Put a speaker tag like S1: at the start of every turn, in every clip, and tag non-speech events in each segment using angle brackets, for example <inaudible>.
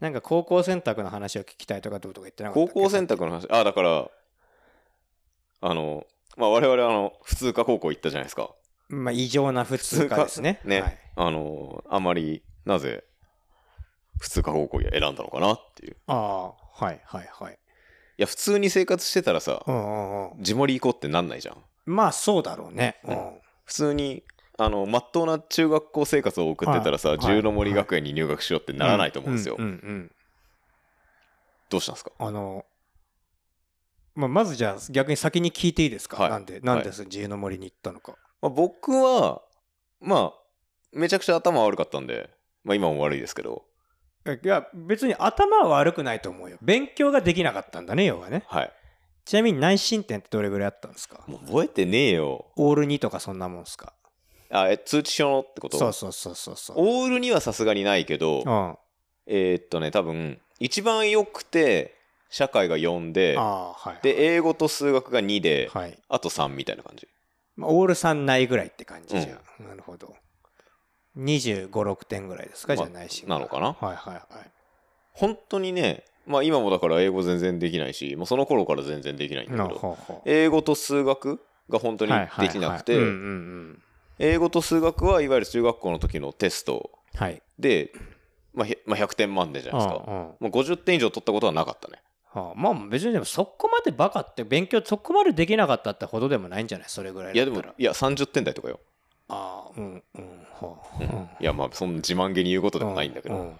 S1: なんか高校選択の話を聞きたいとかどうとか言ってなかった
S2: 高
S1: っけ
S2: 校選択の話、あ、だから、あの、まあ、我々、あの、普通科高校行ったじゃないですか。
S1: まあ異常な普通科ですね。
S2: ね、
S1: はい
S2: あの、あまり、なぜ、普通科高校を選んだのかなっていう。い
S1: ああ、はいはいはい。
S2: や、普通に生活してたらさ
S1: う、んうんうん。
S2: 地盛り行こうってなんないじゃん。
S1: まあそうだろうね。う。
S2: うん普通に、あの、まっとうな中学校生活を送ってたら
S1: は
S2: さ、
S1: い
S2: 十の森学園に入学しろってならないと思うんですよ
S1: う。んうんうん
S2: どうしたんですか
S1: あの、まあ、まずじゃあ逆に先に聞いていいですか、
S2: はい
S1: なんで、なんです、自由の森に行ったのか。
S2: まあ、僕は、まあ、めちゃくちゃ頭悪かったんで、まあ今も悪いですけど、
S1: えいや、別に頭は悪くないと思うよ。勉強ができなかったんだね、要はね。
S2: はい。
S1: ちなみに内申点ってどれぐらいあったんですか
S2: もう覚えてねえよ。
S1: オール2とかそんなもんすか
S2: あ、え、通知表のってこと
S1: そうそうそうそうそう。
S2: オールにはさすがにないけど
S1: う、ん。あ
S2: えーっとね、多分、一番良くて、社会が4で、
S1: あ、はい。
S2: で、英語と数学が2で、
S1: はい。
S2: あと3みたいな感じ。
S1: まあ、オール3ないぐらいって感じじゃん。なるほど。25、6点ぐらいですか、
S2: まあ
S1: じゃあ内申
S2: なのか
S1: は
S2: な
S1: いはいはい。
S2: 本当にね、まあ今もだから英語全然できないし、もうその頃から全然できないんだ
S1: なる
S2: けど、
S1: ほど。
S2: 英語と数学が本当にできなくて
S1: はい、はいはいうんうんうん。
S2: 英語と数学はいわゆる中学校の時のテスト
S1: はい。
S2: で、まあ、ひまあ100点満点じゃないですか。
S1: うんうん
S2: もう50点以上取ったことはなかったね。
S1: はあ、まあ別にでもそこまでバカって勉強そこまでできなかったってほどでもないんじゃないそれぐらい
S2: い
S1: だ
S2: や
S1: っ
S2: で
S1: たら
S2: も、いや30点台とかよ。
S1: ああうんうんはあ、
S2: うん
S1: うん
S2: いやまあそんな自慢げに言うことでもないんだけ
S1: う
S2: ど。
S1: は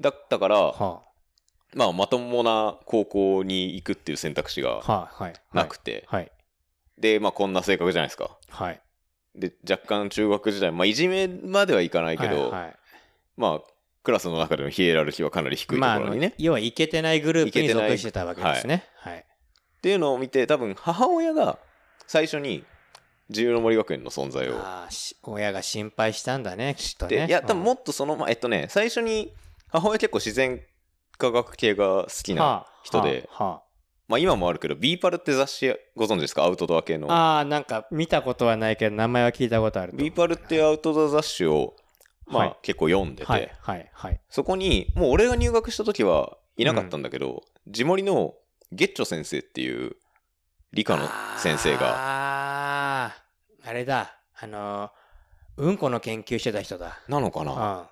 S2: だったから、
S1: あは
S2: まあまともな高校に行くっていう選択肢が
S1: あはい
S2: なくて、
S1: はい
S2: で、まあこんな性格じゃないですか。
S1: はい
S2: で、若干中学時代、まあいじめまではいかないけど、
S1: はいはい
S2: まあクラスの中でのヒエラルキーはかなり低いと
S1: まああ
S2: ころ
S1: の
S2: にね。
S1: 要はいけてないグループ
S2: イケ
S1: に
S2: てない
S1: 属してたわけですねはい
S2: っていうのを見て、多分母親が最初に自由の森学園の存在を
S1: ああし親が心配したんだねきっと
S2: で
S1: ね
S2: いや多分
S1: う
S2: も
S1: ん
S2: っとその前えっとね最初に母親結構自然科学系が好きな、
S1: はあ
S2: 人で
S1: はあは
S2: まあ今もあるけどビーパルって雑誌ご存知ですかアウトドア系の
S1: あああなんか見たことはないけど名前は聞いたことあると思う
S2: ビーパルってアウトドア雑誌をまあ、
S1: はい
S2: 結構読んでて、
S1: はいはいはい
S2: そこにもう俺が入学した時はいなかったんだけど、地盛りのゲッチョ先生っていう理科の先生が
S1: があーあれだあのーうんこの研究してた人だ
S2: なのか
S1: うん
S2: な
S1: は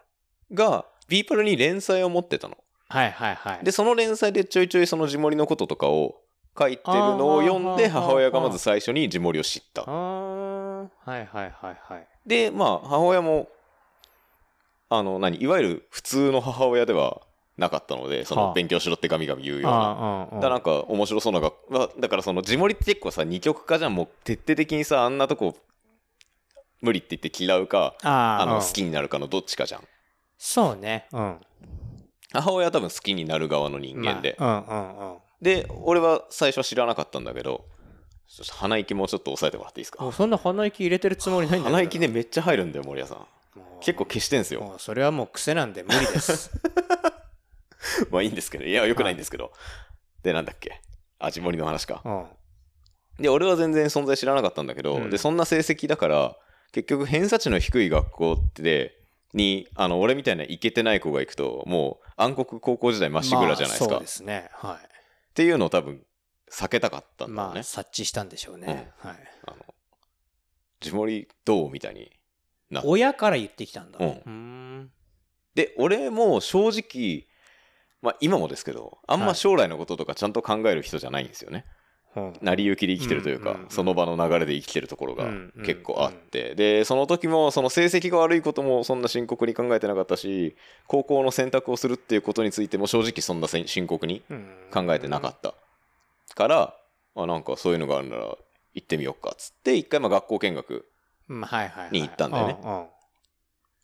S2: がビーパルに連載を持ってたの
S1: いはいはい
S2: でその連載でちょいちょいその地盛りのこととかを書いてるのを読んで
S1: あーはーはーはー
S2: 母親がまず最初に地盛りを知った
S1: あーはいはいはいはい
S2: でまあ母親もあの何いわゆる普通の母親ではなかったのでそ
S1: はあ
S2: の勉強しろってガミガミ言うような。
S1: あーうんうん
S2: だなんか面白そうなが、まあだからその地盛りって結構さ二極化じゃんもう徹底的にさあんなとこ無理って言って嫌うか
S1: あー
S2: あ
S1: う
S2: の
S1: ん
S2: 好きになるかのどっちかじゃん
S1: そうねうん
S2: 母親は多分好きになる側の人間で、
S1: まあうんうんうん
S2: で俺は最初は知らなかったんだけどちょっと鼻息もうちょっと抑えてもらっていいですか
S1: もうそんな鼻息入れてるつもりないんだけど
S2: 鼻息ねめっちゃ入るんだよ森谷さん
S1: もう
S2: 結構消してんすよ
S1: もうそれはもう癖なんで無理です
S2: <laughs> まあいいんですけどいやよくないんですけどでなんだっけ味盛りの話か
S1: うん
S2: で俺は全然存在知らなかったんだけど、
S1: うん
S2: でそんな成績だから結局偏差値の低い学校でにあの俺みたいなイケてない子が行くともう暗黒高校時代まっしぐらじゃないですか、
S1: まあそう
S2: っ
S1: ですねは
S2: ていうのを多分避けたかった
S1: い
S2: ん
S1: ま
S2: だよ
S1: あ
S2: ね、
S1: 察知したんでしょうねはい
S2: あ、の地盛りどうみたいにあ
S1: 親から言ってきたんだ
S2: うん
S1: ーん
S2: で俺も正直まあ今もですけどあん
S1: は
S2: ま
S1: い
S2: 将来のこととかちゃんと考える人じゃないんですよね、
S1: うん
S2: 成り行きで生きてるというか、
S1: うんうんうん
S2: その場の流れで生きてるところが
S1: うんうん
S2: 結構あって、でその時もその成績が悪いこともそんな深刻に考えてなかったし高校の選択をするっていうことについても正直そんなせん深刻に考えてなか
S1: っ
S2: ったから、あなんかそういうのがあるなら行ってみようかっつって一回まあ学校見学
S1: た、うんはいはいはい、
S2: に行ったんだよね
S1: ね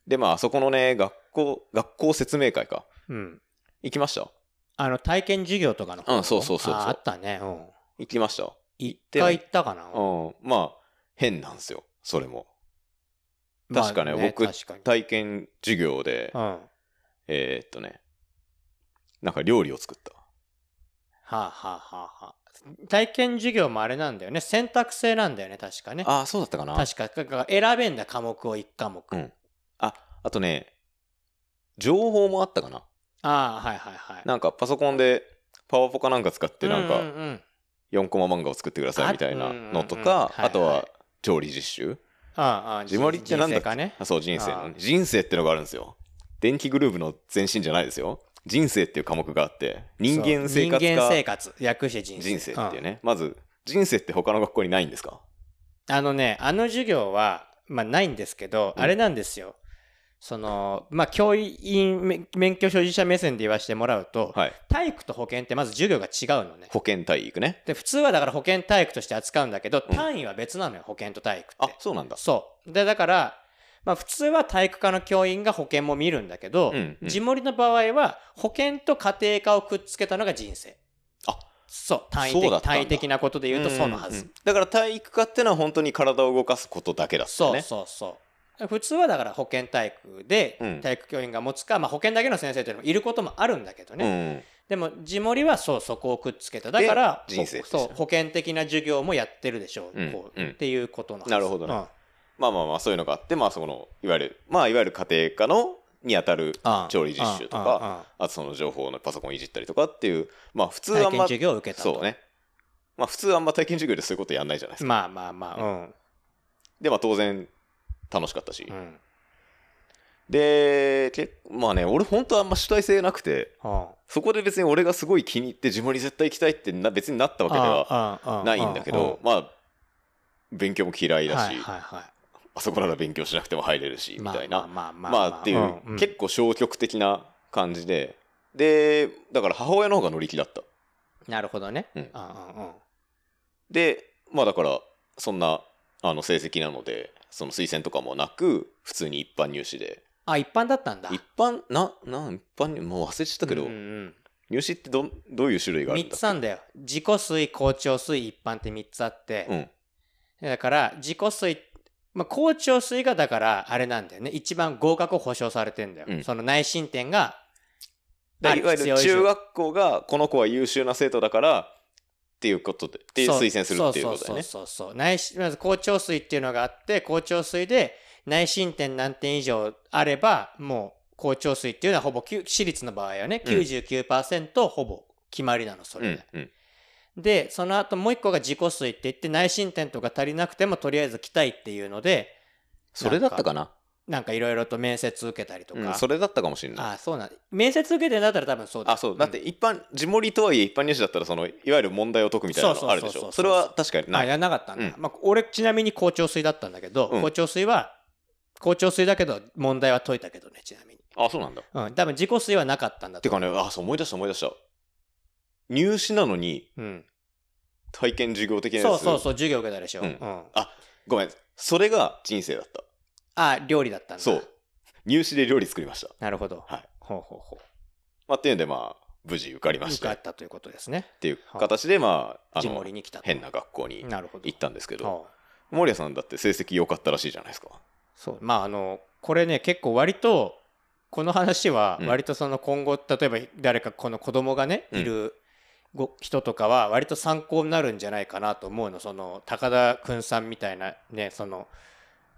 S2: でまああそこのね学校学校説明会か
S1: うん、うん
S2: 行きました
S1: あの体験授業とかの
S2: うんそうそうそうそう
S1: ああったねうん
S2: 行きました
S1: 一
S2: て
S1: 回行ったかな、
S2: うん、まあ変なんですよそれも
S1: まあ
S2: 確かね僕
S1: 確かに
S2: 体験授業で、
S1: うんは
S2: えーっとねなんか料理を作った
S1: あ、はあはあはあ、体験授業もあれなんだよね選択制なんだよね確かね
S2: ああそうだったかな
S1: 確かだから選べんだ科目を一科目、
S2: うんあとね情報もあったかな
S1: ああ、はいはいはい。
S2: なんかパソコンでパワポかなんか使ってなん
S1: う
S2: か
S1: んうん
S2: 4コマ漫画を作ってくださいみたい
S1: あ
S2: なのと
S1: うんうんうん
S2: か
S1: はいはい
S2: あとは調理実習
S1: ああ、
S2: 地盛りってなんだ
S1: 人
S2: っ
S1: 生かね。
S2: あそう人生の
S1: あ
S2: ね人生ってのがあるんですよ電気グループの前身じゃないですよ人生っていう科目があって人間生活
S1: 人間生
S2: か
S1: 活。略して人生。
S2: 人生っていう
S1: うん
S2: ねまず人生って他の学校にないんですか
S1: あのね、あの授業は、まあないんですけど、
S2: うん
S1: あれなんですよ。その、まあ教員免、免許所持者目線で言わせてもらうと、
S2: はい
S1: 体育と保健ってまず授業が違うのね。
S2: 保健体育ね
S1: で、普通はだから保健体育として扱うんだけど、
S2: うん
S1: 単位は別なのよ、保健と体育って。
S2: あそうなんだ
S1: そう。で、だから、まあ普通は体育科の教員が保険も見るんだけど、
S2: うんうん
S1: 地盛りの場合は保険と家庭科をくっつけたのが人生。
S2: あ
S1: そう。単位
S2: そう
S1: 的
S2: だったんだ
S1: 単位的なことで言うとそうのはず。
S2: んんんだから体育科ってのは本当に体を動かすことだけだった
S1: そ
S2: よ
S1: う
S2: ね
S1: そうそう。普通はだから保健体育で
S2: うん
S1: 体育教員が持つか、まあ保健だけの先生というのもいることもあるんだけどね、
S2: ね
S1: でも地盛りはそうそこをくっつけただから
S2: で人生ですよ
S1: そう保健的な授業もやってるでしょう,、
S2: うん
S1: こう
S2: うん
S1: っていうことなん
S2: なるほどね
S1: うんあ
S2: まあまあまあそういうのがあってまあそのいわゆるまあいわゆる家庭科のにあたる
S1: あ
S2: 調理実習とか
S1: ああああ
S2: あとその情報のパソコンいじったりとかっていうまあ普通
S1: 体
S2: あん
S1: 験
S2: ま
S1: 授業を受けたと
S2: そうねまあ普通あんま体験授業でそういうことやんないじゃないですか
S1: まあまあまあうん、
S2: でまあ当然楽しかったし
S1: うんうん
S2: でけまあね俺本当あんま主体性なくてそこで別に俺がすごい気に入って地盛り絶対行きたいってな別になったわけでは
S1: は
S2: ないんだけどまあ勉強も嫌いだ
S1: はい
S2: し
S1: はいは
S2: あそこなら勉強しなくても入れるし
S1: い
S2: みたい
S1: まあ
S2: な
S1: まあ
S2: まあっていう、結構消極的な感じででだから母親の方が乗り気だった
S1: 構なるほどね
S2: うん
S1: うんうんうん
S2: でまあだからそんなあの成績なのでその推薦とかもなく普通に一般入試で
S1: あ一般だったんだ
S2: 一般ななん一般にもう忘れちゃったけど、
S1: うんうん
S2: 入試ってどんどういう種類があるん
S1: 3
S2: だっ
S1: つなんだよ自己水校長水一般って3つあって
S2: け、うん
S1: だから自己水まあ、校長水がだからあれなんだよね一番合格を保証されてんだよ、
S2: うん
S1: その内申点が
S2: だから
S1: あ
S2: いわゆ
S1: 必要
S2: る
S1: 以上
S2: 中学校がこの子は優秀な生徒だからっていうことでっていう
S1: そう
S2: 推薦するっていうことだよね
S1: そうそうそうそう内申まず校長水っていうのがあって校長水で内申点何点以上あればもう校長水っていうのはほぼきゅ私立の場合はね
S2: うん
S1: 99%ほぼ決まりなのそれで、
S2: うんうん
S1: でその後もう一個が自己水って言って内申点とか足りなくてもとりあえず来たいっていうので
S2: それだったかな
S1: なんかいろいろと面接受けたりとか、
S2: うん、それだったかもしれない
S1: ああそうなんだ面接受けてんだったら多分そうだ
S2: あそうだって一般地盛りとはいえ一般入試だったらそのいわゆる問題を解くみたい
S1: そ
S2: な
S1: うそうそう
S2: のあるでし
S1: そうそう
S2: ょそれは確かに
S1: あ
S2: ない
S1: やらなかったんだ、
S2: うん
S1: まあ、俺ちなみに校長水だったんだけど、
S2: うん
S1: 校長水は校長水だけど問題は解いたけどねちなみに、
S2: あそうなんだ
S1: うん、多分自己水はなかったんだ
S2: て
S1: と
S2: かねあそう思い出した思い出した入試なのに
S1: うん、
S2: 体験授業的なやつ
S1: そうそうそう授業受けたでしょ、う
S2: うんんごめんそれが人生だった
S1: あ料理だったんだ
S2: そう入試で料理作りました、
S1: なるほど、
S2: はい
S1: ほうほうほ
S2: まあ、っていうんでまあ無事受かり
S1: う
S2: まし
S1: 受か
S2: たっ
S1: ったということですね
S2: ていう形でまああ
S1: 地盛
S2: の
S1: りに来たと
S2: 変な学校に
S1: なるほど
S2: 行ったんですけど
S1: はあ
S2: 守屋さんだって成績良かったらしいじゃないですか
S1: そうまああのこれね結構割とこの話は
S2: うん
S1: 割とその今後例えば誰かこの子供がね
S2: うん
S1: いるご人とかは割と参考になるんじゃないかなと思うのその高田くんさんみたいなねその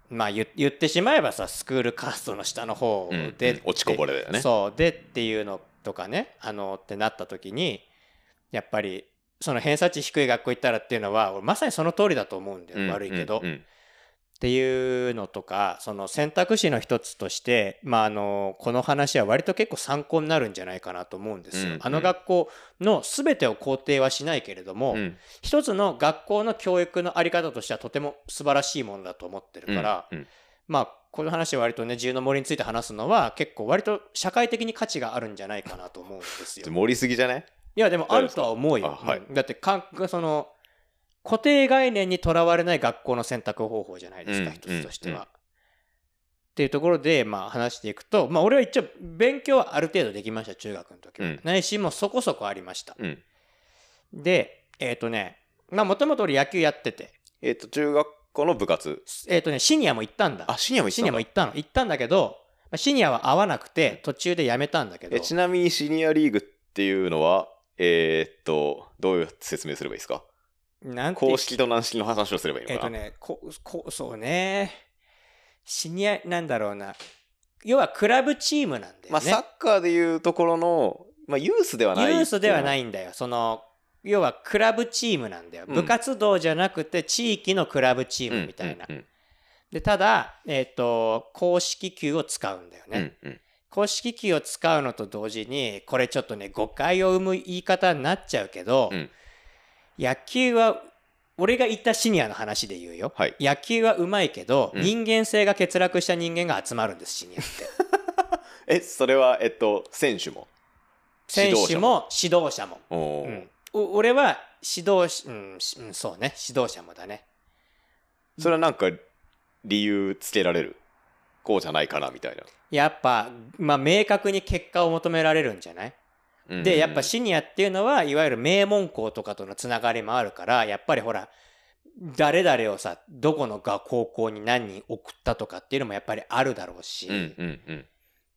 S1: まあ言言ってしまえばさスクールカーストの下の方
S2: うん
S1: で、
S2: うん落ちこぼれだよね
S1: そうでっていうのとかねあのってなった時にやっぱりその偏差値低い学校行ったらっていうのは俺まさにその通りだと思うんだよ、
S2: うん
S1: 悪いけど、
S2: うんうん
S1: っていうのとかその選択肢の一つとして、まあ、あのこの話は割と結構参考になるんじゃないかなと思うんですよ。
S2: うんうん
S1: あの学校の全てを肯定はしないけれども、
S2: うん
S1: 一つの学校の教育の在り方としてはとても素晴らしいものだと思ってるから、
S2: うんうん
S1: まあこの話は割とね自由の森について話すのは結構割と社会的に価値があるんじゃないかなと思うんですよ。
S2: 盛りすぎじゃね
S1: いやでもあるとは思うよ、
S2: あはい
S1: うんだってかんその固定概念にとらわれない学校の選択方法じゃないですか、
S2: うん
S1: 一つとしては。
S2: うんうん
S1: っていうところで、まあ、話していくと、まあ、俺は一応勉強はある程度できました中学の時は、
S2: うん
S1: 内心もそこそこありました、
S2: うん
S1: でえっ、とねまあもともと俺野球やってて
S2: えっと中学校の部活
S1: えっ、とねシニアも行ったんだ
S2: あシニアも行って
S1: シ
S2: たん
S1: ニ
S2: だ
S1: アも行ったの行ったんだけどまあシニアは合わなくて途中でやめたんだけど
S2: えちなみにシニアリーグっていうのはえーっとどうやって説明すればいいですか
S1: なんて言う
S2: 公式と軟式の話をすればいいの
S1: えっ、
S2: かな、
S1: とねここそうねシニアなんだろうな要はクラブチームなんだよね。
S2: まあ、サッカーでいうところの、まあ、ユースではない。。
S1: ユースではないいんだよ。その、要はクラブチームなんだよ。
S2: うん
S1: 部活動じゃなくて地域のクラブチームみたいな。
S2: うんうん
S1: で、ただ、えっ、と、公式球を使うんだよね。
S2: うんうん
S1: 公式球を使うのと同時に、これちょっとね、誤解を生む言い方になっちゃうけど、
S2: うん
S1: 野球は、俺が言ったシニアの話で言うよ。
S2: はい。
S1: 野球はうまいけど、
S2: うん
S1: 人間性が欠落した人間が集まるんです、シニアって。
S2: え、それは、えっと、選手も。
S1: 選手も指導者も。
S2: お
S1: う
S2: ー
S1: ん、お俺は指導し、うんしうん、そうね、指導者もだね。
S2: それはなんか、理由つけられる。こうじゃないかな、みたいな。
S1: やっぱ、まあ、明確に結果を求められるんじゃない
S2: うん
S1: で、やっぱ、シニアっていうのは、いわゆる名門校とかとのつながりもあるから、やっぱりほら、誰々をさ、どこのが高校に何人送ったとかっていうのもやっぱりあるだろうし、
S2: うんうんうん。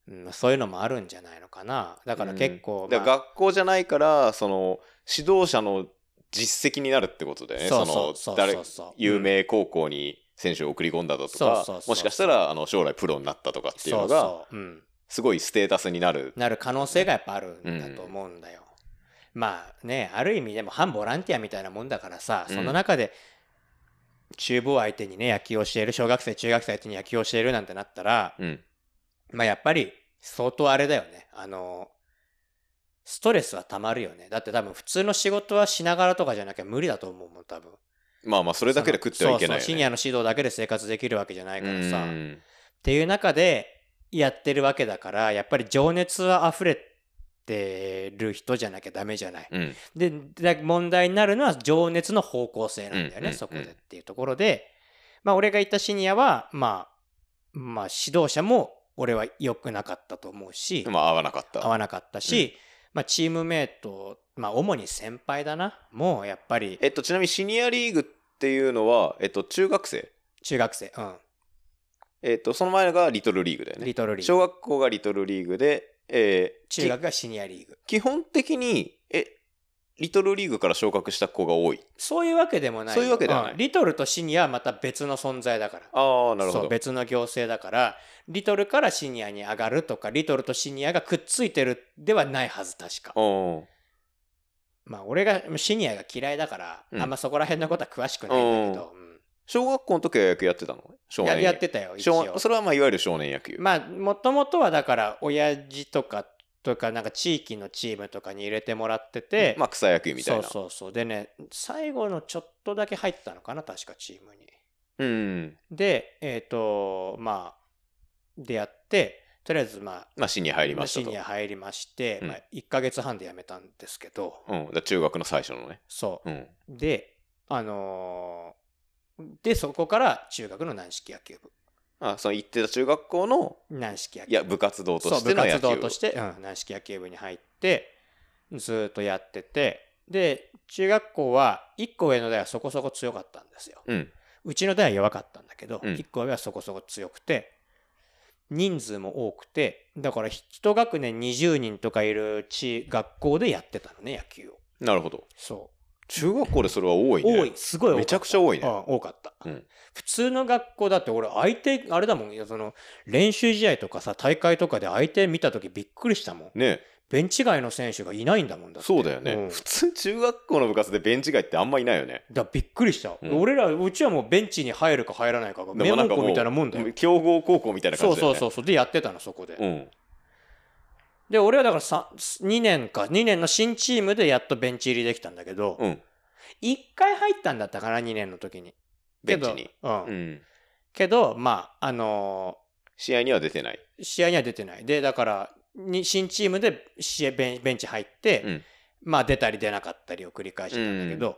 S1: うんそういうのもあるんじゃないのかな。だから結構、
S2: だから
S1: まあ
S2: 学校じゃないから、その、指導者の実績になるってことだよね。
S1: そうそう
S2: そ
S1: そ
S2: の、
S1: う
S2: 誰
S1: そうそう、
S2: 有名高校に選手を送り込んだだと
S1: そうそう
S2: か、
S1: そう
S2: もしかしたら、あの、将来プロになったとかっていうのが、
S1: そうそう、うん、
S2: すごいステータスになる。
S1: なる可能性がやっぱあるんだと思うんだよ。まあね、ある意味でも反ボランティアみたいなもんだからさ、
S2: うん
S1: その中で、中部を相手にね、野球を教える、小学生、中学生相手に野球を教えるなんてなったら、
S2: うん。
S1: まあやっぱり相当あれだよね。あの、ストレスはたまるよね。だって多分普通の仕事はしながらとかじゃなきゃ無理だと思うもん、多分。
S2: まあまあ、それだけで食ってはいけないよ、ね。
S1: そうそう、シニアの指導だけで生活できるわけじゃないからさ。
S2: う
S1: っ
S2: ん
S1: ていう中でやってるわけだから、やっぱり情熱は溢れてる人じゃなきゃダメじゃない。
S2: うん
S1: で、だ問題になるのは情熱の方向性なんだよね、
S2: うんうんうん
S1: そこでっていうところで、まあ俺が言ったシニアは、まあ、まあ指導者も俺は良くなかったと思うし、
S2: まあ、合わなかった。
S1: 合わなかったし、まあチームメイト、まあ主に先輩だな、もうやっぱり
S2: えっと、ちなみにシニアリーグっていうのは、えっと、中学生。
S1: 中学生、うん、
S2: えっと、その前がリトルリーグだよね。
S1: リトルリー
S2: 小
S1: グ、
S2: 学校がリトルリーグで、えー
S1: 中学がシニアリーグ。
S2: き基本的に、え、リトルリーグから昇格した子が多い。
S1: そういうわけでもないよ。
S2: そういうわけではない
S1: んリトルとシニアはまた別の存在だから。
S2: ああ、なるほ
S1: そう
S2: ど。
S1: 別の行政だからリトルからシニアに上がるとかリトルとシニアがくっついてるではないはず確か
S2: お
S1: まあ俺がシニアが嫌いだから、
S2: うん
S1: あんまそこら辺のことは詳しくないんだけど、
S2: 小学校の時は野球やってたの
S1: う
S2: 少
S1: ん、
S2: 年
S1: や
S2: 野球
S1: やってたよ一
S2: 少
S1: 応
S2: それはまあいわゆる少年野球。
S1: まあもともとはだから親父とかとかなんか地域のチームとかに入れてもらってて、
S2: まあ草野球みたいな。
S1: そうそうそうでね最後のちょっとだけ入ったのかな確かチームに
S2: うん。
S1: でえっ、とまあでやってとりあえずまあ
S2: まあシニア入りました
S1: シ
S2: と
S1: ニ。ア入りまして、
S2: うん
S1: まあ、1ヶ月半で辞めたんですけど、
S2: うん。だから中学の最初のね。
S1: そ
S2: うん。
S1: う。で、あのーで、そこから中学の軟式野球部。
S2: あその行ってた中学校の、
S1: 軟式野球
S2: いや、部活動と
S1: そう、
S2: して
S1: 部
S2: の野球。
S1: 活動として、うん、軟式野球部に入って、ずーっとやってて、で、中学校は1個上の代はそこそこ強かったんですよ。
S2: うん。
S1: うちの代は弱かったんだけど、
S2: うん
S1: 1個上はそこそこ強くて、人数も多くて、だから1学年20人とかいる地学校でやってたのね、野球を。
S2: なるほど。
S1: そう。
S2: 中学校でそれは多いね。
S1: 多い、すごい多かった
S2: めちゃくちゃ多いね
S1: うん多かった。
S2: うん
S1: 普通の学校だって、俺、相手、あれだもん、いやその、練習試合とかさ、大会とかで相手見たときびっくりしたもん。
S2: ね
S1: ベンチ外の選手がいないんだもんだって。
S2: そうだよね、
S1: うん
S2: 普通中学校の部活でベンチ外ってあんまいないよね
S1: だからびっくりした、
S2: うん
S1: 俺ら、うちはもうベンチに入るか入らないかが、
S2: で
S1: 名門校みたいなもんだよ。
S2: 強豪高校みたいな感
S1: そう
S2: じだ
S1: そ
S2: よ
S1: う
S2: ね
S1: そうそう。で、やってたの、そこで。
S2: うん
S1: で、俺はだからさ2年か、2年の新チームでやっとベンチ入りできたんだけど、
S2: うん
S1: 1回入ったんだったかな、2年の時に。
S2: ベ
S1: け
S2: ン
S1: ど
S2: チに、
S1: うん
S2: うん
S1: けど、まあ、あのー
S2: 試合には出てない
S1: 試合には出てない。で、だから、に新チームで試合ベンベンチ入って、
S2: うん
S1: まあ出たり出なかったりを繰り返してたんだけど、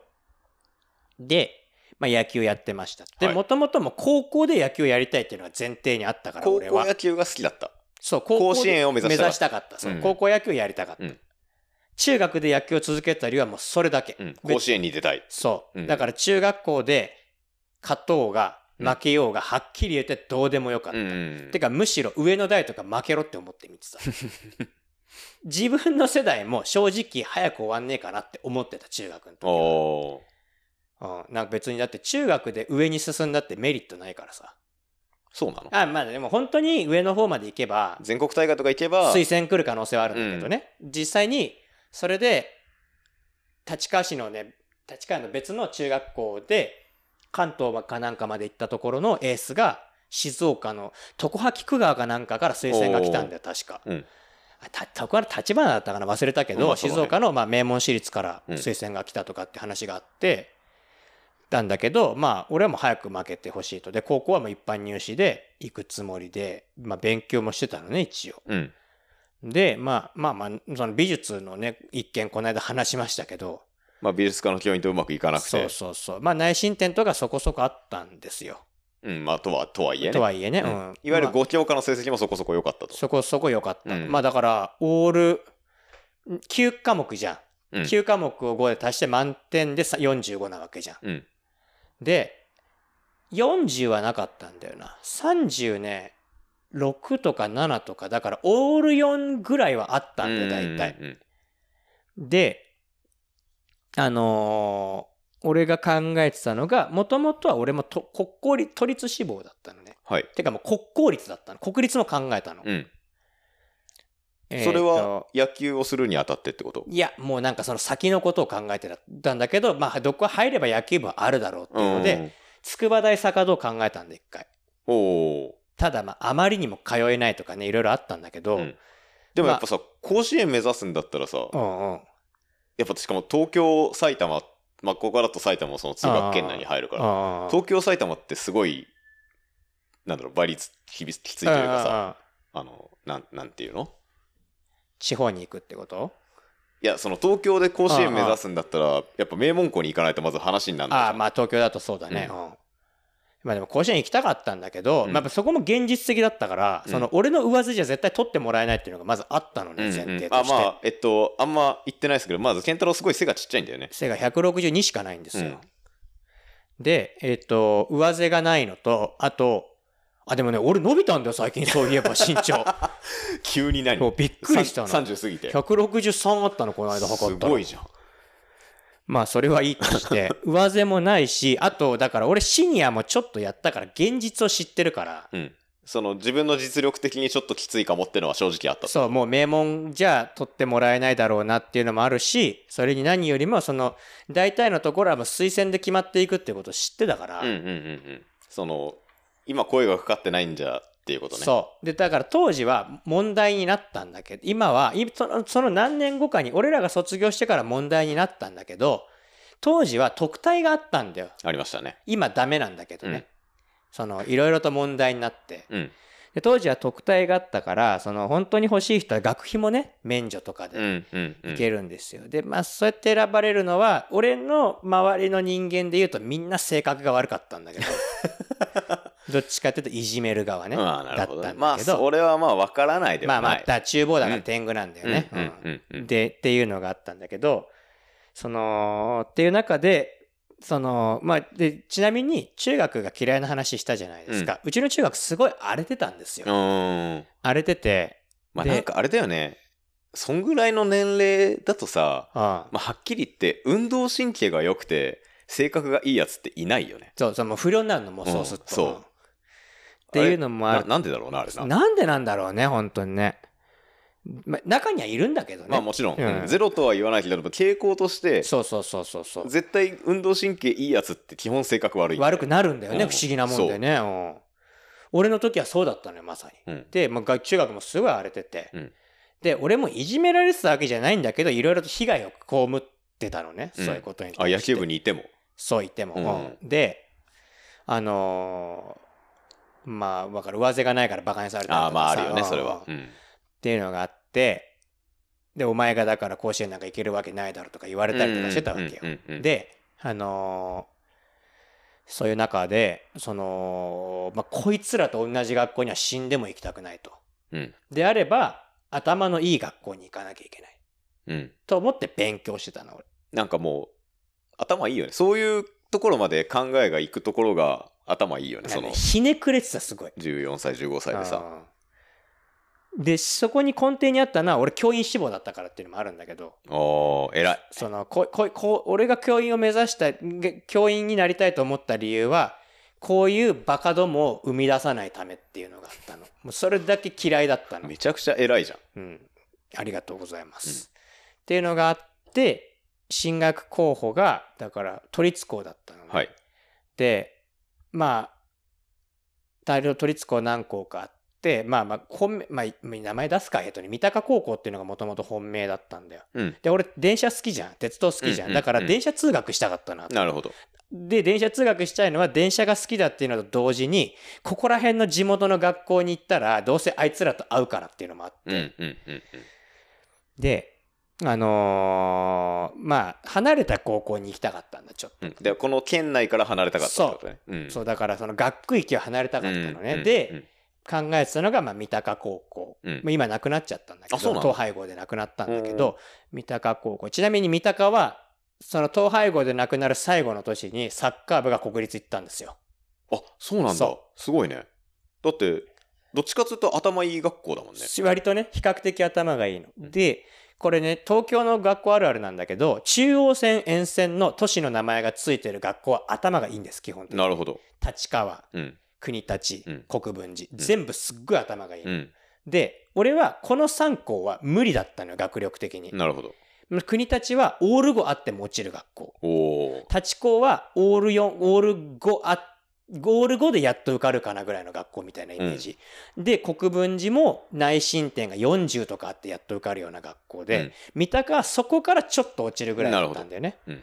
S1: で、まあ野球やってました。で、
S2: はい
S1: もともとも高校で野球やりたいっていうのが前提にあったから、
S2: 高
S1: 俺
S2: 校
S1: は
S2: 野。球が好きだった
S1: そう、高校で
S2: 甲子園を目指したかった
S1: かった。そう
S2: うん
S1: 高校野球やりたかった。
S2: うん
S1: 中学で野球を続けた理由はもうそれだけ。
S2: うん
S1: 別
S2: 甲子園に出たい
S1: そう、
S2: うん
S1: だから中学校で勝とうが
S2: うん
S1: 負けようがはっきり言ってどうでもよかった。
S2: うん
S1: てかむしろ上の代とか負けろって思って見てた自分の世代も正直早く終わんねえかなって思ってた中学の時は、
S2: おー
S1: うん、なんか別にだって中学で上に進んだってメリットないからさ
S2: そうなの
S1: あまあでも本当に上の方まで行けば
S2: 全国大会とか行けば、
S1: 推薦来る可能性はあるんだけどね、実際にそれで立川市のね立川の別の中学校で関東かなんかまで行ったところのエースが静岡の常葉菊川かなんかから推薦が来たんだよ確か。
S2: うん
S1: あた常葉立花だったかな忘れたけど、
S2: うんそうだね
S1: 静岡のまあ名門私立から
S2: うん
S1: 推薦が来たとかって話があって、なんだけどまあ俺はもう早く負けてほしいとで高校はもう一般入試で行くつもりで、まあ、勉強もしてたのね一応。
S2: うん、
S1: で、まあまあまあ、その美術のね、一見この間話しましたけど、
S2: まあ美術家の教員とうまくいかなくて
S1: そうそうそう。まあ内申点とかそこそこあったんですよ。
S2: うんまあ、とはとはいえね
S1: とはいえね、
S2: う
S1: うんん。
S2: いわゆる
S1: まあ
S2: 5教科の成績もそこそこ良かったと、
S1: そこそこ良かった。
S2: うん
S1: まあだから、オール、9科目じゃん。
S2: うん
S1: 9科目を5で足して満点でさ45なわけじゃん。
S2: うん、
S1: で、40はなかったんだよな。30ね、6とか7とか、だからオール4ぐらいはあったんで、大体。
S2: うんうん
S1: で、あのー俺が考えてたのが、もともとは俺もと国公立、都立志望だったのね。
S2: はい、
S1: てかもう国公立だったの。国立も考えたの。
S2: うん、
S1: えーと
S2: それは野球をするにあたってってこと
S1: いや、もうなんかその先のことを考えてたんだけど、まあ、どこ入れば野球部はあるだろうっていうので、
S2: うん
S1: 筑波大坂戸を考えたんで、一回。
S2: おお
S1: ただ、まあ、あまりにも通えないとかね、いろいろあったんだけど、
S2: う
S1: うんん、
S2: でもやっぱさ、甲子園目指すんだったらさ、
S1: うんうん。
S2: やっぱしかも東京、埼玉、まあ、ここからだと埼玉もその通学圏内に入るから、東京、埼玉ってすごい、なんだろう、倍率きびきついというかさ、
S1: さ、
S2: あの、なんなんていうの
S1: 地方に行くってこと
S2: いや、その東京で甲子園目指すんだったら、やっぱ名門校に行かないとまず話にならないじ
S1: あ
S2: ゃ
S1: あ
S2: ん。
S1: まあ東京だとそうだね、
S2: う
S1: うんまあでも甲子園行きたかったんだけど、
S2: うん
S1: まあ、やっぱそこも現実的だったから、
S2: うん
S1: その俺の上背じゃ絶対取ってもらえないっていうのがまずあったの
S2: うんう
S1: ね
S2: ん
S1: 前提
S2: あ
S1: として、
S2: まあ、えっと、あんま言ってないですけど、まず、健太郎すごい背がちっちゃいんだよね。
S1: 背が162しかないんですよ、でえっ、と上背がないのとあとあでもね俺伸びたんだよ最近そういえ
S2: <laughs>
S1: ば身長
S2: 急に何
S1: そうびっくりしたの
S2: さん30過ぎて。
S1: 163あったのこの間測
S2: す
S1: ったら
S2: ごいじゃん。
S1: まあそれはいいとして上背もないしあとだから俺シニアもちょっとやったから現実を知ってるから
S2: うん。その自分の実力的にちょっときついかもってのは正直あった
S1: <laughs>
S2: と。
S1: そうもう名門じゃ取ってもらえないだろうなっていうのもあるしそれに何よりもその大体のところはもう推薦で決まっていくってことを知ってたから、
S2: うんうんうんうん。その、今声がかかってないんじゃっていうことね。
S1: そうでだから当時は問題になったんだけど今はいそのその何年後かに俺らが卒業してから問題になったんだけど当時は特待があったんだよ
S2: ありましたね。
S1: 今ダメなんだけどね、
S2: うん
S1: そのいろいろと問題になって
S2: うん。
S1: で当時は特待があったからその本当に欲しい人は学費もね免除とかで
S2: うんうんうん。
S1: いけるんですよ。で、まあ、そうやって選ばれるのは、俺の周りの人間で言うと、みんな性格が悪かったん
S2: <laughs>
S1: だけど、どっちかっていうと、いじめる側ね、
S2: まあ、な
S1: だ
S2: る
S1: った
S2: ほ
S1: ん
S2: どね
S1: だけど、
S2: まあ、それはまあ、わからないで
S1: ま
S2: は
S1: あま
S2: な
S1: あ、
S2: い。
S1: だ厨房だから天狗なんだよね。
S2: うんうんうんう
S1: うん
S2: ん。
S1: で、っていうのがあったんだけど、その、っていう中で、その、まあ、で、ちなみに、中学が嫌いな話したじゃないですか。うちの中学、すごい荒れてたんですよ。
S2: うーん。
S1: 荒れてて、
S2: まあ、
S1: で
S2: なんかあれだよね。そんぐらいの年齢だとさ、
S1: うん。
S2: まあ、はっきり言って、運動神経が良くて、性格がいいやつっていないよね。
S1: そうそう、もう不良になるのも、そうすると。
S2: うんそう
S1: っていうのもあ
S2: な
S1: る
S2: なんでだろうな、あれな。
S1: なんでなんだろうね、本当にね。ま、中にはいるんだけどね。
S2: まあもちろん、
S1: うん
S2: うんゼロとは言わないけど、傾向として、
S1: そうそうそうそうそう。
S2: 絶対運動神経いいやつって基本性格悪い。
S1: 悪くなるんだよね、
S2: うん
S1: 不思議なもんでね。うん俺の時はそうだったのよ、まさに。
S2: うん。
S1: で、まあが、中学もすごい荒れてて、
S2: うん
S1: で、俺もいじめられてたわけじゃないんだけど、いろいろと被害を被ってたのね、
S2: うん
S1: そういうことに対
S2: あ、
S1: して。
S2: 野球部にいても。
S1: そう言っても。
S2: うん
S1: うんで、あのーまあ、わかる。上背がないから馬鹿にされたりと
S2: あ
S1: か
S2: あ、まああるよね、
S1: さ
S2: それは。うん。
S1: っていうのがあってでお前がだから甲子園なんか行けるわけないだろとか言われたりとかしてたわけよ。
S2: よ
S1: であのーそういう中でその、まあ、こいつらと同じ学校には死んでも行きたくないと。
S2: うん
S1: であれば頭のいい学校に行かなきゃいけない
S2: うん。
S1: と思って勉強してたの俺。
S2: なんかもう、頭いいよね。そういうところまで考えがいくところが頭いいよね、そ
S1: なんかね
S2: の
S1: ひねくれてたすごい。
S2: 14歳、15歳でさ。
S1: うんでそこに根底にあったのは俺教員志望だったからっていうのもあるんだけど。
S2: おー、偉い。
S1: そのこここ俺が教員を目指したげ教員になりたいと思った理由はこういうバカどもを生み出さないためっていうのがあったの。もうそれだけ嫌いだったの
S2: め。ちゃくちゃ偉いじゃん。
S1: うん。ありがとうございます。っていうのがあって、進学候補が、だから、都立校だったのね、
S2: はい。
S1: で、まあ、大量都立校何校かあって、まあまあ、本命、まあ、名前出すか、えっとね、三鷹高校っていうのがもともと本命だったんだよ。
S2: うん。
S1: で、俺、電車好きじゃん。鉄道好きじゃ。
S2: うんうんう
S1: だ
S2: んん
S1: から、電車通学したかったなと。
S2: なるほど。
S1: で、電車通学したいのは、電車が好きだっていうのと同時に、ここら辺の地元の学校に行ったら、どうせあいつらと会うからっていうのもあって、
S2: うんうんうんうん。
S1: で、あのーまあ、離れた高校に行きたかったんだ、ちょっと。
S2: うん、でこの県内から離れたかったってことね。ん
S1: そう、だからその学区域を離れたかったのね。で、、考えてたのが、まあ、三鷹高校。
S2: うんうんうん
S1: まあ今なくなっちゃったんだけ
S2: あそう
S1: ど、
S2: なの
S1: 統廃合でなくなったんだけど、三鷹高校。ちなみに三鷹は、その統廃合でなくなる最後の年にサッカー部が国立行ったんですよ。
S2: あそうなんだ
S1: そ
S2: すごいね。だってどっちかというと頭いい学校だもんね。
S1: 割とね、比較的頭がいいの。
S2: うん
S1: で、これね、東京の学校あるあるなんだけど、中央線沿線の都市の名前がついてる学校は頭がいいんです、基本的に。
S2: なるほど。
S1: 立川、
S2: うん
S1: 国立、
S2: うん
S1: 国分寺。
S2: ん
S1: 全部すっごい頭がいいの。
S2: うん
S1: で、俺はこの3校は無理だったのよ、学力的に。
S2: なるほど。
S1: 国立はオール5あっても落ちる学校。
S2: おお。
S1: 立校はオール4、オール5あ、オール5でやっと受かるかなぐらいの学校みたいなイメージ。で、国分寺も内申点が40とかあってやっと受かるような学校で、
S2: うん
S1: 三鷹はそこからちょっと落ちるぐらいだったんだよね。
S2: なる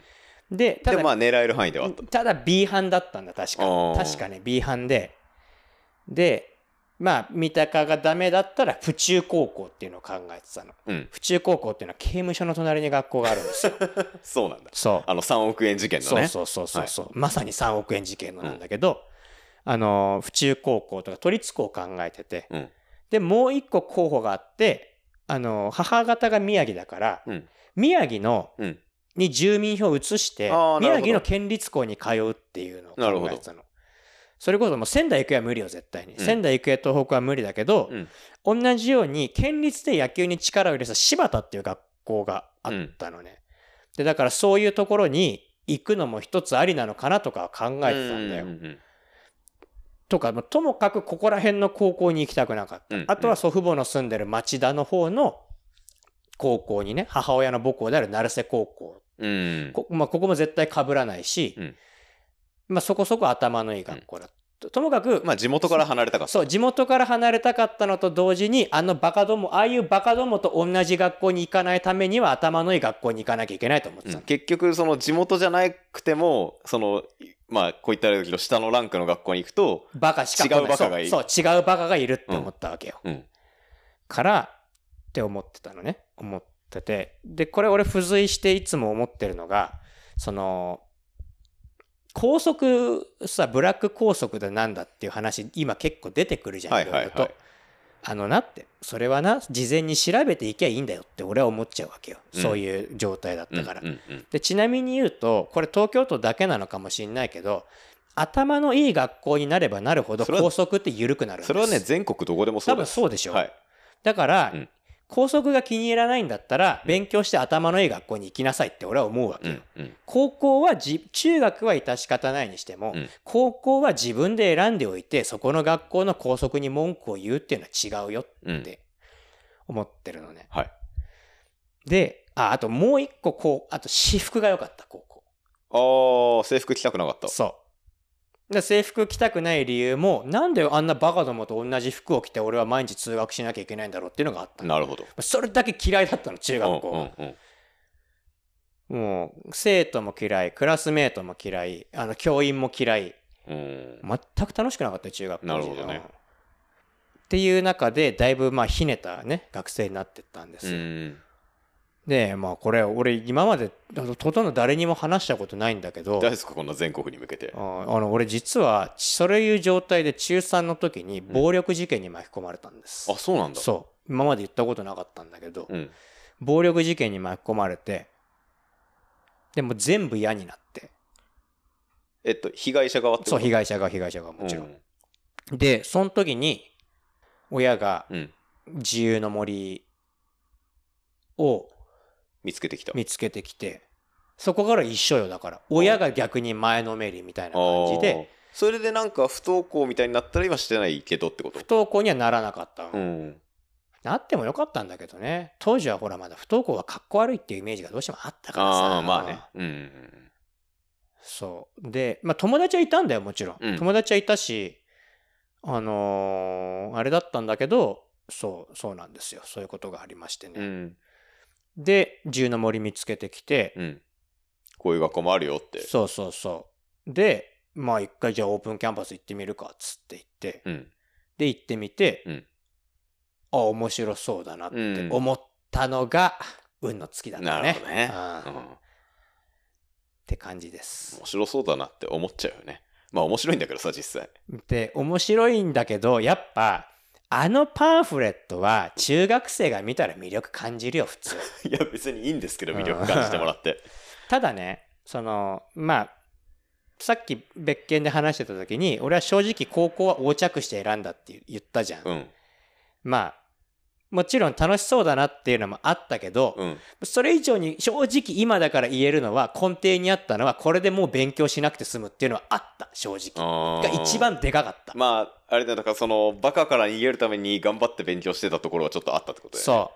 S2: ほ
S1: で、た
S2: で
S1: だ、
S2: まあ狙える範囲ではあった。
S1: ただ B 班だったんだ、確か
S2: あ。ー
S1: 確かね、B 班で。で、まあ、三鷹がダメだったら、府中高校っていうのを考えてたの。
S2: うん
S1: 府中高校っていうのは刑務所の隣に学校があるんですよ。
S2: そうなんだ。
S1: そう。
S2: あの3億円事件の
S1: そう
S2: ね。
S1: そうそうそうそう、まさに3億円事件のなんだけど、あのー府中高校とか都立校を考えてて、
S2: うん
S1: でもう一個候補があってあのー母方が宮城だから、
S2: うん
S1: 宮城の、
S2: うん
S1: に住民票を移して
S2: あーなるほど
S1: 宮城の県立校に通うっていうのを考えてたの。それこそもう仙台育英は無理よ絶対に、
S2: うん
S1: 仙台育英東北は無理だけど、
S2: うん
S1: 同じように県立で野球に力を入れた柴田っていう学校があったのね、でだからそういうところに行くのも一つありなのかなとかは考えてたんだよ、
S2: ううん
S1: とかまあともかくここら辺の高校に行きたくなかった、
S2: うん
S1: あとは祖父母の住んでる町田の方の高校にね母親の母校である成瀬高校
S2: うんうん。
S1: こ,、まあ、ここも絶対かぶらないし、
S2: うん
S1: まあ、そこそこ頭のいい学校だった、ともかく、
S2: まあ地元から離れたかった。
S1: そう地元から離れたかったのと同時にあのバカどもああいうバカどもと同じ学校に行かないためには頭のいい学校に行かなきゃいけないと思ってたの、
S2: うん結局その地元じゃなくてもそのまあこういったらあれだけど下のランクの学校に行くと、
S1: バカしか来ない
S2: 違うバカがいる
S1: そうそう違うバカがいるって思ったわけよ、
S2: うん、
S1: からって思ってたのね思っててでこれ俺付随していつも思ってるのがその高速さブラック高速でなんだっていう話今結構出てくるじゃん、
S2: はいはい
S1: ろろ
S2: は
S1: と
S2: い。
S1: あのなってそれはな事前に調べていけばいいんだよって俺は思っちゃうわけよ、
S2: うん
S1: そういう状態だったから、
S2: うんうんうん
S1: でちなみに言うとこれ東京都だけなのかもしれないけど頭のいい学校になればなるほど
S2: それは
S1: 高速って緩くなるんです
S2: それはね全国どこでもそ
S1: 多
S2: う
S1: 分
S2: です。
S1: そうでしょ、
S2: はい。
S1: だから、
S2: うん
S1: 高速が気に入らないんだったら勉強して頭のいい学校に行きなさいって俺は思うわけ
S2: う
S1: よ、
S2: んうん
S1: 高校はじ中学は致し方ないにしても、
S2: うん
S1: 高校は自分で選んでおいてそこの学校の校則に文句を言うっていうのは違うよ
S2: うん
S1: って思ってるのね、
S2: はい
S1: でああともう一個こうあと私服が良かった高校
S2: ああ制服着たくなかった。
S1: そうで制服着たくない理由もなんであんなバカどもと同じ服を着て俺は毎日通学しなきゃいけないんだろうっていうのがあったの
S2: なるほど。
S1: それだけ嫌いだったの中学校は、
S2: うんうん
S1: もう生徒も嫌いクラスメートも嫌いあの教員も嫌い
S2: うんうん
S1: 全く楽しくなかったよ中学校
S2: なるほどね
S1: っていう中でだいぶまあひねたね学生になってったんで
S2: う
S1: すよ、
S2: ん
S1: でまあこれ俺今まであのほとんど誰にも話したことないんだけど
S2: 大好きこんな全国に向けて
S1: あ。あの俺実はそういう状態で中3の時に暴力事件に巻き込まれたんです、
S2: あそうなんだ。
S1: そう今まで言ったことなかったんだけど、
S2: うん。
S1: 暴力事件に巻き込まれてでも全部嫌になって
S2: えっと被害者側ってこと
S1: そう、被害者が被害者がもちろん。
S2: う
S1: で、その時に、親が
S2: んうん
S1: 自由の森を
S2: 見つけてきた。
S1: 見つけてきて、そこから一緒よ、だから。親が逆に前のめりみたいな感じで、
S2: それでなんか不登校みたいになったら今してないけどってこと
S1: 不登校にはならなかった、
S2: うん
S1: なってもよかったんだけどね当時はほらまだ不登校がかっこ悪いっていうイメージがどうしてもあったからさ
S2: ああまあねうん
S1: そうでまあ友達はいたんだよもちろん、
S2: うん
S1: 友達はいたしあのーあれだったんだけどそうそうなんですよそういうことがありましてね、
S2: うん
S1: で自由の森見つけてきて、
S2: うんこういう学校もあるよって
S1: そうそうそうでまあ一回じゃあオープンキャンパス行ってみるかっつって行って、
S2: うん
S1: で行ってみて、
S2: うん
S1: あ面白そうだなっ
S2: う
S1: て
S2: ん
S1: 思ったのが、運の月だった
S2: な
S1: ね
S2: るほどね
S1: あ
S2: う
S1: あ
S2: ん
S1: って感じです
S2: 面白そうだなって思っちゃうよねまあ面白いんだけどさ実際 <laughs>
S1: で面白いんだけどやっぱあのパンフレットは中学生が見たら魅力感じるよ普
S2: <laughs>
S1: 通
S2: いや別にいいんですけど魅力感じてもらって
S1: <laughs> ただねそのまあさっき別件で話してた時に俺は正直高校は横着して選んだって言ったじゃん、
S2: うん
S1: まあもちろん楽しそうだなっていうのもあったけど、
S2: うん
S1: それ以上に正直今だから言えるのは根底にあったのはこれでもう勉強しなくて済むっていうのはあった正直
S2: あ
S1: が
S2: ー
S1: 一番でかかった、
S2: まああれだだからそのバカから逃げるために頑張って勉強してたところはちょっとあったってことだよね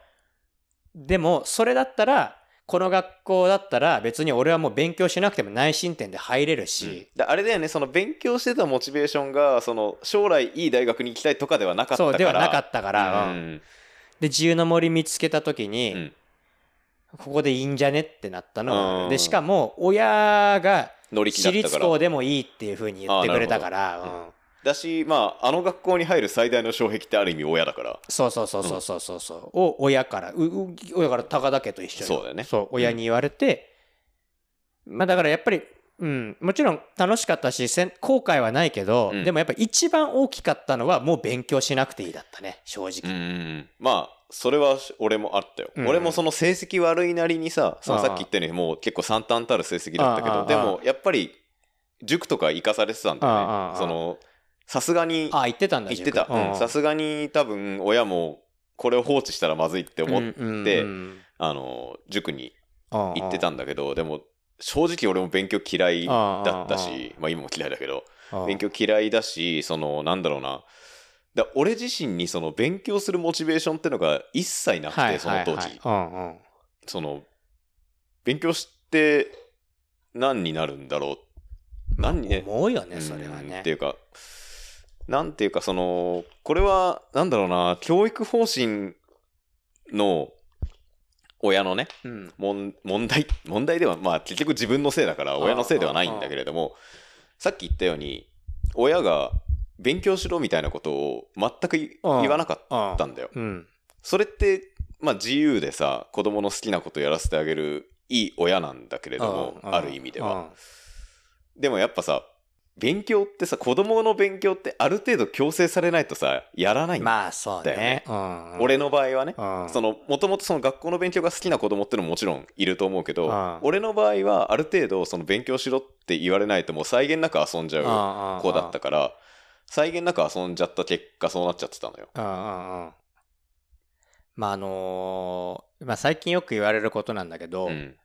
S1: そうでもそれだったらこの学校だったら別に俺はもう勉強しなくても内申点で入れるし、
S2: だあれだよねその勉強してたモチベーションがその将来いい大学に行きたいとかではなかったから
S1: そうではなか
S2: た
S1: ったから、
S2: う
S1: うん
S2: ん
S1: で自由の森見つけた時に、
S2: うん
S1: ここでいいんじゃねってなったの、
S2: うん
S1: でしかも親が
S2: 乗り気だ
S1: 私
S2: った
S1: 立
S2: から
S1: 校でもいいっていうふうに言ってくれたから、
S2: あーなるほど
S1: うん
S2: だしまああの学校に入る最大の障壁ってある意味親だから
S1: そうそうそうそうそうそうそう、を親からうう親から高田家と一緒に
S2: そうだよね
S1: 親に言われて、まあだからやっぱりうんもちろん楽しかったしせん後悔はないけど、
S2: うん
S1: でもやっぱ一番大きかったのはもう勉強しなくていいだったね正
S2: うん
S1: 直、
S2: まあそれは俺もあったよ、
S1: うん
S2: 俺もその成績悪いなりにさそのさっき言ったようにもう結構惨憺たる成績だったけ
S1: あああ
S2: ど
S1: あ
S2: でもやっぱり塾とか行かされてたんだよね
S1: ああああ
S2: そのさすがに
S1: ああ言ってたんだ
S2: 行ってたうんさすがに多分親もこれを放置したらまずいって思っってあの塾に行ってたんだけどでも正直俺も勉強嫌いだったしまあ今も嫌いだけど勉強嫌いだしそのなんだろうなだ俺自身にその勉強するモチベーションってのが一切なくてその当時その勉強して何になるんだろう何にね
S1: 思うよねそれは
S2: うん
S1: ね
S2: っていうか、なんていうか、その、これは、なんだろうな、教育方針の親のね、
S1: うん
S2: もん問題、 <laughs> 問題では、まあ結局自分のせいだから、
S1: あー
S2: 親のせいではないんだけれども、さっき言ったように、親が勉強しろみたいなことを全くい
S1: あー
S2: 言わなか
S1: あ
S2: ったんだよ。
S1: うん
S2: それって、まあ自由でさ、子供の好きなことやらせてあげるいい親なんだけれども、ある意味では。でもやっぱさ勉強ってさ子供の勉強ってある程度強制されないとさやらないんだ、
S1: まあそうねうん
S2: 俺の場合はね
S1: うん
S2: そのもともとその学校の勉強が好きな子供ってのももちろんいると思うけど
S1: ああ
S2: 俺の場合はある程度その勉強しろって言われないともう際限なく遊んじゃう子だったから際限なく遊んじゃった結果そうなっちゃってたのよ。
S1: うんうんうんまああのーまあ、最近よく言われることなんだけど、
S2: うん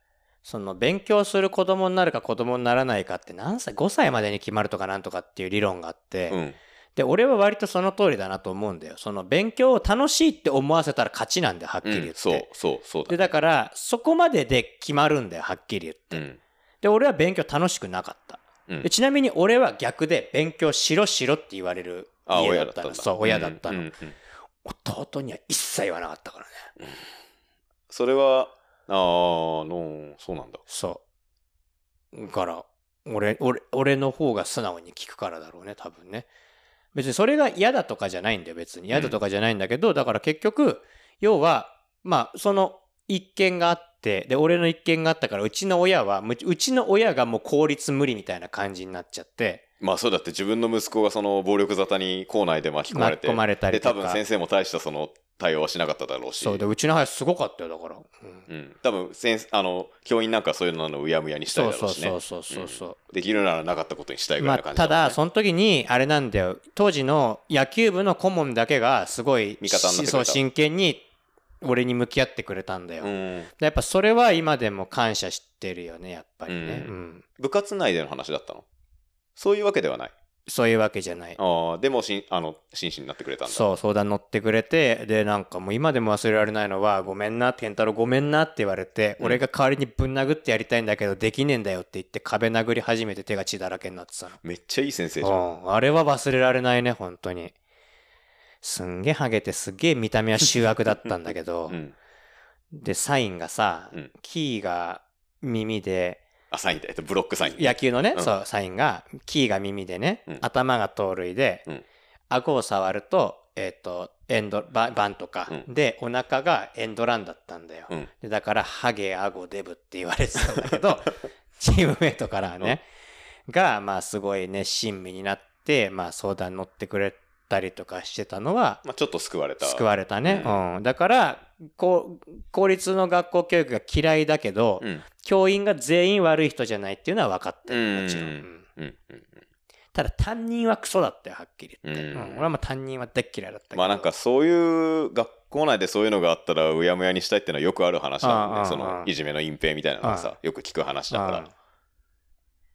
S1: その勉強する子供になるか子供にならないかって何歳5歳までに決まるとかなんとかっていう理論があって、
S2: うん
S1: で俺は割とその通りだなと思うんだよその勉強を楽しいって思わせたら勝ちなんだよはっき
S2: う
S1: り言って、
S2: ん、そうそうそうだ
S1: でだからそこまでで決まるんだよはっきり言って、
S2: うん
S1: で俺は勉強楽しくなかった、
S2: うん
S1: でちなみに俺は逆で勉強しろしろって言われる
S2: あ
S1: 家だ
S2: 親
S1: っ
S2: だったたん
S1: の
S2: だ
S1: そう親だったの、
S2: うんうんうん
S1: 弟には一切言わなかったからね
S2: それはああのそうなんだ
S1: そう。から、俺、俺、俺の方が素直に聞くからだろうね、多分ね。別にそれが嫌だとかじゃないんだよ、別に。嫌だとかじゃないんだけど、だから結局、要は、まあ、その一件があって、で、俺の一件があったから、うちの親は、むうちの親がもう効率無理みたいな感じになっちゃって、
S2: まあそうだって自分の息子がその暴力沙汰に校内で巻き込まれ
S1: 巻き
S2: て
S1: 込まれたり
S2: で
S1: とか。
S2: 多分先生も大したその対応はしなかっただろうし
S1: そうで、うちの母すごかったよ、だから。うん
S2: うん、多分先生あの教員なんかそういうのをうやむやにしたい
S1: そう
S2: だろ
S1: そうう
S2: しね
S1: そうそうそうそう。
S2: できるならなかったことにしたい
S1: ま
S2: ぐら
S1: あ、
S2: いな感じ
S1: た
S2: もんね、
S1: だその時にあれなんだよ当時の野球部の顧問だけがすごい
S2: 味方になってくれた
S1: そう真剣に俺に向き合ってくれたんだよ、
S2: うん、
S1: やっぱそれは今でも感謝してるよねやっぱりね、う
S2: うん部活内での話だったのそういうわけではない
S1: そういうわけじゃない。
S2: ああ、でもしん、あの、真摯になってくれたんだ。
S1: そう、相談乗ってくれて、で、なんかもう今でも忘れられないのは、ごめんな、健太郎ごめんなって言われて、
S2: うん
S1: 俺が代わりにぶん殴ってやりたいんだけど、できねえんだよって言って、壁殴り始めて手が血だらけになってたの。
S2: めっちゃいい先生じゃん。
S1: うん、あれは忘れられないね、本当に。すんげえハゲて、すげえ見た目は醜悪だったんだけど、
S2: <laughs> うん。
S1: で、サインがさ、
S2: うん
S1: キーが耳で、
S2: あ、サインだ。えっと、ブロックサイン。
S1: 野球のね、
S2: うん
S1: そう、サインが、キーが耳でね、
S2: うん
S1: 頭が盗塁で、
S2: うん
S1: 顎を触ると、えっ、と、エンド、ババンとか、
S2: う
S1: で、お腹がエンドランだったんだよ。
S2: うん
S1: でだから、ハゲ、顎、デブって言われてたんだけ
S2: <laughs>
S1: ど、チームメイトからはね、が、まあ、すごいね、親身になって、まあ、相談乗ってくれたりとかしてたのは、
S2: まあ、ちょっと救われた。
S1: 救われたね。
S2: う
S1: うん。だから、こう、公立の学校教育が嫌いだけど、
S2: うん。
S1: 教員が全員悪い人じゃないっていうのは分かって
S2: うん
S1: るもちろん、
S2: うん
S1: うん
S2: うん。うん。
S1: ただ担任はクソだったよはっきり言って、
S2: うん
S1: うん俺はまあ担任は大っ嫌いだったけど
S2: まあなんかそういう学校内でそういうのがあったらうやむやにしたいってのはよくある話なん
S1: ああ
S2: でそ
S1: ああ
S2: のいじめの隠蔽みたいなのが
S1: あ
S2: さよく聞く話だか
S1: うん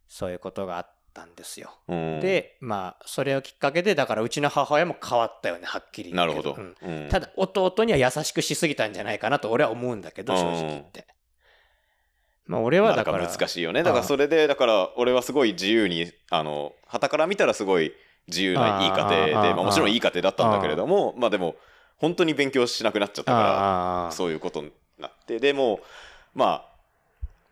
S1: そういうことがあったんですよ、
S2: ら、うん、
S1: でまあそれをきっかけでだからうちの母親も変わったよねはっきり言
S2: な
S1: う
S2: る
S1: け
S2: ほど、
S1: うん
S2: うん
S1: ただ弟には優しくしすぎたんじゃないかなと俺は思うんだけど
S2: うん
S1: 正直言って、まあ俺はだから
S2: なんか難
S1: い
S2: しいよねだからそれでだから俺はすごい自由にあの傍から見たらすごい自由
S1: あ
S2: な
S1: あ
S2: いい家庭で
S1: ああ
S2: まあ、もちろんいい家庭だったんだけれどもまあでも本当に勉強しなくなっちゃったからそういうことになってでもうまあ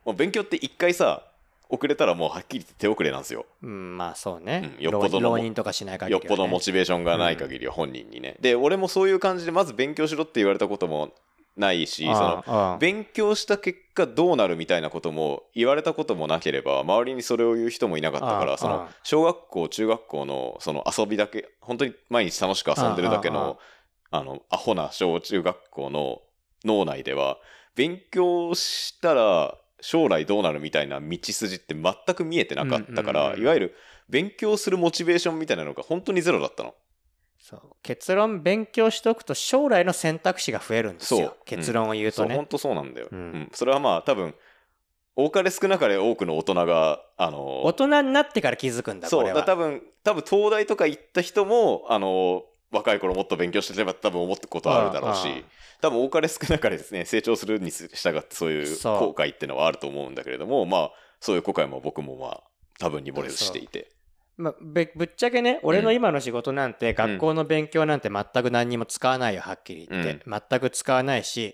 S2: もう勉強って一回さ遅れたらもうはっきり言って手遅れなんですよ
S1: うん、まあそうね、
S2: うんよっぽどの
S1: 浪人とかしない限り
S2: よ
S1: は
S2: っ
S1: ね、
S2: ぽどモチベーションがない限りは本人にね、で俺もそういう感じでまず勉強しろって言われたこともないしその
S1: の
S2: 勉強した結果どうなるみたいなことも言われたこともなければ周りにそれを言う人もいなかったか
S1: ああ
S2: らそ
S1: あ
S2: の
S1: あ
S2: 小学校中学校のその遊びだけ本当に毎日楽しく遊んでるだけのあのアホな小中学校の脳内では勉強したら将来どうなるみたいな道筋って全く見えてなかったか
S1: うんうん
S2: ら
S1: うん
S2: いわゆる勉強するモチベーションみたいなのが本当にゼロだったの。
S1: そう結論勉強しておくと将来の選択肢が増えるんです
S2: そ
S1: よ
S2: う
S1: 結論を言うと
S2: そう
S1: ね、
S2: 本当そうなんだよ、
S1: う
S2: うんんそれはまあ多分多かれ少なかれ多くの大人があの
S1: 大人になってから気づくんだこ
S2: そう
S1: れ
S2: だ
S1: は
S2: から多分多分東大とか行った人もあの若い頃もっと勉強してれば多分思ったことはあるだろう
S1: ああああ
S2: し多分多かれ少なかれですね成長するに従ってそういう
S1: そう
S2: 後悔ってのはあると思うんだけれどもまあそういう後悔も僕もまあ多分に漏れずしていて
S1: まあべぶっちゃけね俺の今の仕事なんて、学校の勉強なんて全く何にも使わないよはっきり言って、全く使わないし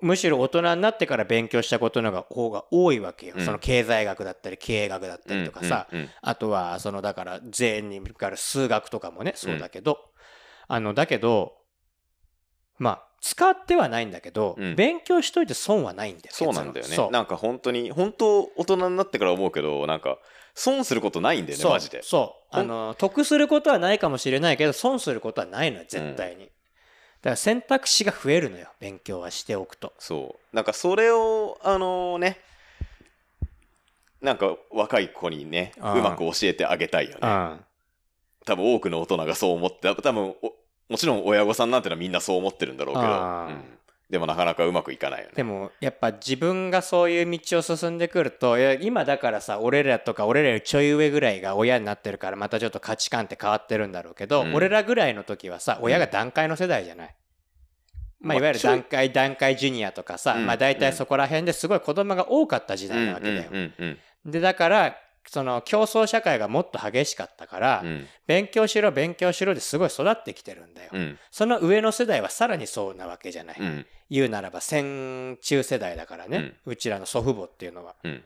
S1: むしろ大人になってから勉強したことの方が多いわけよ、
S2: うん
S1: その経済学だったり経営学だったりとかさ、
S2: うんうんうん
S1: あとはそのだから税に向かる数学とかもねそうだけど、あのだけどまあ使ってはないんだけど、
S2: うん
S1: 勉強しといて損はないんだよ
S2: そうなんだよ
S1: 結
S2: ね
S1: 論そう
S2: なんか本当に本当大人になってから思うけどなんか損することないんだよね
S1: そう
S2: マジで
S1: そう
S2: ほ
S1: あ
S2: ん
S1: の得することはないかもしれないけど損することはないのよ絶対に、だから選択肢が増えるのよ勉強はしておくと
S2: そうなんかそれをあのねなんか若い子にねう
S1: ああ
S2: まく教えてあげたいよね
S1: ん
S2: 多分多くの大人がそう思って多分おもちろん親御さんなんてのはみんなそう思ってるんだろうけど、
S1: ああ
S2: うんでもなかなかうまくいかないよね
S1: でもやっぱ自分がそういう道を進んでくるといや今だからさ俺らとか俺らよりちょい上ぐらいが親になってるからまたちょっと価値観って変わってるんだろうけど、
S2: うん
S1: 俺らぐらいの時はさ親が段階の世代じゃない、ま
S2: ま
S1: あ、
S2: あ
S1: いわゆる
S2: ちょい
S1: 段階段階ジュニアとかさ、
S2: うん
S1: まあ、大体そこら辺ですごい子供が多かった時代なわけだよ、
S2: うんうんうん
S1: でだからその競争社会がもっと激しかったから、
S2: うん
S1: 勉強しろ勉強しろですごい育ってきてるんだよ、
S2: うん
S1: その上の世代はさらにそうなわけじゃない、
S2: うん
S1: 言うならば戦中世代だからね、うちらの祖父母っていうのは
S2: うん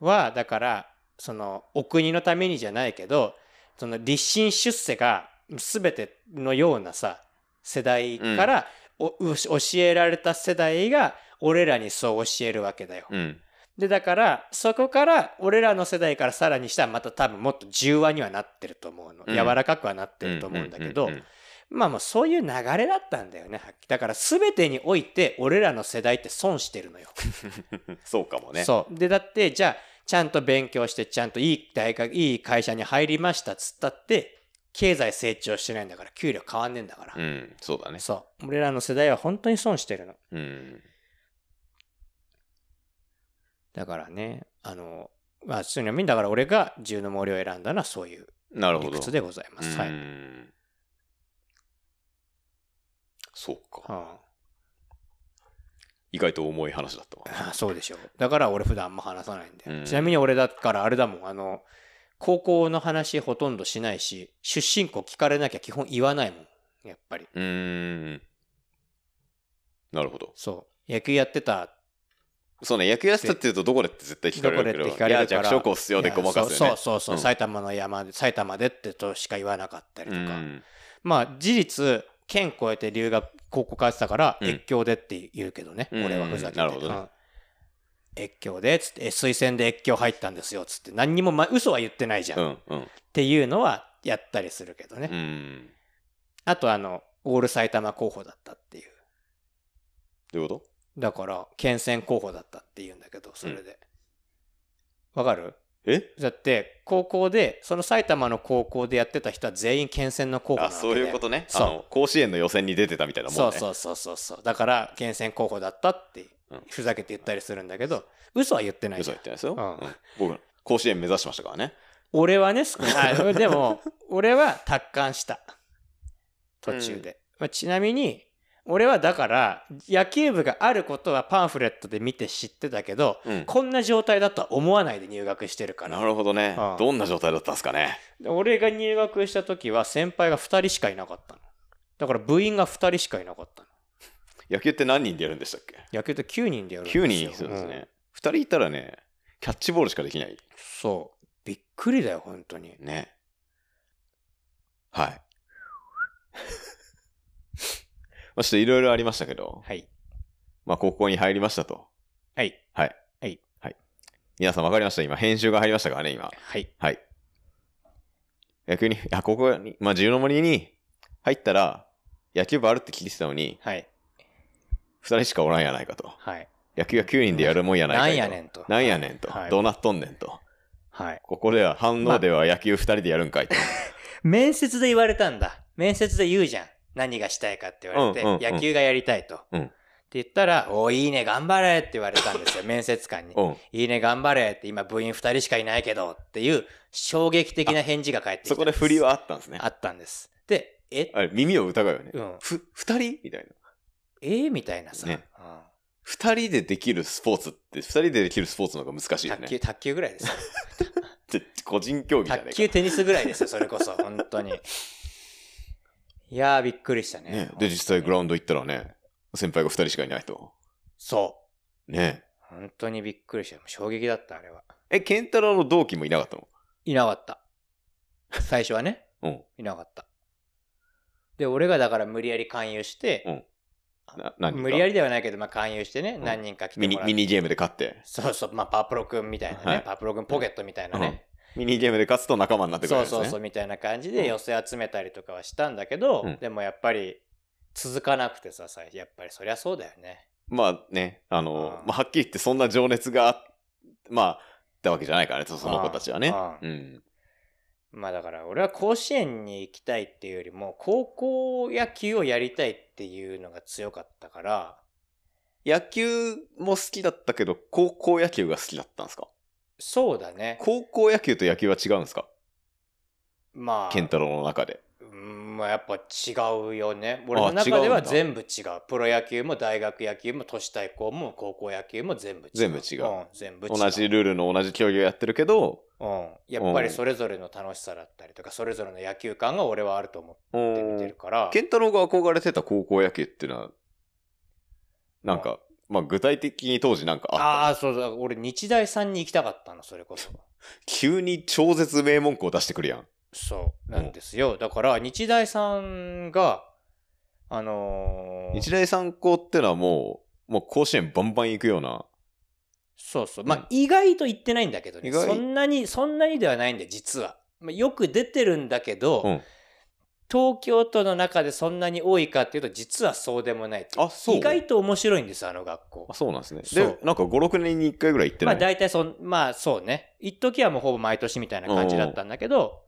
S1: はだからそのお国のためにじゃないけどその立身出世が全てのようなさ世代から、おうし教えられた世代が俺らにそう教えるわけだよ、
S2: うん
S1: で、だから、そこから、俺らの世代からさらにしたら、また多分もっと柔和にはなってると思うの。
S2: うん
S1: 柔らかくはなってると思うんだけど
S2: う、ん
S1: まあもうそういう流れだったんだよね、はっきりだから、全てにおいて、俺らの世代って損してるのよ。
S2: うんそうかもね
S1: そう。で、だって、じゃあ、ちゃんと勉強して、ちゃんといい大学、いい会社に入りましたっつったって、経済成長してないんだから、給料変わんねえんだから。
S2: うんそうだね
S1: そう。俺らの世代は本当に損してるの。
S2: うん
S1: だからね、あの、まあ、そういうのみんだから俺が自由の森を選んだのはそういう
S2: なるほ
S1: 理
S2: ど。
S1: 屈でございます。は
S2: うー
S1: い。
S2: んそうか。
S1: あ <laughs>
S2: 意外と重い話だったわ。
S1: あ、そうでしょう。だから俺普段あんま話さないんで。
S2: うん
S1: ちなみに俺だからあれだもん、あの、高校の話ほとんどしないし、出身校聞かれなきゃ基本言わないもん。やっぱり。
S2: うーん。なるほど。
S1: そう。野球やってた。
S2: そうね、野球やってたって言うと、どこでって絶対聞かれ
S1: どこ
S2: るけど、
S1: でって聞か
S2: い
S1: れ
S2: や、
S1: るから
S2: 弱小校っすよで
S1: いや
S2: ごまかす
S1: そ
S2: よ
S1: う
S2: ね。
S1: そうそうそう、
S2: うん
S1: 埼玉の山で、埼玉でってとしか言わなかったりと
S2: う
S1: か。
S2: ん
S1: まあ、事実、県越えて留学、高校通ってたから、
S2: うん
S1: 越境でって言うけどね、
S2: うん
S1: 俺はふざけて。
S2: なるほどね
S1: うん越境で、つって、え推薦で越境入ったんですよ、つって、何にも、ま、嘘は言ってないじゃん、
S2: う
S1: っ
S2: ん。うん。
S1: ていうのはやったりするけどね。
S2: うん。
S1: あと、あの、オール埼玉候補だったっていう。
S2: どういうこ
S1: だから、県選候補だったっていうんだけど、それで。わ、かる
S2: とえ
S1: だって、高校で、その埼玉の高校でやってた人は全員県選の候補な
S2: あ、
S1: わけで
S2: そういうことね。あ
S1: そう
S2: の、甲子園の予選に出てたみたいなもんね。
S1: そうそうそうそうそうだから厳選候補だったって
S2: うん
S1: ふざけて言ったりするんだけど嘘は言ってないじ
S2: 嘘
S1: ゃん
S2: 言ってないですよ。
S1: うん
S2: うん僕、甲子園目指してましたからね。
S1: 俺はね少
S2: <laughs>
S1: ないでも俺は達観した途中で、まあ、ちなみに俺はだから野球部があることはパンフレットで見て知ってたけど
S2: うん。
S1: こんな状態だとは思わないで入学してるか
S2: な
S1: ら
S2: るほどね
S1: うん。
S2: どんな状態だったんですかね。
S1: で俺が入学した時は先輩が2人しかいなかったのだから部員が2人しかいなかったの
S2: 野球って何人でやるんでしたっけ
S1: 野球って9人でやるんですよ
S2: ?9 人そうです
S1: うん
S2: ね。2人いたらね、キャッチボールしかできない。
S1: そうびっくりだよ本当に
S2: ね。はい。 <laughs> まあちょっといろいろありましたけど、
S1: はい。
S2: まあ高校に入りましたと。
S1: はい。
S2: はい。
S1: はい。
S2: はい。皆さんわかりました今、編集が入りましたからね、今。
S1: はい。
S2: はい。野球に、あ、ここに、まあ、自由の森に入ったら、野球部あるって聞いてたのに、
S1: はい。
S2: 二人しかおらんやないかと。
S1: はい。
S2: 野球が9人でやるもんやないかいと。
S1: なんやねんと
S2: なんやねんと。
S1: はい
S2: どうなっとんねんと。
S1: はい。
S2: ここでは、反応では野球二人でやるんか
S1: <laughs>
S2: いと。
S1: 面接で言われたんだ。面接で言うじゃん。何がしたいかって言われて、
S2: うんうんうん
S1: 野球がやりたいと。
S2: うん
S1: って言ったら、おーいいね、頑張れって言われたんですよ、面接官に。
S2: うん。
S1: いいね、頑張れって、今部員二人しかいないけどっていう衝撃的な返事が返ってきた
S2: そ
S1: んす
S2: こで振りはあったんですね。
S1: あったんです。で、え、
S2: あれ耳を疑うよね。
S1: うん
S2: ふ、二人みたいな。
S1: えーみたいなさ、
S2: ね
S1: うん
S2: 二人でできるスポーツって、二人でできるスポーツの方が難しいよ
S1: 卓
S2: ね。
S1: 球、卓球ぐらいですよ。
S2: って個人競技じゃね
S1: 卓
S2: え
S1: 球、テニスぐらいですよ、それこ
S2: <laughs>
S1: そ、本当に。いやー、びっくりした
S2: か。
S1: ね。
S2: ね。で、実際グラウンド行ったらね、先輩が二人しかいないと。
S1: そう。
S2: ね
S1: 本当にびっくりした。衝撃だった、あれは。
S2: え。え、ケンタロウの同期もいなかったの
S1: いなかった。最初はね、
S2: <laughs> うん。
S1: いなかった。で、俺がだから無理やり勧誘して、
S2: な、何人か
S1: 無理やりではないけど、まあ勧誘してね、
S2: ん
S1: 何人か来て
S2: ミ
S1: も
S2: ニ
S1: らって。
S2: ミニゲームで勝って。
S1: そうそう、まあパワプロ君みたいなね、
S2: はい
S1: パワプロ君ポケットみたいなね、
S2: ミニゲームで勝つと仲間になってく
S1: そ
S2: れる
S1: う
S2: んです
S1: そ
S2: ね。
S1: うそうみたいな感じ
S2: うん
S1: で寄せ集めたりとかはしたんだけど、
S2: うん
S1: でもやっぱり続かなくてさ、最初やっぱりそりゃそうだよね。
S2: まあね、あの、
S1: うん
S2: まあ、はっきり言ってそんな情熱があ、まあ、あったわけじゃないからね、そその子たちはね。
S1: う
S2: うん。
S1: まあだから俺は甲子園に行きたいっていうよりも高校野球をやりたいっていうのが強かったから
S2: 野球も好きだったけど、高校野球が好きだったんですか
S1: そうだね
S2: 高校野球と野球は違うんですか
S1: まあ
S2: 健太郎の中で。
S1: うんまあやっぱ違うよね俺の
S2: あ違うんだ
S1: 中では全部違うプロ野球も大学野球も都市対抗も高校野球も全部違う
S2: 全部違うん
S1: 全部違う
S2: 同じルールの同じ競技をやってるけど、
S1: うん、やっぱりそれぞれの楽しさだったりとかそれぞれの野球感が俺はあると思って見てるから
S2: 健太郎が憧れてた高校野球っていうのは、なんか、まあ具体的に当時なんかあった
S1: ああそうそう俺日大さんに行きたかったのそれこそ
S2: 急に超絶名文句を出してくるやん。
S1: そうなんですよ。だから、日大さんが、あのー
S2: 日大三高ってのはもう、もう甲子園バンバン行くような。
S1: そうそう。まあ、
S2: うん
S1: 意外と言ってないんだけどね。
S2: 意外
S1: そんなに、そんなにではないんだよ、実は。まあ、よく出てるんだけど、
S2: うん
S1: 東京都の中でそんなに多いかっていうと、実はそうでもないっていう
S2: あそう
S1: 意外と面白いんですよ、あの学校
S2: あ。そうなんですね。
S1: そ
S2: で
S1: う、
S2: なんか5、6年に1回ぐらい行って
S1: ま
S2: な
S1: あ、
S2: い。まあ、
S1: 大体そん、まあ、そうね。一時はもうほぼ毎年みたいな感じだったんだけど、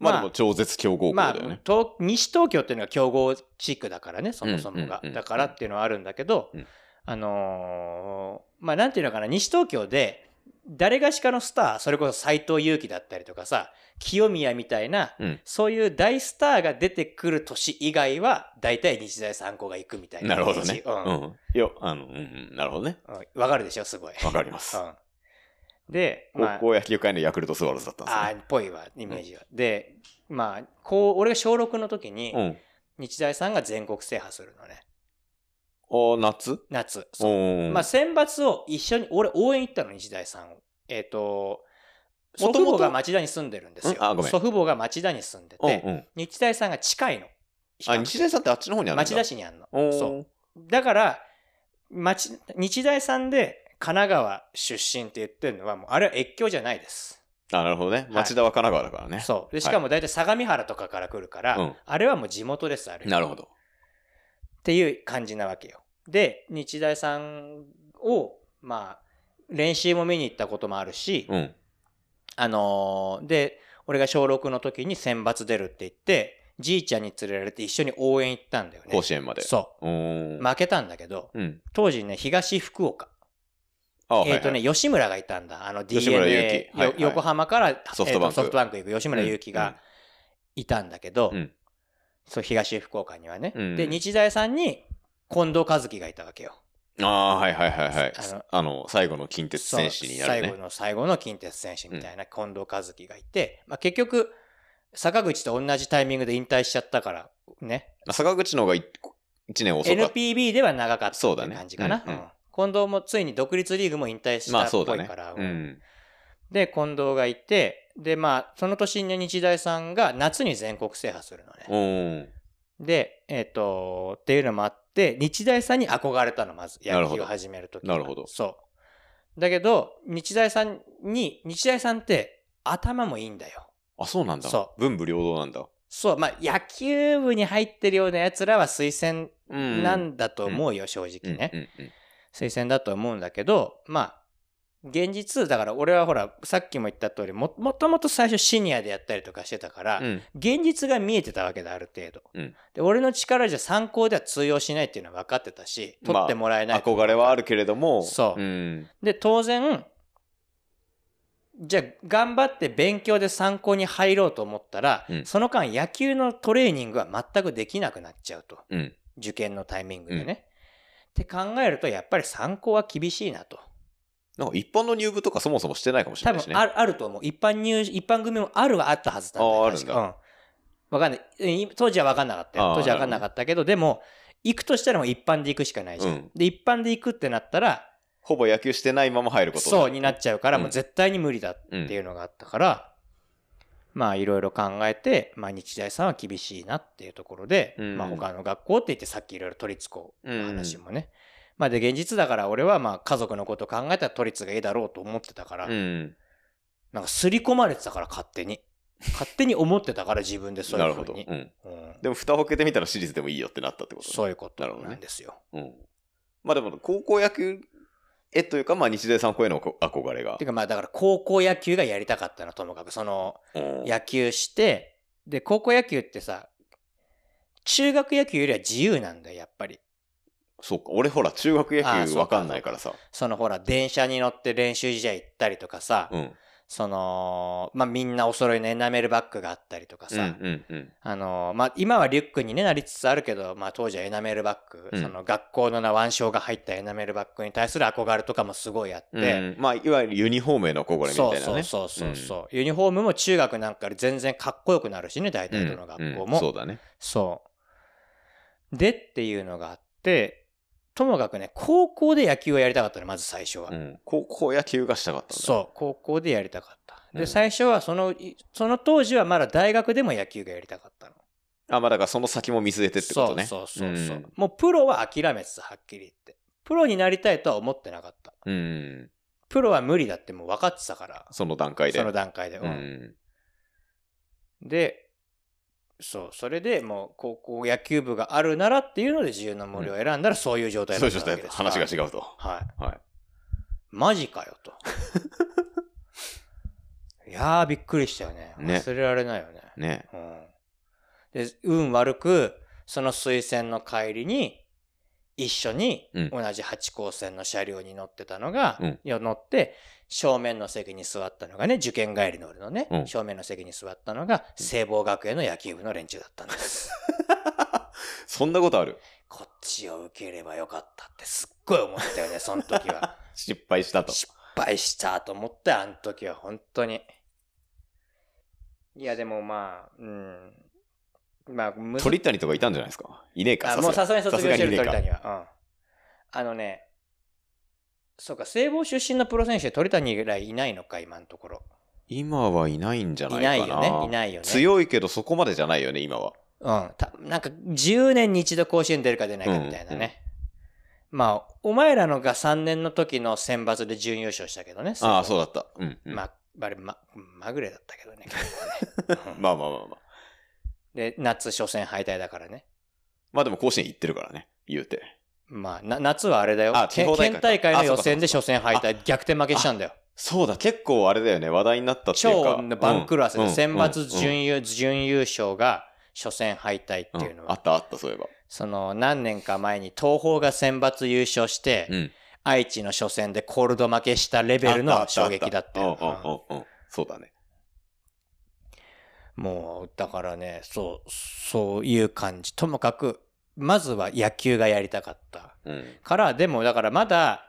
S2: でも超絶強豪校
S1: ま
S2: だ
S1: あ
S2: よね。、
S1: 東西東京っていうのは競合地区だからねそもそもが、
S2: うんうんうん
S1: だからっていうのはあるんだけど、
S2: うん
S1: あのーまあなんていうのかな西東京で誰がしかのスター、それこそ斎藤佑樹だったりとかさ、清宮みたいな、
S2: うん
S1: そういう大スターが出てくる年以外は、大体日大三高が行くみたいな
S2: なるほど
S1: イメ
S2: ね。
S1: ージ
S2: う
S1: うん
S2: ん。いや、あの、うんうん、なるほどね。
S1: うんわかるでしょ、すごい。
S2: わかります。
S1: うん、で、
S2: 高
S1: まあ、
S2: 校野球界のヤクルトスワローズだったん
S1: あーっぽいわ、イメージは。で、まあ、こう、俺が小6の時に
S2: です、ね。
S1: 日大さんが全国制覇するのね。
S2: うん。ああ、夏
S1: 夏。
S2: う
S1: そう。
S2: ん。
S1: まあ、選抜を一緒に、俺応援行ったの、日大さんを。えっ、と、祖
S2: 元
S1: 父
S2: 々
S1: 母が町田に住んでるんですよ。
S2: んあごめん
S1: 祖父母が町田に住んで
S2: うん
S1: て、
S2: うん。
S1: 日大さんが近いの。
S2: あ、日大さんってあっちの方にあるんだ
S1: 町田市にあるの。
S2: おー
S1: そう。だから、町、日大さんで神奈川出身って言ってるのは、もうあれは越境じゃないです。
S2: あ、なるほどね。町田は神奈川だからね。
S1: そう。で、しかも大体相模原とかから来るから、
S2: うん
S1: あれはもう地元です、あれ。
S2: なるほど。
S1: っていう感じなわけよ。で、日大さんを、まあ、練習も見に行ったこともあるし、
S2: うん。
S1: あのーで、俺が小6の時に選抜出るって言って、じいちゃんに連れられて一緒に応援行ったんだよね。
S2: 甲子園まで。。
S1: そう
S2: ん
S1: う。。負けたんだけど、
S2: うん。
S1: 当時ね、東福岡。
S2: あ、はい
S1: え
S2: は
S1: っ、
S2: い
S1: とね、吉村がいたんだ。あの
S2: 吉村
S1: DNA、
S2: 勇輝はい
S1: よ
S2: はい
S1: 横浜から、
S2: ソフトバン
S1: えーと
S2: ク
S1: ソフトバンク行く吉村勇輝がいたんだけど、
S2: うん
S1: そう、東福岡にはね。
S2: うん
S1: で、日大さんに近藤和樹がいたわけよ。
S2: ああ、はいはいはいはい
S1: あの。
S2: あの、最後の近鉄選手に
S1: そう
S2: なる
S1: 最後
S2: ね。
S1: の最後の近鉄選手みたいな近藤和樹がいて、まあ、結局、坂口と同じタイミングで引退しちゃったから、ね、
S2: 坂口の方が1年遅かった。
S1: NPB では長かった
S2: そう
S1: っ
S2: だ
S1: て
S2: ね
S1: 感じかな。
S2: うんうん
S1: 近藤もついに独立リーグも引退し
S2: まあ
S1: たっ
S2: そう
S1: ぽ
S2: だ
S1: い
S2: ね
S1: から。。
S2: うん。
S1: で、近藤がいて、で、まあ、その年に日大さんが夏に全国制覇するのね。
S2: うん。
S1: で、えっ、と、っていうのもあって、日大さんに憧れたの、まず、
S2: なる
S1: 野
S2: ほ
S1: 球
S2: ど
S1: を始めるとき。
S2: なるほど
S1: そう。だけど、日大さんに、日大さんって頭もいいんだよ。
S2: あ、そうなんだ。
S1: そ
S2: 文武両道なんだ。
S1: そう、まあ、野球部に入ってるような奴らは推薦
S2: うん
S1: なんだと思うよ、正直ね。
S2: うんうんうん
S1: 推薦だと思うんだけど、まあ、現実、だから俺はほら、さっきも言った通り、も、もともと最初シニアでやったりとかしてたから、
S2: うん
S1: 現実が見えてたわけだ、ある程度。
S2: うん
S1: で、俺の力じゃ参考では通用しないっていうのは分かってたし、取ってもらえない、
S2: 憧れはあるけれども、
S1: そう
S2: うん。
S1: で、当然、じゃあ、頑張って勉強で参考に入ろうと思ったら、
S2: うん
S1: その間野球のトレーニングは全くできなくなっちゃうと。
S2: うん
S1: 受験のタイミングでね。って考えると、やっぱり参考は厳しいなと。
S2: なんか一般の入部とかそもそもしてないかもしれ
S1: 多
S2: ないし
S1: 分
S2: ね。
S1: あるあると思う。一般入一般組もあるはあったはずだ
S2: あー
S1: 確か
S2: あるん
S1: うん。わかんないえ。当時はわかんなかった
S2: あ
S1: よ。
S2: ー
S1: 当時はわかんなかったけど、でも、行くとしたらもう一般で行くしかないじゃん。
S2: うん
S1: で、一般で行くってなったら、
S2: ほぼ野球してないまま入ること
S1: そうになっちゃうから、
S2: うん
S1: もう絶対に無理だっていうのがあったから、まあいろいろ考えて、まあ日大さんは厳しいなっていうところで、
S2: うん
S1: まあ他の学校って言ってさっきいろいろ都立校の話もね。まあで現実だから俺はまあ家族のこと考えたら都立がいいだろうと思ってたから、
S2: うん。
S1: なんか刷り込まれてたから勝手
S2: <laughs>
S1: に。勝手に思ってたから自分でそう
S2: ないる
S1: う
S2: ほ
S1: ふう
S2: ど。
S1: に。
S2: うん。
S1: うん
S2: でも蓋を開けてみたら私立でもいいよってなったってことね
S1: そういうこと
S2: なるほどね
S1: なんですよ。
S2: うん。まあでも、高校野球へというか、まあ日大三高への憧れが
S1: て。かまあだから高校野球がやりたかったのともかくその
S2: うん
S1: 野球してで高校野球ってさ中学野球よりは自由なんだよやっぱり。
S2: そうか。俺ほら、中学
S1: あ
S2: 野
S1: ーそう
S2: 球
S1: か
S2: わかんないからさ。
S1: そのほら電車に乗って練習試合行ったりとかさ、
S2: うん。
S1: そのまあみんなお揃いのエナメルバッグがあったりとか
S2: う
S1: さ、
S2: んうんうん。
S1: あのまあ、今はリュックに、ね、なりつつあるけど、まあ、当時はエナメルバッグ、
S2: うん
S1: その学校の名腕章が入ったエナメルバッグに対する憧れとかもすごいあって、
S2: うんまあ、いわゆるユニフォームへの憧れみたい
S1: そう
S2: な
S1: そう
S2: ね。
S1: そうそうそう、ユニフォームも中学なんかより全然かっこよくなるしね大体どの学校も、
S2: うんそうだね。
S1: そうでっていうのがあってともかくね高校で野球をやりたかったのまず最初は、
S2: うん。高校野球がしたかったんだ。
S1: そう高校でやりたかったで、
S2: うん
S1: 最初はそのその当時はまだ大学でも野球がやりたかったの
S2: あ、まあだからその先も見据えてってことね。
S1: そうそうそうそう、
S2: うん
S1: もうプロは諦めてたはっきり言ってプロになりたいとは思ってなかった
S2: うん。
S1: プロは無理だってもう分かってたから
S2: その段階で。
S1: その段階で、うん
S2: うん。
S1: でそうそれでもう高校野球部があるならっていうので自由の森を選んだらそういう状態
S2: そ
S1: だ
S2: う
S1: っ
S2: ち
S1: た
S2: ょ
S1: わ
S2: っ
S1: け
S2: と
S1: です
S2: 話
S1: が
S2: が違うと。
S1: はい、
S2: はい
S1: マジかよ
S2: <laughs>
S1: といやーびっくりしたよね
S2: ね
S1: 忘れられないよね
S2: ね。
S1: うん、で運悪くその推薦の帰りに一緒に
S2: うん
S1: 同じ八高線の車両に乗ってたのが、
S2: うん
S1: よ乗って正面の席に座ったのがね受験帰りの俺のね、
S2: うん
S1: 正面の席に座ったのが聖望学園の野球部の連中だったんです
S2: <laughs> そんなことある
S1: こっちを受ければよかったってすっごい思ったよねその時
S2: <laughs>
S1: は
S2: 失敗したと。
S1: 失敗したと思ってあの時は本当にいやでもまあうんまあ難し
S2: 鳥谷とかいたんじゃないですかいねえか。
S1: あもうさすがに卒業してる
S2: さす
S1: 鳥
S2: がにい
S1: 谷
S2: ね
S1: は。うん。あのね、そうか、聖望出身のプロ選手、鳥谷ぐらいいないのか、今のところ。
S2: 今はいないんじゃ
S1: い
S2: ない
S1: ない
S2: かな。
S1: よね、いないよね。
S2: 強いけどそこまでじゃないよね、今は。
S1: うん。たなんか、10年に一度甲子園出るか出ないかみたいなね。まあ、お前らのが3年の時の選抜で準優勝したけどね。
S2: ああ、そう
S1: う。
S2: だった。うん、うん
S1: ま
S2: ま。
S1: あ、あれ、ま、まぐれだったけどね。結構ねうん
S2: まあまあまあまあ。
S1: で、夏初戦敗退だからね。
S2: まあでも甲子園行ってるからね、言うて。
S1: まあ、な夏はあれだよ
S2: あ。地
S1: け
S2: 方大会
S1: 県
S2: か
S1: 大会の
S2: あそう
S1: 予
S2: かそう
S1: 選
S2: か
S1: で初戦敗退、逆転負けしたんだよ。
S2: そうだ、結構あれだよね、話題になったっていうか。
S1: 超番狂わせ
S2: う
S1: で
S2: ん
S1: 選抜
S2: うん
S1: 準優,、準優勝が初戦敗退っていうの
S2: うんあ
S1: は、
S2: ったあった、そういえば。
S1: その何年か前に東邦が選抜優勝して、
S2: うん。
S1: 愛知の初戦でコールド負けしたレベル
S2: あ
S1: の
S2: ったあ
S1: 衝
S2: った
S1: 撃だった
S2: うん
S1: よ
S2: うんうんうん。そうだね。
S1: うんもうだからねそうそういう感じともかくまずは野球がやりたかった
S2: うん。
S1: からでもだからまだ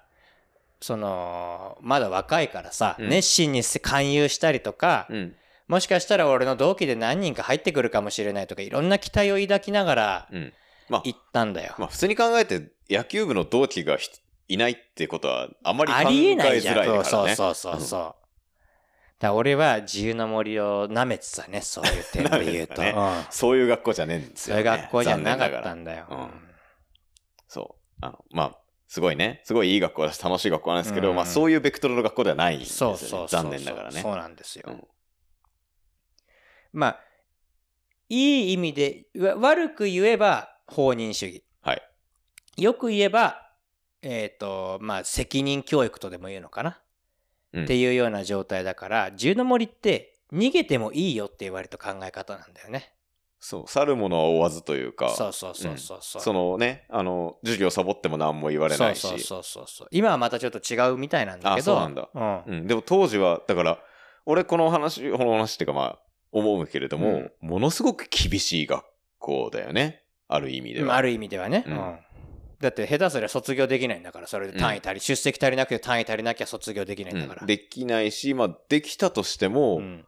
S1: そのまだ若いからさ、
S2: うん
S1: 熱心に勧誘したりとか、
S2: うん。
S1: もしかしたら俺の同期で何人か入ってくるかもしれないとかいろんな期待を抱きながら
S2: うん。まあ
S1: 行ったんだよ。
S2: まあ普通に考えて野球部の同期がひいないってことはあまり考え
S1: ありえないじゃ
S2: づ
S1: ん。
S2: らいからね。
S1: そうそうそうそうそう。だから俺は自由の森を舐めてたねそういう点で言うと。
S2: <laughs> 舐めてた
S1: うん
S2: そういう学校じゃねえんです
S1: そう
S2: よ、
S1: い
S2: ね。
S1: う学校じゃなか
S2: 残念
S1: った
S2: がら
S1: んだよ。
S2: 残念ながらうんそう。あの、まあ、すごいね。すごいいい学校だし、楽しい学校なんですけど、
S1: うん
S2: まあそういうベクトルの学校ではないんですよ
S1: そ
S2: ね。
S1: うそうそう
S2: 残念ながらね。
S1: そうなんですよ。
S2: うん
S1: まあいい意味でわ悪く言えば放任主義。
S2: はい
S1: よく言えばえっ、とまあ責任教育とでも言うのかな、
S2: うん
S1: っていうような状態だから十の森って逃げてもいいよって言われた考え方なんだよね。
S2: そう。去る者は追わずというか、
S1: そうそうそうそうそう。
S2: そのね、あの、授業サボっても何も言われないし。
S1: そうそうそうそう今はまたちょっと違うみたいなんだけど
S2: あそうなんだ
S1: うん
S2: うん、でも当時は、だから、俺この話、この話っていうかまあ、思うけれども、
S1: うん
S2: ものすごく厳しい学校だよね。ある意味で
S1: ま
S2: は。
S1: あある意味ではね、
S2: うん
S1: うんだって下手すりゃ卒業できないんだからそれで単位足り、出席足りなくて単位足りなきゃ卒業できないんだから、
S2: うんできないし、まあ、できたとしても、
S1: うん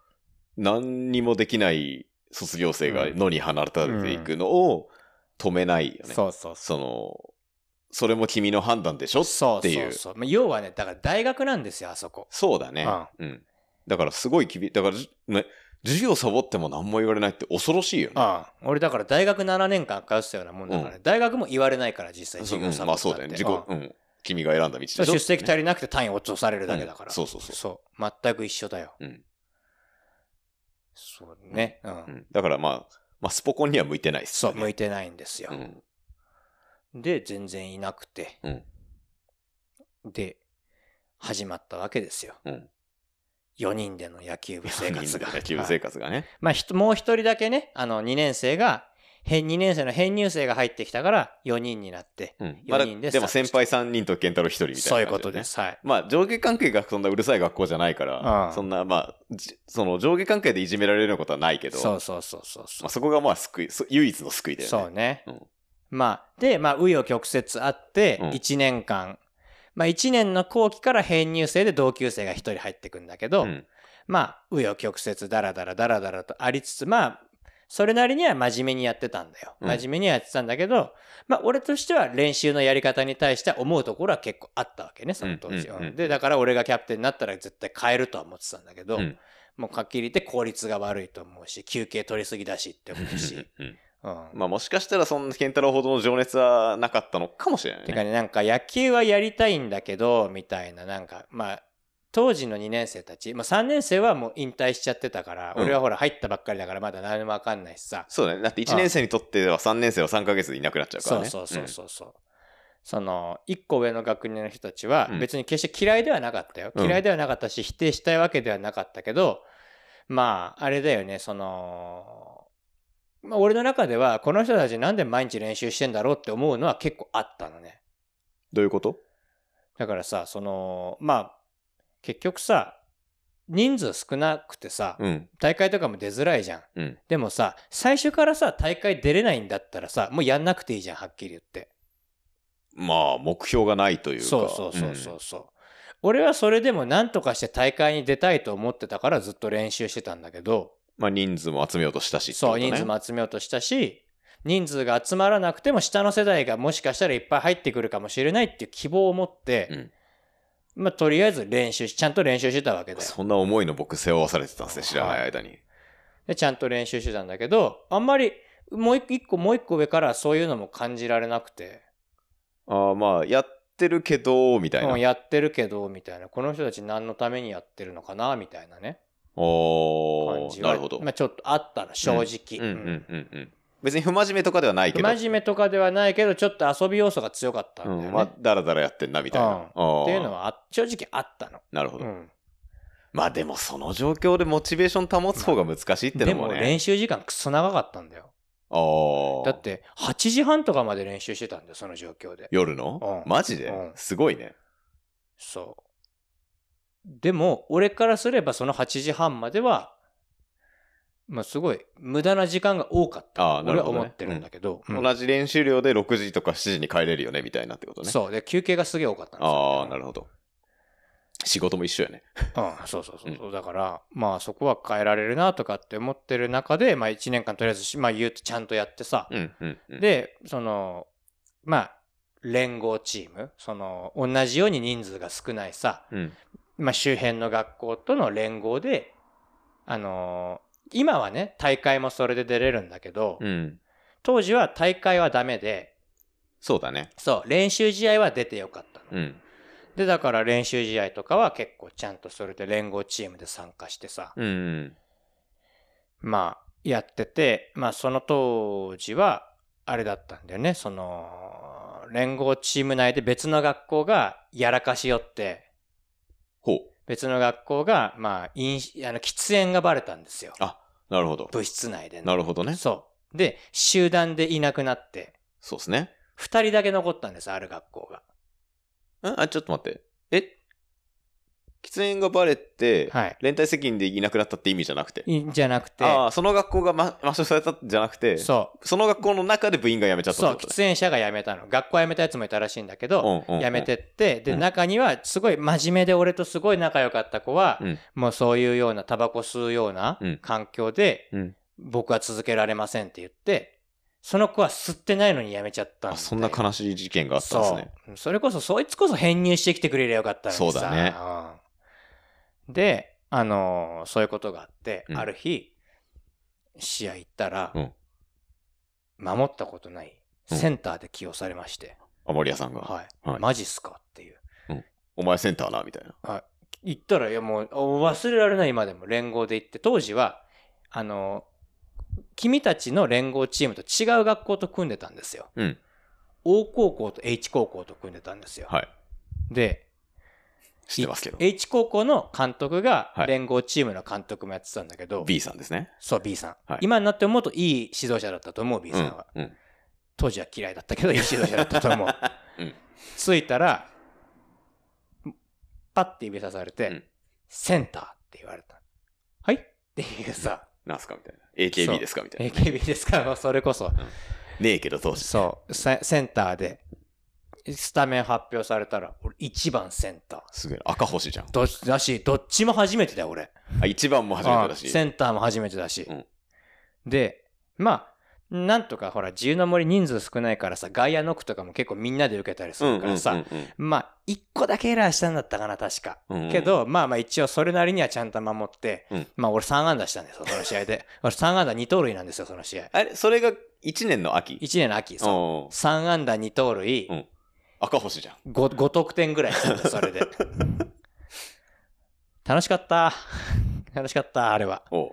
S2: 何にもできない卒業生が野に放たれていくのを止めないよね。
S1: そうそうそう
S2: その、それも君の判断でしょ
S1: そう
S2: ってい
S1: そう
S2: う。
S1: そう、まあ、要はねだから大学なんですよあそこ
S2: そうだね。うん。だからすごい厳だからじ、ね、授業サボっても何も言われないって恐ろしいよね。
S1: ああ俺だから大学7年間通ってたようなもんだから、ね
S2: う
S1: 大学も言われないから実際
S2: そ
S1: 授
S2: う
S1: 業
S2: う
S1: サ
S2: ん、
S1: ボ
S2: まあ
S1: ってたっ
S2: そうだ
S1: て
S2: よね。自己、うん。君が選んだ道でしょ
S1: うん出席
S2: り
S1: 足りなくて単位落とされるだけだから、
S2: そうそうそう。
S1: そう全く一緒だよ、
S2: うん
S1: そうね、うん
S2: うんだからまあ、まあ、スポコンには向いてないっす
S1: そ
S2: よ
S1: う
S2: ね、
S1: 向いてないんですよ、
S2: うん。
S1: で全然いなくて、
S2: うん
S1: で始まったわけですよ、
S2: うん
S1: 4人での野球部生活が
S2: 野球部
S1: は
S2: 生
S1: い
S2: 活がね。
S1: まあひともう一人だけねあの2年生が編2年生の編入生が入ってきたから4人になって
S2: うん。ま
S1: 4
S2: あだ
S1: 人で
S2: でも先輩3人と健太郎1人みたいな、
S1: そういうことで。すはい
S2: まあ上下関係がそんなうるさい学校じゃないから、
S1: うん
S2: そんなまあ、じその上下関係でいじめられることはないけど、
S1: そうそうそうそうそう
S2: まあ、そこがまあ救い、そ唯一の救いだよね。
S1: そうね。
S2: うん
S1: まあ、で、まあ、紆余曲折あって、
S2: うん
S1: 1年間、まあ、1年の後期から編入生で同級生が1人入ってくんだけど、
S2: うん
S1: まあ、紆余曲折、だらだらだらだらとありつつ、まあ、それなりには真面目にやってたんだよ。
S2: うん
S1: 真面目にはやってたんだけど、まあ、俺としては練習のやり方に対しては思うところは結構あったわけね、その当時。
S2: うんうんうん
S1: うんで、だから俺がキャプテンになったら絶対変えるとは思ってたんだけど、
S2: うん
S1: もうはっきり言って効率が悪いと思うし、休憩取りすぎだしって思う
S2: <laughs>
S1: し。
S2: うん
S1: うん
S2: まあもしかしたらそんな健太郎ほどの情熱はなかったのかもしれない
S1: てか
S2: ね。
S1: ねなんか野球はやりたいんだけどみたいななんかまあ当時の2年生たち、まあ、3年生はもう引退しちゃってたから、
S2: うん
S1: 俺はほら入ったばっかりだからまだ何も分かんないしさ、
S2: そうだね。だって1年生にとっては3年生は3ヶ月でいなくなっちゃうから
S1: そう
S2: ね。
S1: そうそうそうそう、その1個上の学年の人たちは
S2: うん
S1: 別に決して嫌いではなかったよ、
S2: うん
S1: 嫌いではなかったし否定したいわけではなかったけどまああれだよねそのまあ、俺の中では、この人たちなんで毎日練習してんだろうって思うのは結構あったのね。
S2: どういうこと
S1: だからさ、その、まあ、結局さ、人数少なくてさ、
S2: うん。
S1: 大会とかも出づらいじゃん。
S2: うん。
S1: でもさ、最初からさ、大会出れないんだったらさ、もうやんなくていいじゃん、はっきり言って。
S2: まあ、目標がないというか。
S1: そうそうそうそうそう。俺はそれでも何とかして大会に出たいと思ってたからずっと練習してたんだけど、
S2: まあ、人数も集めようとしたしってこ
S1: そ
S2: と
S1: う、
S2: ね、
S1: 人数も集めようとしたし、人数が集まらなくても下の世代がもしかしたらいっぱい入ってくるかもしれないっていう希望を持って、
S2: うん
S1: まあとりあえず練習し、ちゃんと練習してたわけだよ。
S2: そんな思いの僕背負わされてたんですね、知らない間に。
S1: で、ちゃんと練習してたんだけど、あんまりもう一個もう一個上からそういうのも感じられなくて、
S2: ああ、まあ、やってるけど、みたいな。
S1: うん、
S2: あ
S1: やってるけど、みたいな、この人たち何のためにやってるのかな、みたいなね、感
S2: ー
S1: じ
S2: な
S1: は、
S2: るほど。
S1: まあちょっとあったの、正直。
S2: うんうんうんうん。別に不真面目とかではないけ
S1: 不
S2: ど。
S1: 真面目とかではないけど、ちょっと遊び要素が強かったんだよね。
S2: うん、まあ、だらだらやってんな、みたいな。
S1: うん
S2: あー
S1: っていうのはあ正直あったの。
S2: なるほど。
S1: うん
S2: まあ、でも、その状況でモチベーション保つ方が難しいって
S1: で
S2: のも
S1: も
S2: ね。
S1: 練習時間クソ長かったんだよ。
S2: あ
S1: だ
S2: あ。
S1: って8時半とかまで練習してたんだよ、その状況で。
S2: 夜の、
S1: うん
S2: マジで、
S1: うん
S2: すごいね。
S1: そう。でも、俺からすればその8時半までは、まあすごい無駄な時間が多かった。
S2: ああ、な
S1: 俺
S2: る
S1: は
S2: ほど、ね。
S1: 思ってるんだけど。
S2: うん
S1: うん
S2: 同じ練習量で6時とか7時に帰れるよね、みたいなってことね。
S1: そう。で、休憩がすげえ多かったんですよ。
S2: ああ、なるほど。仕事も一緒やね。
S1: うん、そうそうそうそう。だから、まあそこは変えられるなとかって思ってる中で、まあ1年間とりあえずし、まあ言うとちゃんとやってさ、
S2: うん、うん、うん。
S1: で、その、まあ、連合チーム、その、同じように人数が少ないさ、
S2: うん、
S1: まあ、周辺の学校との連合で、あのー今はね、大会もそれで出れるんだけど、
S2: うん。
S1: 当時は大会はダメで、
S2: そうだね。
S1: そう、練習試合は出てよかったの。
S2: うん、
S1: で、だから練習試合とかは結構ちゃんとそれで連合チームで参加してさ、
S2: うんうん。
S1: まあ、やってて、まあ、その当時は、あれだったんだよね、その、連合チーム内で別の学校がやらかしよって、
S2: ほう。
S1: 別の学校が、まあ、飲酒あの喫煙がバレたんですよ。
S2: なるほど。
S1: 部室内でね。
S2: なるほどね。
S1: そう。で、集団でいなくなって、
S2: そうですね。
S1: 二人だけ残ったんです、ある学校が。
S2: んあ、ちょっと待って。え喫煙がバレて、
S1: はい。
S2: 連帯責任でいなくなったって意味じゃなくて。
S1: いじゃなくて、
S2: ああ、その学校がま抹消されたんじゃなくて、そ
S1: そ
S2: の学校の中で部員が辞めちゃ
S1: う。
S2: った
S1: そ
S2: っ
S1: う、
S2: てこと
S1: 喫煙者が辞めたの。学校辞めたやつもいたらしいんだけど、
S2: ね。うんうんうん
S1: やめて。って、
S2: う
S1: で、
S2: ん
S1: 中には、すごい真面目で俺とすごい仲良かった子は、
S2: うん
S1: もうそういうような、タバコ吸うような
S2: うん
S1: 環境で、
S2: うん
S1: 僕は続けられませんって言って、その子は吸ってないのにやめちゃったん
S2: あ、
S1: で
S2: そんな悲しい事件があったんですね。
S1: そう。それこそ、そいつこそ編入してきてくれりゃよかったのにさ
S2: そうだね
S1: うんで、あのーそういうことがあって、
S2: うん
S1: ある日、試合行ったら、
S2: うん
S1: 守ったことない、
S2: うん
S1: センターで起用されまして、
S2: あ、森谷さんが。
S1: はい、
S2: はい
S1: マジっすかっていう。
S2: お前センターな、みたいな。
S1: 行ったら、いやもう、忘れられない今でも連合で行って、当時は、あのー君たちの連合チームと違う学校と組んでたんですよ。
S2: うん。
S1: O 高校と H 高校と組んでたんですよ。
S2: はい。
S1: で、
S2: 知ってますけど。
S1: H 高校の監督が
S2: はい
S1: 連合チームの監督もやってたんだけど、
S2: B さんですね。
S1: そう B さん、
S2: はい
S1: 今になって思うといい指導者だったと思う B
S2: う
S1: さん
S2: ん
S1: は、。
S2: うん。
S1: 当時は嫌いだったけどいい指導者だったと思う
S2: <laughs> うん
S1: 着いたらパッて指さされて、
S2: うん
S1: センターって言われたはいっていうさ
S2: なんすかみたいな。
S1: そう
S2: AKB ですかみたいな。
S1: AKB ですから <laughs> もうそれこそ
S2: ねえけど当時。
S1: そうセセンターでスタメン発表されたら俺1番センター
S2: すげえ。赤星じゃん。
S1: どっだしどっちも初めてだよ俺
S2: あ、一番も初めてだ
S1: うん
S2: し。
S1: センターも初めてだし。
S2: うん
S1: で、まあ、なんとかほら、自由の森人数少ないからさ、外野ノックとかも結構みんなで受けたりす
S2: うん
S1: る
S2: う
S1: か
S2: んうん
S1: らさ、まあ、1個だけエラーしたんだったかな、確か。
S2: うんうん
S1: け、ど、まあまあ一応それなりにはちゃんと守って、
S2: うん
S1: まあ俺3安打したんですよ、その試合で。 <laughs> 俺3安打2盗塁なんですよ、その試合。
S2: あれ、それが1年の秋。
S1: 1年の秋、そう。
S2: うん
S1: 3安打2盗塁、
S2: うん赤星じゃん。
S1: 5, 5得点ぐらいしたんですそれで。
S2: <laughs>
S1: 楽しかった。 <laughs> 楽しかった、あれは。
S2: おう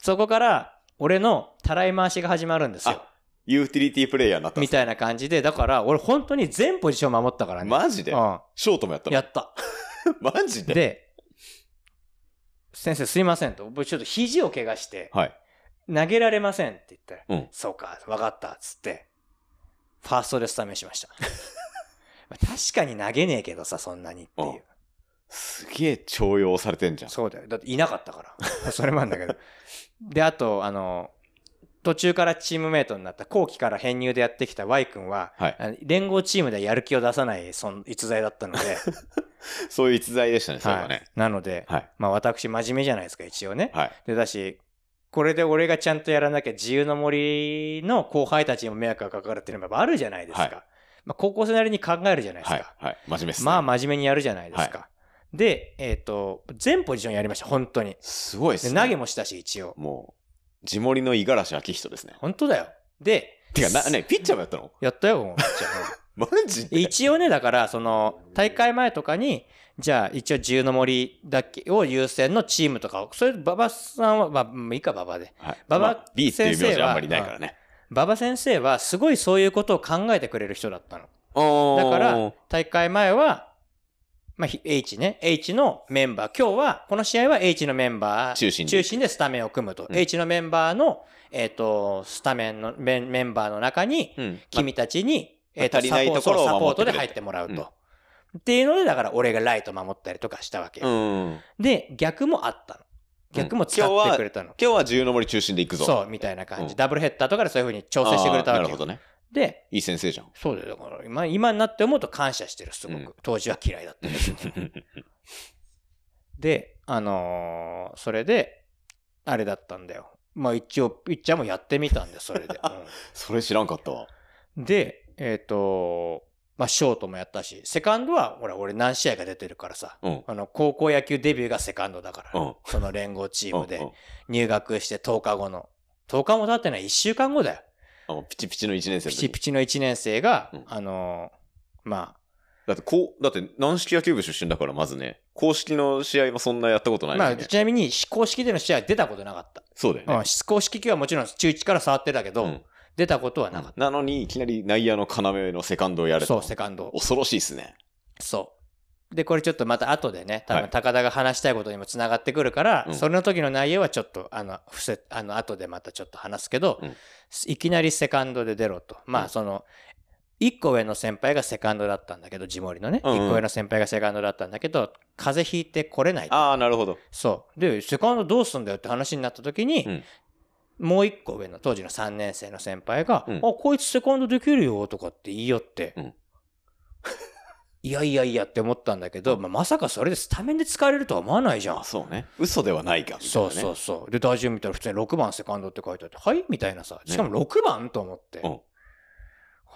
S1: そこから、俺のたらい回しが始まるんですよ
S2: あ。ユーティリティプレイヤーになったんで
S1: み
S2: すか
S1: たいな感じで、だから、俺本当に全ポジション守ったからね。
S2: マジでショートもやっ
S1: う
S2: た
S1: ん。や
S2: の
S1: った。
S2: <laughs> マジで
S1: で、先生すいませんと、僕ちょっと肘を怪我して、
S2: はい。
S1: 投げられませんって言ったら、
S2: うん
S1: そうか、わかった、っつって、ファーストでスタメンしま
S2: <laughs>
S1: した。まあ確かに投げねえけどさ、そんなにっていう。
S2: すげえ重用されてんじゃん。
S1: そうだよ。だっていなかったから。 <laughs> それもあるんだけど。で、あと、あの、途中からチームメイトになった、後期から編入でやってきた Y 君は、
S2: はい
S1: あの連合チームではやる気を出さない存逸材だったの <laughs> で、
S2: そういう逸材でしたね、それは
S1: はい
S2: ね。、
S1: なので、
S2: はい。
S1: まあ私真面目じゃないですか、一応ね。
S2: はい。
S1: で、だし、これで俺がちゃんとやらなきゃ自由の森の後輩たちにも迷惑がかかるっていうのもやっぱあるじゃないですか。
S2: はい
S1: まあ高校生なりに考えるじゃないですか。
S2: はい。はい。真面目っすね。
S1: まあ真面目にやるじゃないですか。で、えっ、と、全ポジションやりました、本当に。
S2: すごいっ
S1: です
S2: ね。
S1: 投げもしたし、一応。
S2: もう、地盛りの五十嵐明人ですね。
S1: 本当だよ。 <laughs> で、
S2: てか、な、ね、ピッチャーもやったの
S1: やったよ、もうじゃあ
S2: マジ <laughs> で
S1: 一応ね、だから、その、大会前とかに、じゃあ、一応、自由の森だけを優先のチームとかを、それ、馬場さんは、まあ、もういいか、馬場で。
S2: はい。
S1: 馬場
S2: まあ B っていう名
S1: 先
S2: 字
S1: 生は
S2: あんまりないからね。
S1: 馬場先生は、すごいそういうことを考えてくれる人だったの。
S2: だ
S1: だから、大会前は、まあ、ひ H ね、H のメンバー、今日は、この試合は H のメンバー、
S2: 中心で
S1: 中心でスタメンを組むと。
S2: うん
S1: H のメンバーの、えっ、と、スタメンのメン、メンバーの中に、
S2: うん。
S1: 君たちに、
S2: まあ
S1: えー
S2: 足りない
S1: サポート
S2: ところを
S1: サポートで
S2: 守
S1: 入
S2: っ
S1: って
S2: くれ
S1: てもらうと。
S2: うん
S1: っていうので、だから俺がライト守ったりとかしたわけ。
S2: うん。今
S1: で、逆もあったの。逆も使ってくれたの。
S2: 日は自由の森中心で行くぞ。
S1: そう、みたいな感じ、
S2: うん
S1: ダブルヘッダーとかでそういうふうに調整してくれたわ
S2: あーな
S1: け
S2: るほ
S1: よ。
S2: どね。
S1: で、
S2: いい先生じゃん。 <laughs>
S1: そうだよ。だから今、今になって思うと感謝してる、すごく。
S2: うん
S1: 当時は嫌いだったけど <laughs> で、あのーそれで、あれだったんだよ。まあ一応、ピッチャーもやってみたんで、それで。うん
S2: それ知らんかったわ。
S1: で、えっ、と、まあ、ショートもやったし、セカンドは、ほら、俺何試合か出てるからさ、
S2: うん。
S1: あの、高校野球デビューがセカンドだから、
S2: うん
S1: その連合チーム
S2: うんう
S1: で
S2: ん
S1: 入学して10日後の、10日も経ってない1週間後だよ。
S2: あのピチピチの1年生
S1: ピ
S2: の時
S1: チピチの1年生が、
S2: うん
S1: あのーま
S2: だってこう、だって軟式野球部出身だからまずね、公式の試合もそんなやったこと
S1: あ、
S2: ない
S1: ま
S2: よ
S1: あ、
S2: ね
S1: ちなみに、非公式での試合は出たことなかった。
S2: そうだよ
S1: うん
S2: ね。
S1: 公式級はもちろん中1から触ってたけど、
S2: うん
S1: 出たことはなかっ
S2: なのに、いきなり内野の要のセカンドをや
S1: た。
S2: れた
S1: そう、セカンド。
S2: 恐ろしいですね。
S1: そう。で、これちょっとまた後でね、多
S2: は
S1: 分
S2: い
S1: 高田が話したいことにもつながってくるから、
S2: うん
S1: その時の内容はちょっと、あの、伏せ、あの、後でまたちょっと話すけど、
S2: うん
S1: いきなりセカンドで出ろと。ま
S2: う
S1: あ、
S2: ん
S1: その、一個上の先輩がセカンドだったんだけど、地盛りのね、
S2: うんうん
S1: 一個上の先輩がセカンドだったんだけど、風邪ひいてこれないと。
S2: ああ、なるほど。
S1: そう。で、セカンドどうすんだよって話になった時に、
S2: うん
S1: もう一個上の当時の3年生の先輩が、
S2: うん
S1: あ、こいつセカンドできるよとかって言いよって、
S2: うん
S1: <laughs> いやいやいやって思ったんだけど、まあ、まさかそれでスタメンで使われるとは思わないじゃん
S2: あ。そうね。嘘ではないか、みたいな
S1: そう
S2: ね。
S1: そうそう。で、打順見たら普通に6番セカンドって書いてあって、はいみたいなさ。しかも6番と思って。
S2: うん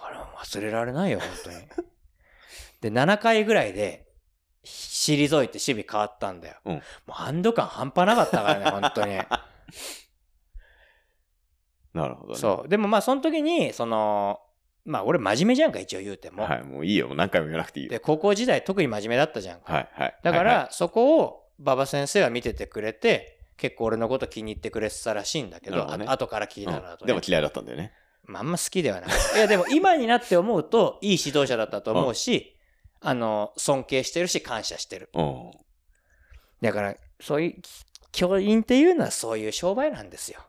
S1: あら、忘れられないよ、本当に。 <laughs> で、7回ぐらいで、退いて守備変わったんだよ。
S2: うん
S1: もう安堵感半端なかったからね、
S2: <laughs>
S1: 本当に。
S2: なるほどね。
S1: そう。でもまあ、その時に、その、まあ、俺真面目じゃんか、一応言うても。
S2: はい、もういいよ。もう何回も言わなくていいよ。
S1: で、高校時代特に真面目だったじゃんか。
S2: はい、はい。
S1: だか
S2: はいは
S1: ら、そこを馬場先生は見ててくれて、結構俺のこと気に入ってくれてたらしいんだけど、
S2: なるほどね
S1: あ後から聞い
S2: い
S1: たらと、
S2: うん
S1: ね
S2: でも嫌いだったんだよね。
S1: まあ、あんま好きではない。いや、でも今になって思うと、いい指導者だったと思うし、あの、尊敬してるし、感謝してる。
S2: うん。
S1: だから、そういう、教員っていうのはそういう商売なんですよ。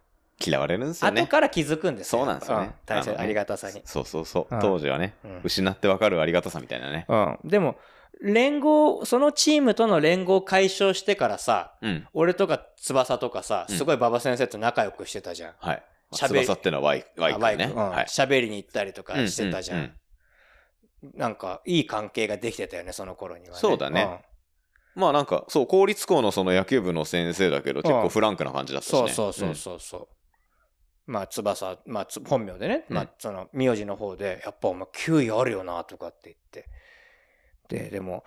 S2: 嫌われるんですよ
S1: 後
S2: ね。
S1: から気づくんですよ。
S2: そうなんですよね
S1: う大切
S2: あのね
S1: ありがたさに。
S2: そうそうそう
S1: うん。
S2: 当時はね、
S1: うん
S2: 失ってわかるありがたさみたいなね。
S1: うん、でも連合そのチームとの連合を解消してからさ
S2: うん。
S1: 俺とか翼とかさ
S2: うん
S1: すごい馬場先生と仲良くしてたじゃん。
S2: はい。まあ
S1: 喋り
S2: 翼ってのはワイ、ワイ
S1: あ
S2: 君
S1: バイク
S2: ね。
S1: うん
S2: はい。
S1: 喋りに行ったりとかしてたじゃん,、
S2: うう
S1: なんかいい関係ができてたよねその頃には、ね、
S2: そうだねうんまあなんか、そう、公立校のその野球部の先生だけど、結
S1: うん
S2: 構フランクな感じだったしね。
S1: そうそうそうそうそう。まあ、翼、まあ、つ本名でね、
S2: うん
S1: まあ、その、名字の方で、やっぱお前、球威あるよな、とかって言って。で、でも、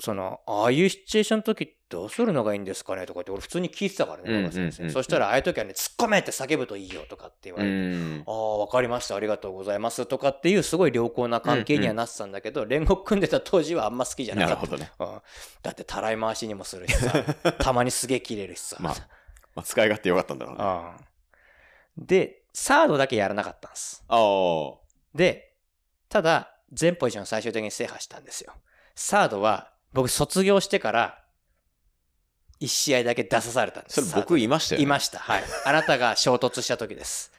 S1: その、ああいうシチュエーションの時、どうするのがいいんですかねとかって、俺普通に聞いてたから
S2: うん
S1: ね、馬場先
S2: うんうん
S1: 生。
S2: うん
S1: そしたら、ああいう時はね、突っ込めって叫ぶといいよ、とかって言わ
S2: う
S1: れて。
S2: ん。
S1: ああ、わかりました、ありがとうございます、とかっていう、すごい良好な関係にはなってたんだけど、煉獄組んでた当時はあんま好きじゃな
S2: な
S1: か
S2: る
S1: った
S2: ほ。どね。
S1: うんだって、たらい回しにもするし
S2: <laughs>
S1: さ、たまにすげえ切れるしさ。
S2: まあまあ、使い勝手よかったんだろうね。あ
S1: うんで、サードだけやらなかったんです。
S2: あー。
S1: で、ただ、全ポジション最終的に制覇したんですよ。サードは、僕卒業してから、 1試合だけ出さされたんです
S2: それ僕いましたよ、ね、
S1: いましたはいあなたが衝突した時です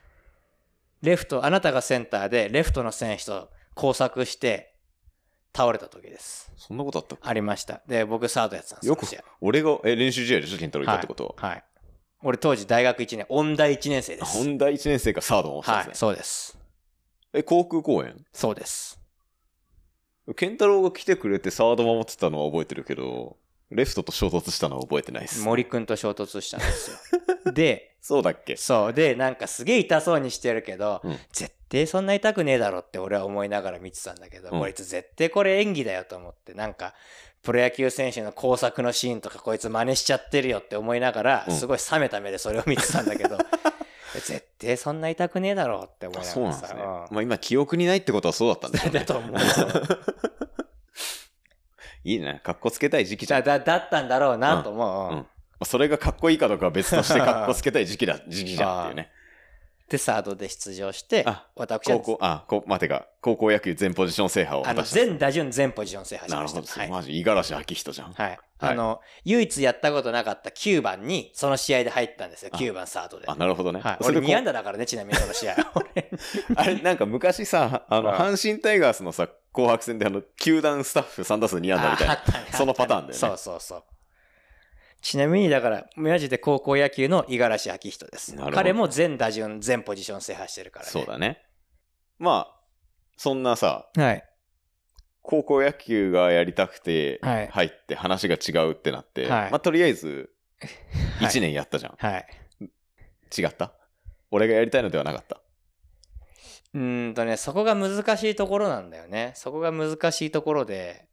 S1: レフトあなたがセンターでレフトの選手と交錯して倒れた時です
S2: そんなことあったっ
S1: ありましたで僕サードやってたんです
S2: よく俺がえ練習試合でしょ健太郎いたってこと
S1: はい、はい、俺当時大学1年音大1年生です
S2: 音大1年生かサードも
S1: したんですね、はい、そうです
S2: え航空公園
S1: そうです
S2: 健太郎が来てくれてサード守ってたのは覚えてるけどレフトと衝突したのは覚えてないです。
S1: 森くんと衝突したんですよ。 <laughs> で、
S2: そうだっけ
S1: そう。で、なんかすげえ痛そうにしてるけど、うん、絶対そんな痛くねえだろって俺は思いながら見てたんだけど、うん、こいつ絶対これ演技だよと思って、なんか、プロ野球選手の工作のシーンとかこいつ真似しちゃってるよって思いながら、うん、すごい冷めた目でそれを見てたんだけ <laughs> ど、絶対そんな痛くねえだろうって思いながら
S2: そうなんですね。まあ今記憶にないってことはそうだったん
S1: <laughs>
S2: だよね。
S1: だと思う。
S2: いいね。かっこつけたい時期
S1: じゃだ、だったんだろうなと思う。うん。うん、
S2: それがかっこいいかどうかは別として、かっこつけたい時期だ、時期じゃんっていうね。
S1: で、サードで出場して、あ私
S2: は。高校、あ、こ待てが、高校野球全ポジション制覇を
S1: あの、全打順全ポジション制覇しました。
S2: なるほど。はい、マジ、五十嵐明人じゃん。
S1: はい。あの、はい、唯一やったことなかった9番に、その試合で入ったんですよ。9番サードで。
S2: あ、なるほどね。
S1: はい、俺2安打だからね、ちなみにその試
S2: <laughs>
S1: 合。
S2: あれ、なんか昔さ、あの、阪神タイガースのさ、紅白戦であの、球団スタッフ3打数2安打みたいな、そのパターンでね。
S1: そうそうそう。ちなみに、だから、マジで高校野球の五十嵐明人です。彼も全打順、全ポジション制覇してるからね。
S2: そうだね。まあ、そんなさ、はい、高校野球がやりたくて、入って話が違うってなって、はい、まあ、とりあえず、1年やったじゃん。、
S1: はい、はい
S2: 違った俺がやりたいのではなかった。
S1: うんとね、そこが難しいところなんだよね。そこが難しいところで、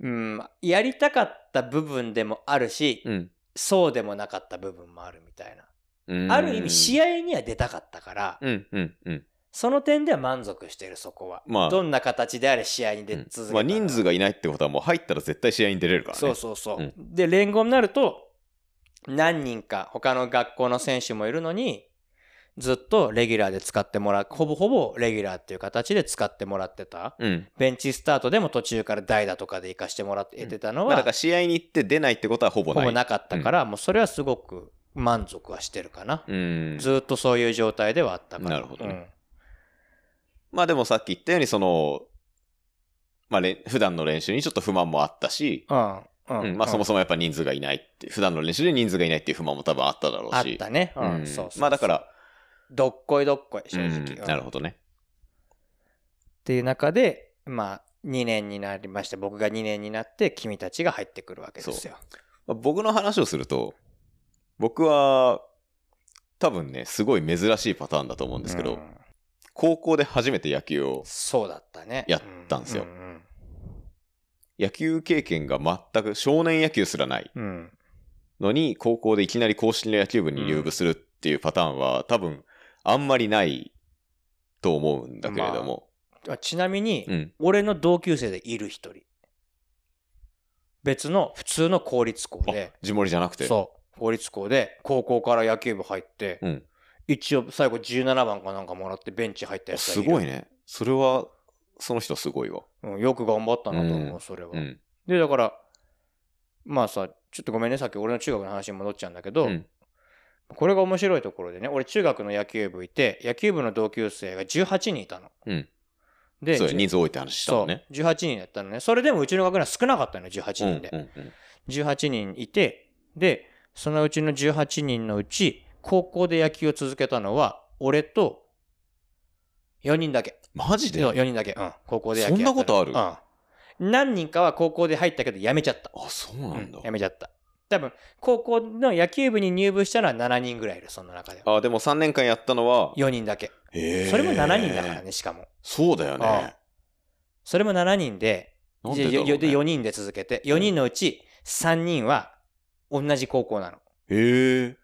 S1: うん、やりたかった部分でもあるし、うん、そうでもなかった部分もあるみたいな。ある意味、試合には出たかったから、その点では満足してる、そこは。まあ、どんな形であれ試合に出続け、うん、
S2: まあ、人数がいないってことは、もう入ったら絶対試合に出れるからね。
S1: そうそうそう。うん、で、連合になると、何人か他の学校の選手もいるのに、ずっとレギュラーで使ってもらう、ほぼほぼレギュラーっていう形で使ってもらってた。うん、ベンチスタートでも途中から代打とかで行かしてもらって、てたのは、うん
S2: まあ、だから試合に行って出ないってことはほぼない。
S1: ほぼなかったから、うん、もうそれはすごく満足はしてるかな。ずっとそういう状態ではあったから。
S2: なるほど、ね、まあでもさっき言ったように、その、まあれ、普段の練習にちょっと不満もあったし、うんまあ、そもそもやっぱ人数がいないって普段の練習で人数がいないっていう不満も多分あっただろうし。
S1: あったね。うん、そうそう
S2: まあだから、
S1: どっこいどっこい、正直、
S2: うん。なるほどね。
S1: っていう中で、まあ、2年になりまして、僕が2年になって、君たちが入ってくるわけですよ。
S2: まあ、僕の話をすると、僕は、多分ね、すごい珍しいパターンだと思うんですけど、うん、高校で初めて野球を、
S1: そうだったね。
S2: やったんですよ。野球経験が全く、少年野球すらない。のに、うん、高校でいきなり公式の野球部に入部するっていうパターンは、多分、あんまりないと思うんだけれども。
S1: まあ、ちなみに、うん、俺の同級生でいる一人。別の普通の公立校で。
S2: 地盛りじゃなくて。
S1: そう。公立校で、高校から野球部入って、うん、一応最後17番かなんかもらってベンチ入ったやつ
S2: すごいね。それは、その人すごいわ。
S1: うん、よく頑張ったなと思う、それは。うん、で、だから、まあさ、ちょっとごめんね、さっき俺の中学の話に戻っちゃうんだけど、これが面白いところでね、俺中学の野球部いて、野球部の同級生が18人いたの。
S2: うん。で、そう人数多いって話したのね。
S1: そう、18人だったのね。それでもうちの学年は少なかったのよ、18人で。うんうんうん、18人いて、で、そのうちの18人のうち、高校で野球を続けたのは、俺と4人だけ。
S2: マジで
S1: そう、4人だけ。うん。高校で野球
S2: そんなことある
S1: うん。何人かは高校で入ったけど、やめちゃった。
S2: あ、そうなんだ。
S1: や、うん、めちゃった。多分高校の野球部に入部したのは7人ぐらいいるそんな中で
S2: あでも3年間やったのは
S1: 4人だけ、えー、それも7人だからねしかも
S2: そうだよねああ
S1: それも7人でで,、ね、で4人で続けて4人のうち3人は同じ高校なの
S2: へえー、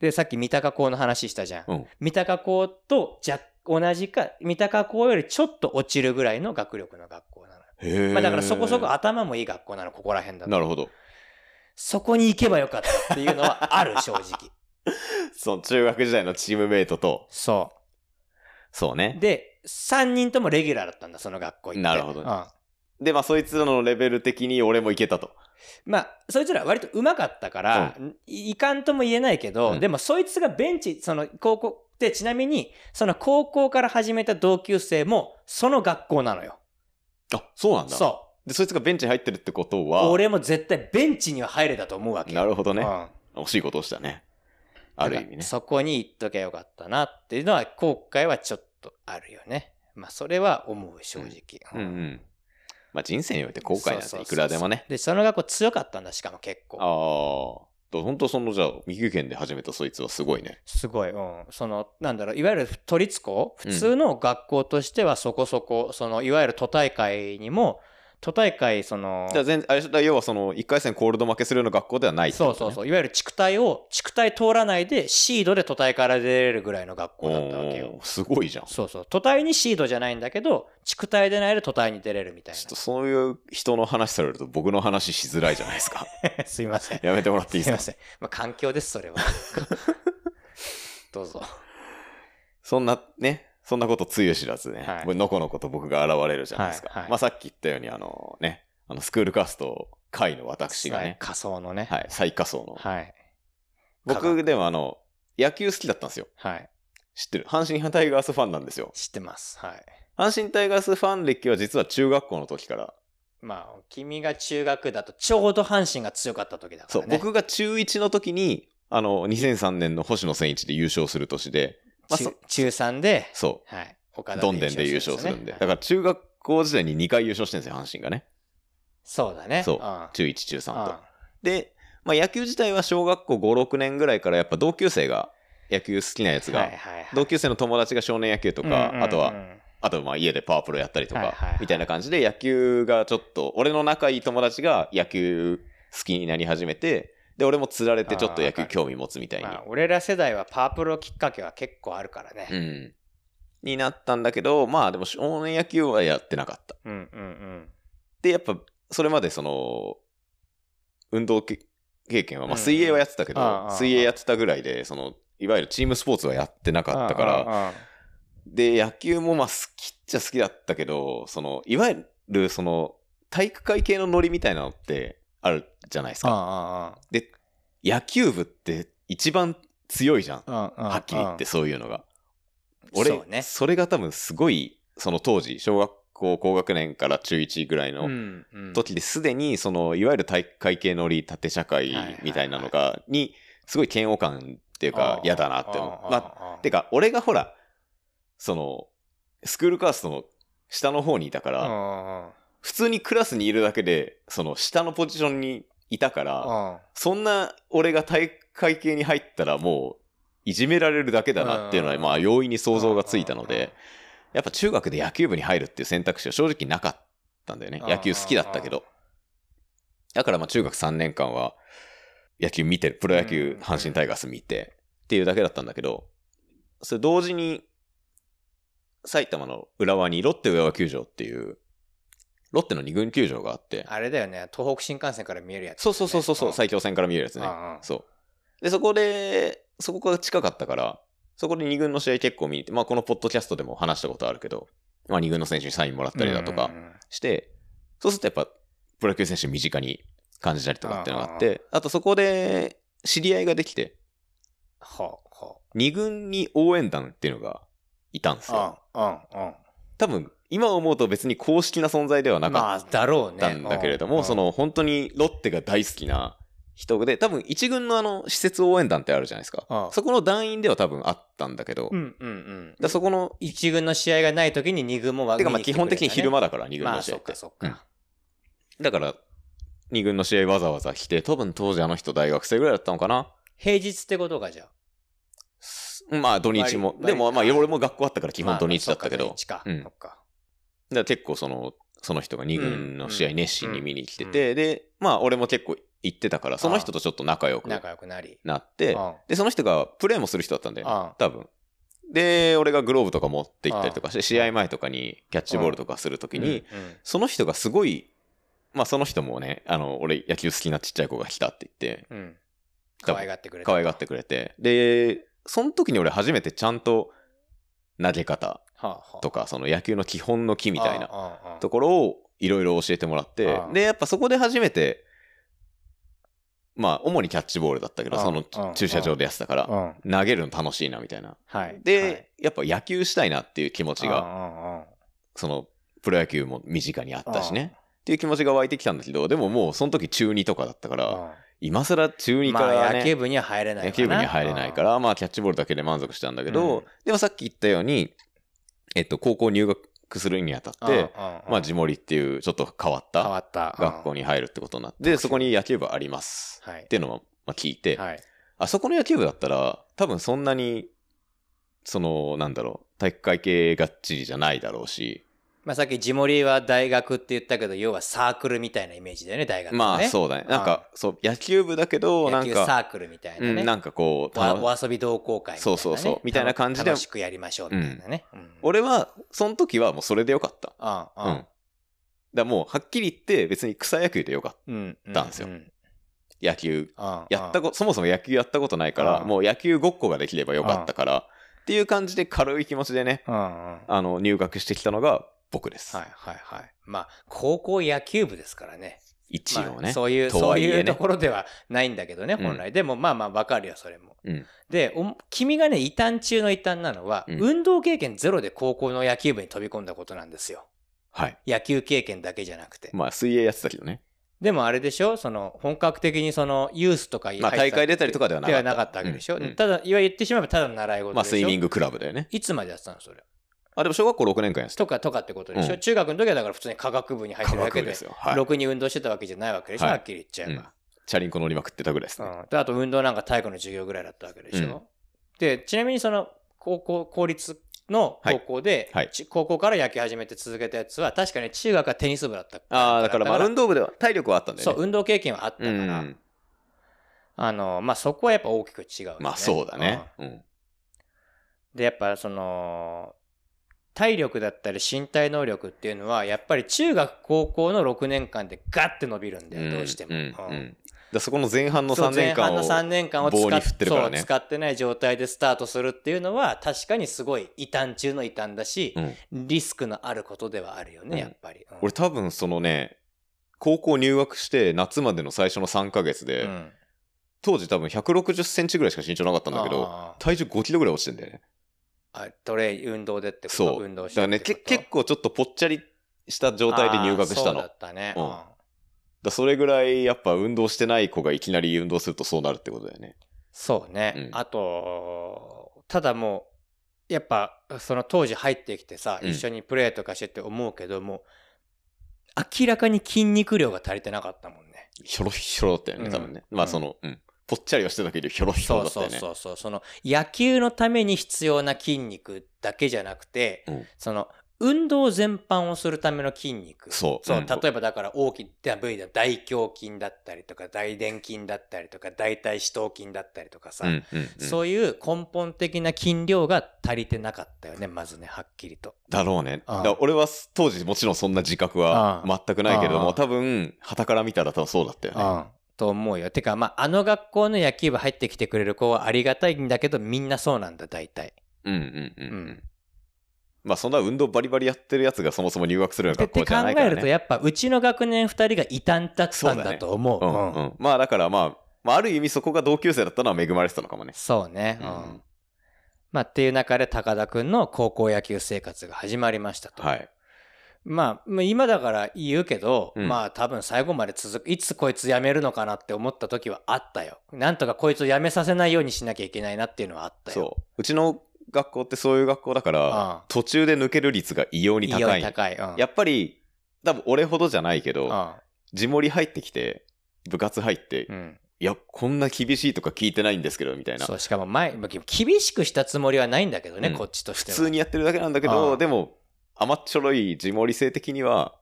S1: でさっき三鷹校の話したじゃん、うん、三鷹校とじゃ同じか三鷹校よりちょっと落ちるぐらいの学力の学校なのへえー、まあ、だからそこそこ頭もいい学校なのここら辺だと
S2: なるほど
S1: そこに行けばよかったっていうのはある、正直。
S2: そう、中学時代のチームメイトと。。
S1: そう
S2: そうね。
S1: で、3人ともレギュラーだったんだ、その学校行って。
S2: なるほど、ね、
S1: うん。
S2: で、まあ、そいつらのレベル的に俺もいけたと。
S1: まあ、そいつら割とうまかったから、いいかんとも言えないけど、
S2: うん
S1: でもそいつがベンチ、その高校で、ちなみに、その高校から始めた同級生も、その学校なのよ。
S2: あ、そうなんだ。
S1: そ
S2: で、そいつがベンチに入ってるってこと
S1: う。
S2: は、
S1: 俺も絶対ベンチには入れたと思うわけ。
S2: なるほどね。
S1: うん
S2: 惜しいことをしたね。ある意味
S1: なんか
S2: ね。
S1: そこに行っときゃよかったなっていうのは、後悔はちょっとあるよね。まあ、それは思う、正直。
S2: うんうん。まあ、人生において後悔なんていくらでもね。
S1: で、その学校強かったんだ、しかも結
S2: ああ
S1: 構。
S2: ー。本当その、じゃあ、三重県で始めたそいつはすごいね。
S1: すごい、うん。その、なんだろう、いわゆる都立校、普通の学校としてはそこそこ、その、いわゆる都大会にも、都大会、その、
S2: じゃあ全、あれだから要はその、1回戦コールド負けするような学校ではないって
S1: そ
S2: こ
S1: う
S2: と
S1: そ
S2: ね、
S1: うそう、いわゆる地区体を、地区体通らないで、シードで都大から出れるぐらいの学校だったわけよ
S2: おー。すごいじゃん。ちょ
S1: そうそう、都体にシードじゃないんだけど、地区体でないで都体に出れるみたい
S2: っとそういう人の話されると僕の話しづらいじゃないです <laughs> か。
S1: な。すいません。
S2: やめてもらっていい
S1: すい
S2: で
S1: ます
S2: か
S1: せん。まあ、環境です、そ
S2: <laughs>
S1: れは。どうぞ。
S2: そんな、ね、そんなことつゆ知らずね、
S1: はい
S2: 僕のこのこと僕が現れるじゃないですか。
S1: はいはい
S2: まあさっき言ったように、あのね、あのスクールカースト会の私が
S1: はい
S2: ね、
S1: 仮想のね。
S2: はい、最下層の。
S1: はい。
S2: 僕でもあの、野球好きだったんですよ。
S1: はい。
S2: 知ってる。阪神タイガースファンなんですよ。
S1: 知ってます。はい。
S2: 阪神タイガースファン歴は実は中学校の時から。
S1: まあ、君が中学だと、ちょうど阪神が強かった時だか
S2: そ
S1: ら
S2: う、
S1: ね。
S2: 僕が中1の時に、あの、2003年の星野千一で優勝する年で、まあ
S1: 中
S2: そ
S1: 中3で、
S2: そ
S1: はい。岡
S2: う、
S1: 田
S2: どんでんで優勝するんで。
S1: ね
S2: だから中学校時代に2回優勝してるんですよ、阪神がね。
S1: そうだね。
S2: そうん
S1: ん
S2: 中1、中3と。で、まあ、野球自体は小学校5、6年ぐらいからやっぱ同級生が野球好きなやつが、
S1: はいはいはい
S2: 同級生の友達が少年野球とか、
S1: うんうんうん
S2: あとは、あとまあ家でパワープロやったりとか、
S1: はいはいはい
S2: みたいな感じで野球がちょっと、俺の仲いい友達が野球好きになり始めて、で、俺も釣られてちょっと野球興味持つみたいに
S1: ま。あ、俺ら世代はパープロきっかけは結構あるから
S2: う
S1: ね。
S2: ん。になったんだけど、まあでも少年野球はやってなかった。
S1: うんうんうん。
S2: で、やっぱ、それまでその、運動け経験は、ま
S1: う
S2: あ
S1: ん
S2: 水泳はやってたけど、
S1: ああ
S2: 水泳やってたぐらいで、その、いわゆるチームスポーツはやってなかったから、
S1: ら。
S2: で、野球もまあ好きっちゃ好きだったけど、その、いわゆるその、体育会系のノリみたいなのってあるじゃないですか。
S1: は
S2: で、野球部って一番強いじゃん。は
S1: っ
S2: っきり言って、。そういうのが。
S1: うん
S2: 俺、
S1: そ
S2: そう
S1: ね
S2: れが多分すごい、その当時、小学校高学年から中1ぐらいの、
S1: うんうん
S2: 時ですでにそのいわゆる体育会系のり縦社会みたいなのがにすごい嫌悪感っていうか嫌だなって思う。ま
S1: あ
S2: あ、て
S1: か、
S2: か俺がほらそのスクールカーストの下の方にいたか
S1: うんう
S2: ら
S1: んうん
S2: 普通にクラスにいるだけでその下のポジションにいたから
S1: うん
S2: そんな俺が体育会系に入ったらもういじめられるだけだなっていうのは
S1: うん
S2: まあ容易に想像がついたのでやっぱ中学で野球部に入るっていう選択肢は正直なかったんだよね
S1: うん
S2: 野球好きだったけどだからまあ中学3年間は野球見てる、プロ野
S1: うんうん
S2: 球
S1: うん
S2: 阪神タイガース見てっていうだけだったんだけど、それ同時に埼玉の浦和にロッテ浦和球場っていう、ロッテの二軍球場があって、
S1: あれだよね、東北新幹線から見えるやつ。
S2: そうそうそうそうそう、
S1: ん
S2: 埼京線から見えるやつね。
S1: うんうん
S2: そう。で、そこで、そこが近かったから、そこで二軍の試合結構見に行って、まあこのポッドキャストでも話したことあるけど、まあ二軍の選手にサインもらったりだとか、
S1: うんうんうん
S2: して、そうするとやっぱ、プロ野球選手身近に感じたりとかっていうのがあって、あとそこで、知り合いができて、
S1: ほうほ
S2: 二軍に応援団っていうのがいたんです
S1: う。うん
S2: よ。
S1: うんうん。
S2: 多分、今思うと別に公式な存在ではな
S1: ま
S2: か
S1: あ、だろう
S2: っ
S1: ね。
S2: たんだけれど
S1: う
S2: も、
S1: ん
S2: そ、の本当にロッテが大好きな人で、多分一軍のあの、施設応援団ってあるじゃないです
S1: あ
S2: か
S1: あ。
S2: そこの団員では多分あったんだけど、だ
S1: う
S2: か
S1: んうんうん。
S2: らそこの、
S1: 一軍の試合がない時に二軍も分
S2: てかまあ基本的に昼間だから、二軍
S1: ま
S2: の
S1: あ、
S2: 試合
S1: そ
S2: っ
S1: ってか。そっ
S2: うん
S1: か。
S2: だから、二軍の試合わざわざ来て、多分当時あの人大学生ぐらいだったのかな。
S1: 平日ってことか、じゃあ。
S2: まあ土日も。
S1: 割
S2: でもまあ
S1: 割
S2: 俺も学校あったから基本土日だったけど、
S1: まあそっか土
S2: う
S1: 日
S2: ん
S1: か。そっか。
S2: だから結構その、その人が二軍の試合熱心に見に来て
S1: うん
S2: て、で、まあ俺も結構行ってたから、その人とちょっと仲良く
S1: 仲良くなり。
S2: なって
S1: う、ん
S2: で、その人がプレーもする人だったんだよ
S1: あ
S2: ね、多分。で、俺がグローブとか持って行ったりとかして、試合前とかにキャッチボールとかするときに、、
S1: うんうん
S2: その人がすごい、まあその人もね、あの、俺野球好きなちっちゃい子が来たって言って、
S1: うん。
S2: 多分
S1: 可愛がってくれた
S2: 可愛がってくれて。で、その時に俺初めてちゃんと投げ方
S1: はあはあ
S2: とか、その野球の基本の木みたいな
S1: ああああ
S2: ところをいろいろ教えてもらって
S1: ああ
S2: でやっぱそこで初めてまあ主にキャッチボールだったけど
S1: ああ
S2: その
S1: ああ
S2: 駐車場でやってたから
S1: うん。
S2: 投げるの楽しいなみたいな
S1: はい。
S2: でやっぱ野球したいなっていう気持
S1: はい、
S2: ちが
S1: が。
S2: そのプロ野球も身近にあったしね
S1: あ
S2: っていう気持ちが湧いてきたんだけどでももうその時中2とかだったから
S1: あ
S2: 今更中2か
S1: ま
S2: ら
S1: あ、
S2: ね
S1: 野球部には入れないわな
S2: 野球部には入れないか。
S1: あ
S2: ら、まあ、キャッチボールだけで満足したんだけど、
S1: うん
S2: でもさっき言ったように、えっと、高校入学するにあたって、、まあ、地盛りっていうちょっと変わっ
S1: 変
S2: た
S1: わった。
S2: 学校
S1: に。
S2: に入るってことになって、そこに野球部あります
S1: はい
S2: っ。ていうのをまあ聞いて、
S1: はい。
S2: あそこの野球部だったら、多分そんなに、その、なんだろう、体育会系がっちりじゃないだろうし、
S1: まあ、さっき地盛りは大学って言ったけど、要はサークルみたいなイメージだよね、大学、ね。
S2: まあそうだね。なんか、そう、野球部だけど、な
S1: 野
S2: ん
S1: 球
S2: か、
S1: サークルみたいなね。
S2: うん、なんかこう、
S1: わお
S2: た
S1: 遊び同好会みたいな、ね。
S2: そうそうそうみたいな感じで
S1: 楽しくやりましょうみたいなね。うん、
S2: 俺は、その時はもうそれでよかった。
S1: あ
S2: うん。だからもう、はっきり言って、別に草野球でよかった。
S1: うん。うん。
S2: たんですよ
S1: う
S2: 野球。
S1: あ
S2: やったこそもそも野球やったことないか
S1: う
S2: ら、
S1: ん
S2: もう野球ごっこができればよかったから、っていう感じで軽い気持ちでね、
S1: うんうん。
S2: あの、入学してきたのが僕です。
S1: はいはいはい。まあ、高校野球部ですからね。
S2: 一
S1: ま
S2: 応
S1: あ
S2: ね。
S1: そういう、
S2: と
S1: そう
S2: はいえね
S1: いうところではないんだけどね、
S2: うん
S1: 本来。でもまあまあ、わかるよ、それも。
S2: うん
S1: でお君がね、異端中の異端なのは、
S2: うん
S1: 運動経験ゼロで高校の野球部に飛び込んだことなんですよ。
S2: はい。
S1: 野球経験だけじゃなくて。
S2: まあ、水泳やってたけどね。
S1: でもあれでしょその、本格的にその、ユースとか
S2: まあ、大会出たりと
S1: か
S2: かではな
S1: で
S2: か
S1: は
S2: った。
S1: なかったわけでしょ、
S2: うんうん
S1: ただ、いわゆる言ってしまえばただの習い事でしょ
S2: まあ、スイミン
S1: グ。
S2: グクラブだよね。
S1: いつまでやってたのそれ。
S2: あ、でも小学校6年間やってた。
S1: とかとかってことでしょ、
S2: うん
S1: 中学の時はだから普通に科学部に入って
S2: 科
S1: るだ
S2: 学
S1: け
S2: 部
S1: で
S2: で、すよ。はい
S1: ろ。くに運動してたわけじゃないわけでしょ、
S2: はい
S1: はっきり言っちゃえば。
S2: チャリンコ乗りまくってたぐらいですね。
S1: うん、であと運動なんか体育の授業ぐらいだったわけでしょ、
S2: うん
S1: でちなみにその高校公立の高校で、
S2: はいはい
S1: ち高校から野球始めて続けたやつは確かに中学はテニス部だった
S2: ああ、だからまあ、運動部では体力はあったんだよ
S1: そう
S2: ね。
S1: 運動経験はあったから、
S2: うん。
S1: あのまあ、そこはやっぱ大きく違うよね、
S2: まあ、そうだね。うん。
S1: うんでやっぱその体力だったり身体能力っていうのはやっぱり中学高校の6年間でガッて伸びるんだよ、どうしても、
S2: んん
S1: うん
S2: うんだからそこの前半の
S1: そう
S2: 3年間を
S1: 前半の3年間を使っ
S2: 棒に振ってるからね
S1: そう使ってない状態でスタートするっていうのは確かにすごい異端中の異端だし、
S2: うん
S1: リスクのあることではあるよね、
S2: うん
S1: やっぱり、うん
S2: 俺多分そのね高校入学して夏までの最初の3ヶ月で、
S1: うん
S2: 当時多分160センチぐらいしか身長なかったんだけど
S1: あー
S2: 体重5キロぐらい落ちてんだよね
S1: あトレイ運動でってこと
S2: そう
S1: 運動
S2: だ
S1: し
S2: か
S1: て
S2: らねけ結構ちょっとぽっちゃりした状態で入学した
S1: あーそ
S2: の
S1: うだ
S2: だ
S1: ったね、
S2: うん
S1: うん
S2: それぐらいやっぱ運動してない子がいきなり運動するとそうなるってことだよね
S1: そうね、
S2: うん
S1: あとただもうやっぱその当時入ってきてさ、
S2: うん
S1: 一緒にプレーとかしてって思うけども明らかに筋肉量が足りてなかったもんね
S2: ひょろひょろだったよ
S1: う
S2: ね
S1: ん
S2: 多分ね、まあその、うん、ぽっちゃりはしてたけどひょろひょろ
S1: そ
S2: だ
S1: う
S2: った
S1: そ
S2: よ
S1: うそ
S2: ね
S1: うそうその野球のために必要な筋肉だけじゃなくて、
S2: うん
S1: その運動全般をするための筋肉
S2: そううん
S1: 例えばだから大きな部位で大胸筋だったりとか大臀筋だったりとか大腿四頭筋だったりとかさ、
S2: うんうんうん
S1: そういう根本的な筋量が足りてなかったよねまずねはっきりと。
S2: だろうね。
S1: ああ
S2: だから俺は当時もちろんそんな自覚は
S1: あ
S2: 全くないけれど
S1: あ
S2: も、
S1: あ
S2: 多分、旗から見たら多分そうだったよね。
S1: と思うよ。てかまああの学校の野球部入ってきてくれる子はありがたいんだけどみんなそうなんだ大体。
S2: うんうんうん。う
S1: うん
S2: ん、まあそんな運動バリバリやってるやつがそもそも入学するよう
S1: で
S2: な
S1: っ
S2: 学校
S1: て
S2: じ
S1: 考
S2: ゃないか
S1: え
S2: ら
S1: ると
S2: ね。
S1: やっぱうちの学年2人が異端だったんだと思う。
S2: うんう
S1: うん
S2: ん、まあだからまあ、まあ、ある意味そこが同級生だったのは恵まれてたのかもね。
S1: そうね、う
S2: うんん
S1: まあ。っていう中で高田くんの高校野球生活が始まりましたと。
S2: はい。
S1: まあまあ今だから言うけど、
S2: うん
S1: まあ多分最後まで続くいつこいつ辞めるのかなって思った時はあったよ。なんとかこいつを辞めさせないようにしなきゃいけないなっていうのはあったよ。
S2: そう。うちの学校ってそういう学校だから、
S1: ああ
S2: 途中で抜ける率が異様に
S1: 異様
S2: 高
S1: に
S2: い。
S1: 高い。うん、
S2: やっぱり、多分俺ほどじゃないけど、地盛り入ってきて、部活入って
S1: う、ん
S2: いや、こんな厳しいとか聞いてないんですけど、みたいな
S1: そ。うしかも前まあ厳しくしたつもりはないんだけどね、
S2: うん
S1: こっちとし
S2: 普
S1: ては。
S2: 通にやってるだけなんだけ
S1: ああ
S2: ど、でも、甘っちょろい地盛り性的には、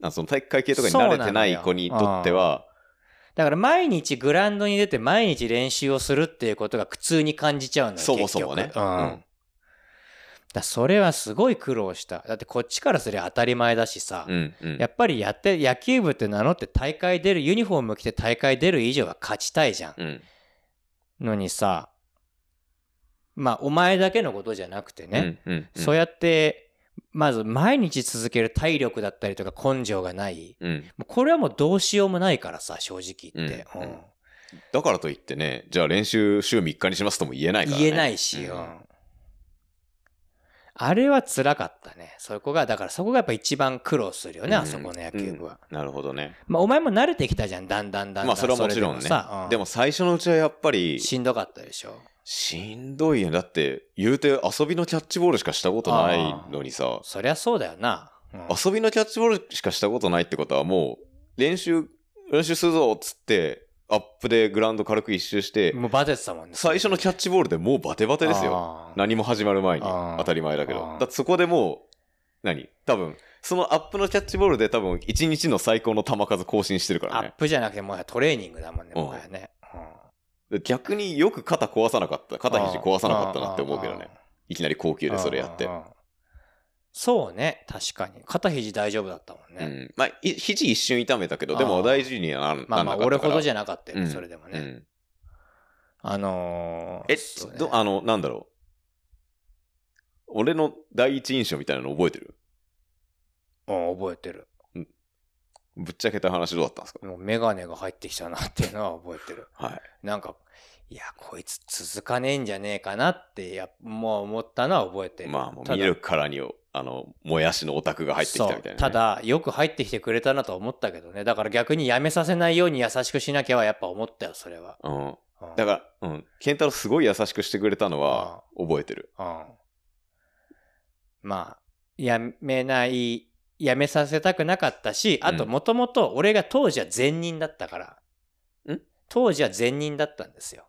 S2: なんかその体育会系とかに慣れてない子にとっては、
S1: だから毎日グラウンドに出て毎日練習をするっていうことが苦痛に感じちゃうんだよ
S2: そもそもね
S1: 結。局うん
S2: う
S1: だからそれはすごい苦労しただってこっちからすりゃ当たり前だしさ、
S2: うんうん
S1: やっぱりやって野球部って名乗って大会出るユニフォーム着て大会出る以上は勝ちたいじゃん、
S2: うん
S1: のにさまあお前だけのことじゃなくてね、
S2: うんうんうん
S1: そうやってまず毎日続ける体力だったりとか根性がない。
S2: うん。
S1: もうこれはもうどうしようもないからさ、正直言って。
S2: うん
S1: うん
S2: うんだからといってね、じゃあ練習週3日にしますとも言えないから、ね。
S1: 言えないしよ、あれは辛かったね。そこが、だからそこがやっぱ一番苦労するよね、
S2: うん
S1: あそこの野球部は。
S2: うんなるほどね。
S1: まあ、お前も慣れてきたじゃん、だんだんだんだん。
S2: まあそれはもちろんね。
S1: そ
S2: で
S1: れで
S2: も
S1: も,、うん
S2: 最初のうちはやっぱり
S1: しんどかったでしょ。
S2: しんどいよ。だって言うて遊びのキャッチボールしかしたことないのにさ、
S1: そりゃそうだよな。うん
S2: 遊びのキャッチボールしかしたことないってことはもう練習、練習するぞっつって、アップでグラウンド軽く一周して、
S1: もうバテてたもんね。
S2: 最初のキャッチボールでもうバテバテですよ。
S1: あー
S2: 何も始まる前に。
S1: あー
S2: 当たり前だけど
S1: あ。ー
S2: だってそこでもう、何多分、そのアップのキャッチボールで多分1日の最高の球数更新してるから
S1: ア
S2: ね
S1: ッ。プじゃなくて、もうトレーニングだもんね、
S2: うん
S1: もはやね。うん
S2: で逆によく肩壊さなかった。肩肘壊さなかったなって思うけどね。。いきなり高級
S1: で
S2: でそれやって。。
S1: そうね、確かに。肩肘大丈夫だったもん
S2: う
S1: ね。
S2: ん。まあ、い肘一瞬痛めたけど、
S1: あー
S2: でも大事にはな
S1: まあまあ、俺ほどじ
S2: ゃ
S1: ゃなかったよね、それでもね。
S2: うん。
S1: あのー、
S2: え
S1: そう、ね
S2: どあの、なんだろう。俺の第一印象みたいなの覚えてる
S1: うん覚えてる。
S2: ぶっちゃけた話どうだったんですか
S1: もうメガネが入ってきたなっていうのは覚えてる。
S2: はい。
S1: なんか、いや、こいつ続かねえんじゃねえかなって、やっもう思ったのは覚えてる。
S2: まあ、もう
S1: ただ
S2: 見るからに、あの、もやしのオタクが入ってきたみたいなね、
S1: そうただ、よく入ってきてくれたなと思ったけどね。だから逆にやめさせないように優しくしなきゃはやっぱ思ったよ、それは。
S2: うん。
S1: うん
S2: だから、うん。ケンタロウすごい優しくしてくれたのは、覚えてる。
S1: うん。まあ、やめない、やめさせたくなかったし、あと
S2: うん
S1: もともと俺が当時は善人だったから。
S2: ん
S1: 当時は善人だったんですよ。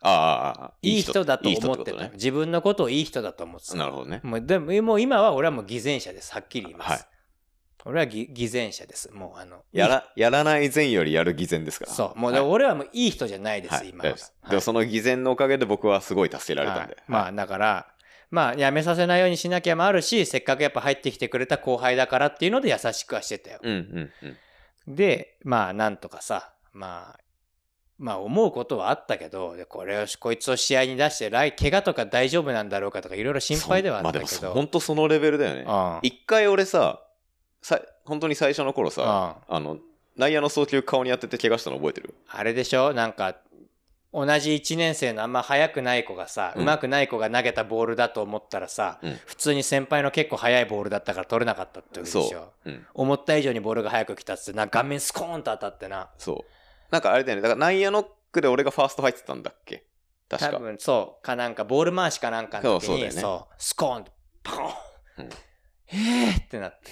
S2: ああああ、
S1: いい人だと思ってた。
S2: いい人ことね
S1: 自分のことをいい人だと思ってた。
S2: なるほどね。
S1: もうでももう今は俺はもう偽善者です。はっきり言います。
S2: はい
S1: 俺は偽偽善者です。もうあの。
S2: や
S1: い
S2: ら、やらない善よりやる偽善ですから。
S1: そう。もう、
S2: はい
S1: 俺はもういい人じゃないです、
S2: はい、
S1: 今は
S2: 大丈夫です。でもその偽善のおかげで僕はすごい助けられたんで。
S1: はいま
S2: はい
S1: あだからまあやめさせないようにしなきゃもあるしせっかくやっぱ入ってきてくれた後輩だからっていうので優しくはしてたよ、
S2: うんうんうん。
S1: でまあなんとかさまあまあ思うことはあったけどでこれをこいつを試合に出して来怪我とか大丈夫なんだろうかとかいろいろ心配ではあったけど、
S2: そうまあでも、本当そのレベルだよね。
S1: うん
S2: 一回俺さ、さ、本当に最初の頃さ、
S1: うん
S2: あの、内野の送球顔に当てて怪我したの覚えてる
S1: あれでしょなんか同じ1年生のあんま速くない子がさ、
S2: うん
S1: 上手くない子が投げたボールだと思ったらさ、
S2: うん
S1: 普通に先輩の結構速いボールだったから取れなかったってことでしょ、
S2: ううん
S1: 思った以上にボールが速く来たっつってな顔面スコーンと当たってな
S2: そう。なんかあれだよね。だから内野ノックで俺がファースト入ってたんだっけ確
S1: 多
S2: か。
S1: 分そうかなんかボール回しかなんかの時
S2: そうそう
S1: に
S2: だよね
S1: そうスコーンとパコーン、
S2: うん
S1: えーってなって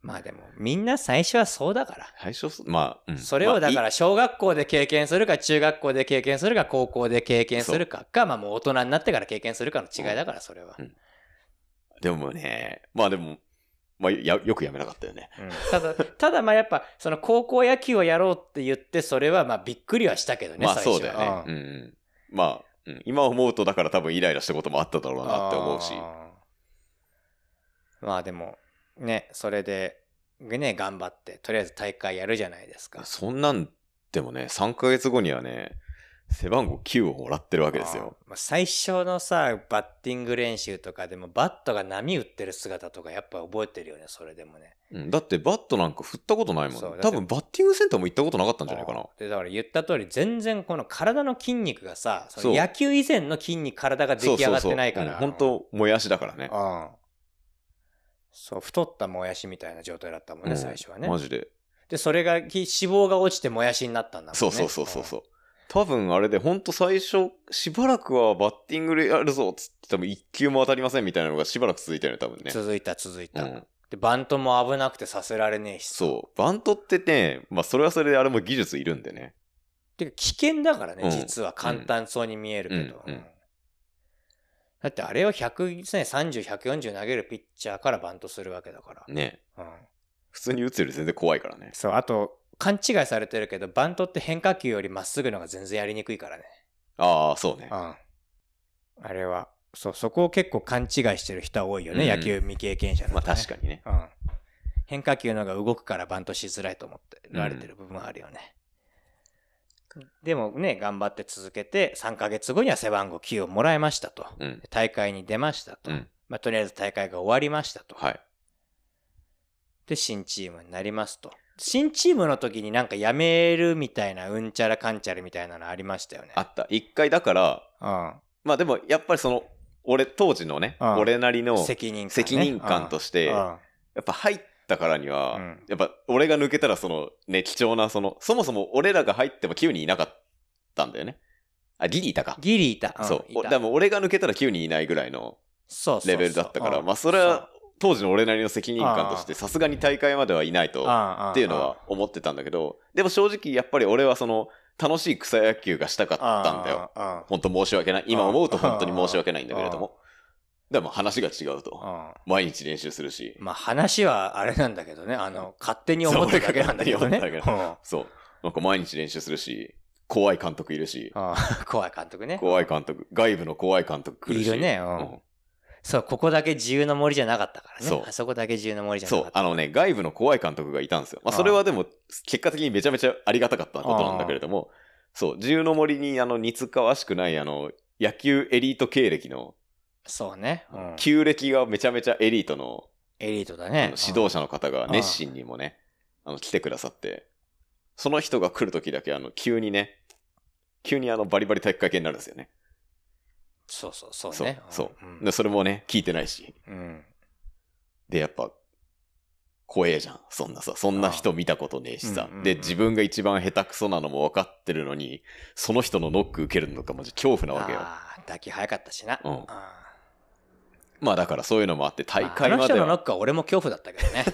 S1: まあでもみんな最初はそうだから
S2: 最初そ、まあ、うん
S1: それをだか
S2: まあ
S1: ら小学校で経験するか中学校で経験するか高校で経験するかかまあもう大人になってから経験するかの違いだからそれは、
S2: うんいでもね、まあでも、まあや、よくやめなかったよね。
S1: うん <laughs> ただただまあやっぱその高校野球をやろうって言ってそれはまあびっくりはしたけどね
S2: まあ
S1: 最初
S2: そうだよね。うん、うん。まあ、うん今思うとだから多分イライラしたこともあっただろうなって思うし。
S1: あーまあでもねそれでね頑張ってとりあえず大会やるじゃないですか
S2: そんなんでもね、3ヶ月後にはね、背番号9をもらってるわけですよ。
S1: あーまあ最初のさバッティング練習とかでもバットが波打ってる姿とかやっぱ覚えてるよねそれでもね
S2: うん、だってバットなんか振ったことないも。
S1: そうんだって
S2: 多分バッティングセンターも行ったことなかったんじゃないかな。
S1: でだから言った通り全然この体の筋肉がさその
S2: そう
S1: 野球以前の筋肉体が出来上がってないから
S2: そうそうそううん本当もやしだからね。
S1: うんそう太ったもやしみたいな状態だったもんね、
S2: うん
S1: 最初はね
S2: マジで。
S1: でそれがき脂肪が落ちてもやしになったんだもんね
S2: そうそうそうそうそう。多分あれで、ほんと最初、しばらくはバッティングでやるぞっつって、多分一球も当たりませんみたいなのがしばらく続いたよね、多分
S1: うん
S2: ね。
S1: 続いた続いた、
S2: うん
S1: でバントも危なくてさせられねえしう
S2: そう。バントってね、まあそれはそれであれも技術いるんでね。
S1: てか危険だからね、
S2: うん
S1: 実は簡単そうに見えるけど、
S2: うんうん
S1: だってあれを130,140投げるピッチャーからバントするわけだから、
S2: ね。
S1: うん、
S2: 普通に打つより全然怖いからね。
S1: そう、あと、勘違いされてるけど、バントって変化球よりまっすぐのが全然やりにくいからね。
S2: ああ、そうね
S1: う。ん。あれは、そう、そこを結構勘違いしてる人は多いよね、
S2: うん
S1: 野球未経験者だと、
S2: ま
S1: ね。
S2: あ確かにね。
S1: に。うん。変化球の方が動くからバントしづらいと思って、言われてる部分はあるよね。でもね、頑張って続けて、3ヶ月後には背番号9をもらいましたと。
S2: うん。
S1: 大会に出ましたと。
S2: うん
S1: まあ、とりあえず大会が終わりましたと。
S2: はい。
S1: で、新チームになりますと。新チームの時になんか辞めるみたいな、うんちゃらかんちゃらみたいなのありましたよね。
S2: あった。一回だから、
S1: う
S2: まあでもやっぱりその、俺、当時のね、
S1: うん
S2: 俺なりの
S1: ん。責任感、ね。
S2: 責任感として、
S1: うん
S2: やっぱ入ったからには、
S1: うん
S2: やっぱ俺が抜けたらそのね、貴重なその、そもそも俺らが入っても9人いなかったんだよね。あ、ギリいたか。
S1: ギリいた。ん
S2: そう。
S1: い
S2: お
S1: た
S2: でも俺が抜けたら9人いないぐらいの
S1: そうそうそう
S2: レベルだったから、
S1: うん
S2: まあそれは当時の俺なりの責任感として、さすがに大会まではいない
S1: そ
S2: と
S1: う、んん
S2: っていうのは思ってたんだけど、でも正直やっぱり俺はその、楽しい草野球がしたかったんだよ。
S1: うんうん
S2: 本当申し訳ない。今思うと本当に申し訳ないんだけれども。でも話が違うと。
S1: うん
S2: 毎日練習するし。
S1: まあ話はあれなんだけどね、あの、勝手に思ってるだけなんだけどね。
S2: そう俺が勝手に思ってるだ
S1: う
S2: け
S1: ん
S2: そう。なんか毎日練習するし、怖い監督いるし、
S1: ああ怖い監督ね。
S2: 怖い監督、外部の怖い監督来るし。
S1: いるねうんそう、ここだけ自由の森じゃなかったからね。
S2: そう
S1: あそこだけ自由の森じゃな
S2: そ
S1: か
S2: う
S1: っ、た。
S2: あのね、外部の怖い監督がいたんですよ。まあ、それはでも、結果的にめちゃめちゃありがたかったことなんだけれども、そう、自由の森に、あの、似つかわしくない、あの、野球エリート経歴の、
S1: そうね、うん
S2: 旧暦がめちゃめちゃエリートの
S1: エリートだ
S2: あ
S1: ね
S2: の。指導者の方が熱心にもね、あの、来てくださって、その人が来るときだけ、あの、急にね、急にあの、バリバリ体育会系になるんですよね。
S1: そうそうそう
S2: そう
S1: ね。、
S2: そ
S1: ん
S2: う。で、それもね、聞いてないし。
S1: うん。
S2: で、やっぱ、怖えじゃん。そんなさ、そんな人見たことねえし
S1: うん
S2: さ
S1: うんう。ん
S2: で、自分が一番下手くそなのも分かってるのに、その人のノック受けるのがマジ恐怖なわけよ。
S1: ああ、打球早かったしな。
S2: うん
S1: あ
S2: まあだからそういうのもあって、
S1: あ
S2: 大会
S1: あの
S2: まで
S1: 人のノ
S2: は
S1: ックは俺も恐怖だったけど
S2: <laughs>
S1: ね。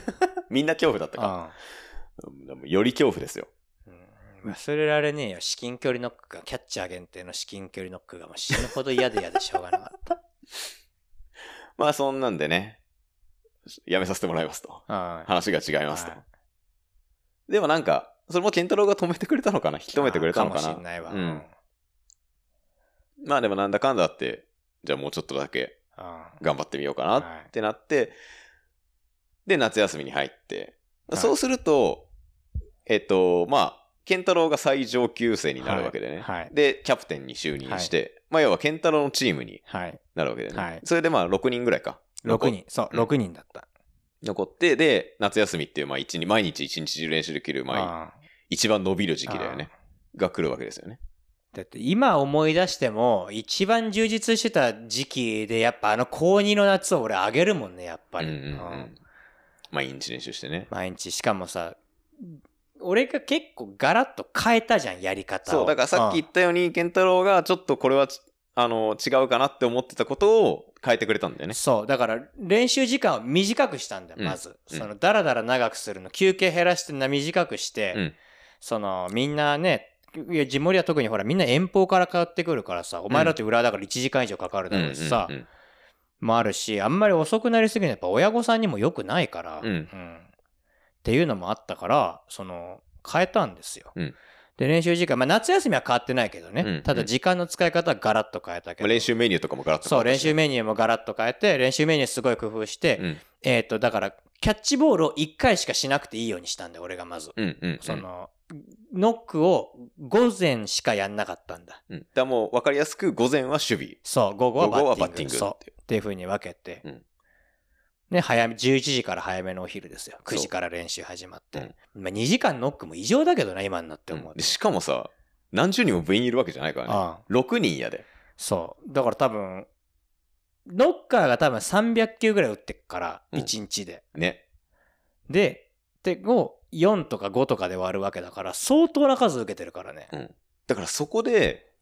S2: みんな恐怖だったかからうん。でもより恐怖ですよ。
S1: うん忘れられねえよ。至近距離ノックが、キャッチャー限定の至近距離ノックがもう死ぬほど嫌で嫌でしょうがなかった。
S2: まあそんなんでね、やめさせてもらいますと。 <laughs>
S1: うん
S2: 話が違いますと
S1: は。
S2: でもなんか、それも健太郎が止めてくれたのかな引き止めてくれたのか
S1: か
S2: な
S1: もしんないわ。
S2: う
S1: うんん。
S2: まあでもなんだかんだあって、じゃあもうちょっとだけ頑張ってみようかなっ
S1: はい
S2: てなって、で、夏休みに入って。
S1: はい
S2: そうすると、えっと、まあ、健太郎が最上級生になるわけでね。
S1: はいはい
S2: で、キャプテンに就任して、まあ要は健太郎のチームに
S1: はい。
S2: なるわけでね。
S1: はい
S2: それでまあ6人ぐらいか。
S1: 6人。そうう、
S2: ん
S1: 6人だった。
S2: 残って、で、夏休みっていう、まあ一日、毎日一日中練習できる、まあ
S1: ああ
S2: 一番伸びる時期だよね。が来るわけですよね。
S1: だって今思い出しても、一番充実してた時期で、やっぱあの高2の夏を俺あげるもんね、やっぱり。
S2: うんうんうん
S1: うん
S2: 毎日練習してね。
S1: 毎日。しかもさ、俺が結構ガラッと変えたじゃん、やり方を。
S2: そう、だからさっき言ったように、健太郎がちょっとこれはち、あの、違うかなって思ってたことを変えてくれたんだよ
S1: うん
S2: ね。
S1: そう、だから練習時間を短くしたんだよ、
S2: うん
S1: まず。
S2: うん
S1: その、だらだら長くするの、休憩減らしてな短くして、
S2: うん
S1: その、みんなね、いや、地盛りは特にほら、みんな遠方から通ってくるからさ、お前だって裏だから1時間以上かかるだろうしさ、
S2: うんうん
S1: もあるし、あんまり遅くなりすぎるのやっぱ親御さんにも良くないから、
S2: うん
S1: っていうのもあったから、その、変えたんですよ。
S2: うん
S1: で、練習時間、まあ夏休みは変わってないけどね、
S2: うん
S1: ただ時間の使い方はガラッと変えたけ
S2: ま
S1: ど、
S2: あ練習メニューとかもガラッと
S1: そう、練習
S2: メ
S1: メニューもガラッと変えて、練習メニューすごい工夫して、
S2: ニュー。
S1: えっ、と、だから、キャッチボールを1回しかしなくていいようにしたんだよ、俺がまず。
S2: うん。うんうんうん。
S1: その、ノックを午前しかやんなかったんだ。
S2: うん。だからもう分かりやすく、午前は守備、
S1: そう、午後
S2: 午
S1: は
S2: 後は
S1: バ
S2: バ
S1: ッ
S2: ッ
S1: テ
S2: テ
S1: ィン
S2: ィン
S1: グ。
S2: グ
S1: そう
S2: っ。ていう。
S1: っていう風に分けて、
S2: うん
S1: ね、早め、11時から早めのお昼ですよ。9時から練習始まって。まあ2時間ノックも異常だけどな、今になって思う
S2: うん
S1: と。
S2: でしかもさ、何十人も部員いるわけじゃないからね。
S1: ああ
S2: 6人やで。
S1: そう。だから多分、ノッカーが多分300球ぐらい打ってっから、
S2: うん
S1: 1日で。
S2: ね。
S1: で、で、5、4とか5とかで割るわけだから、相当な数受けてるからね。
S2: だからそこで、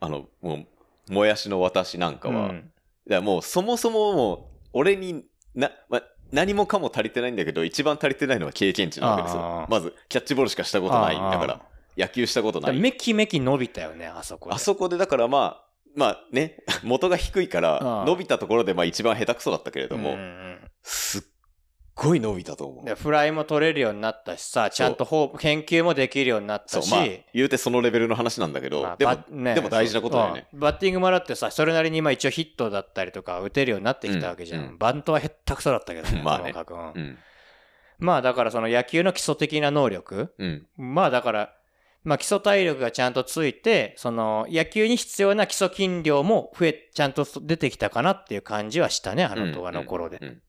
S2: あの、もう、もやしの私なんかは、
S1: う
S2: だか
S1: ん
S2: らもうそもそももう、俺にな、ま、何もかも足りてないんだけど、一番足りてないのは経験値なわけで
S1: あ
S2: すよ
S1: あ。
S2: まず、キャッチボールしかしたことないんだか
S1: あ
S2: ら、野球したこと
S1: だか
S2: な
S1: ら
S2: い。
S1: めきめき伸びたよね、あそこで。
S2: あそこでだからまあ、まあね、元が低いか
S1: あ
S2: ら
S1: あ、
S2: 伸びたところでまあ一番下手くそだったけれど
S1: う
S2: も
S1: ん、うん
S2: すっごい伸びたと思
S1: うんで
S2: う。
S1: フライも取れるようになったしさ、ちゃんとほう研究もできるようになっ
S2: そ
S1: た
S2: う、
S1: し、
S2: まあ、言うてそのレベルの話なんだけど、でも
S1: バ、ね
S2: でも大事なことだよね。
S1: うんバッティングもらってさ、それなりに今一応ヒットだったりとか打てるようになってきたわけじゃん。
S2: うんうん
S1: バントはへったくそだったけど
S2: <laughs> まあね
S1: ともかくうん
S2: うん、
S1: まあだからその野球の基礎的な能力、
S2: うん、
S1: まあだから、まあ、基礎体力がちゃんとついて、その野球に必要な基礎筋量も増え、ちゃんと出てきたかなっていう感じはしたね、あの動画の頃で。
S2: うんうん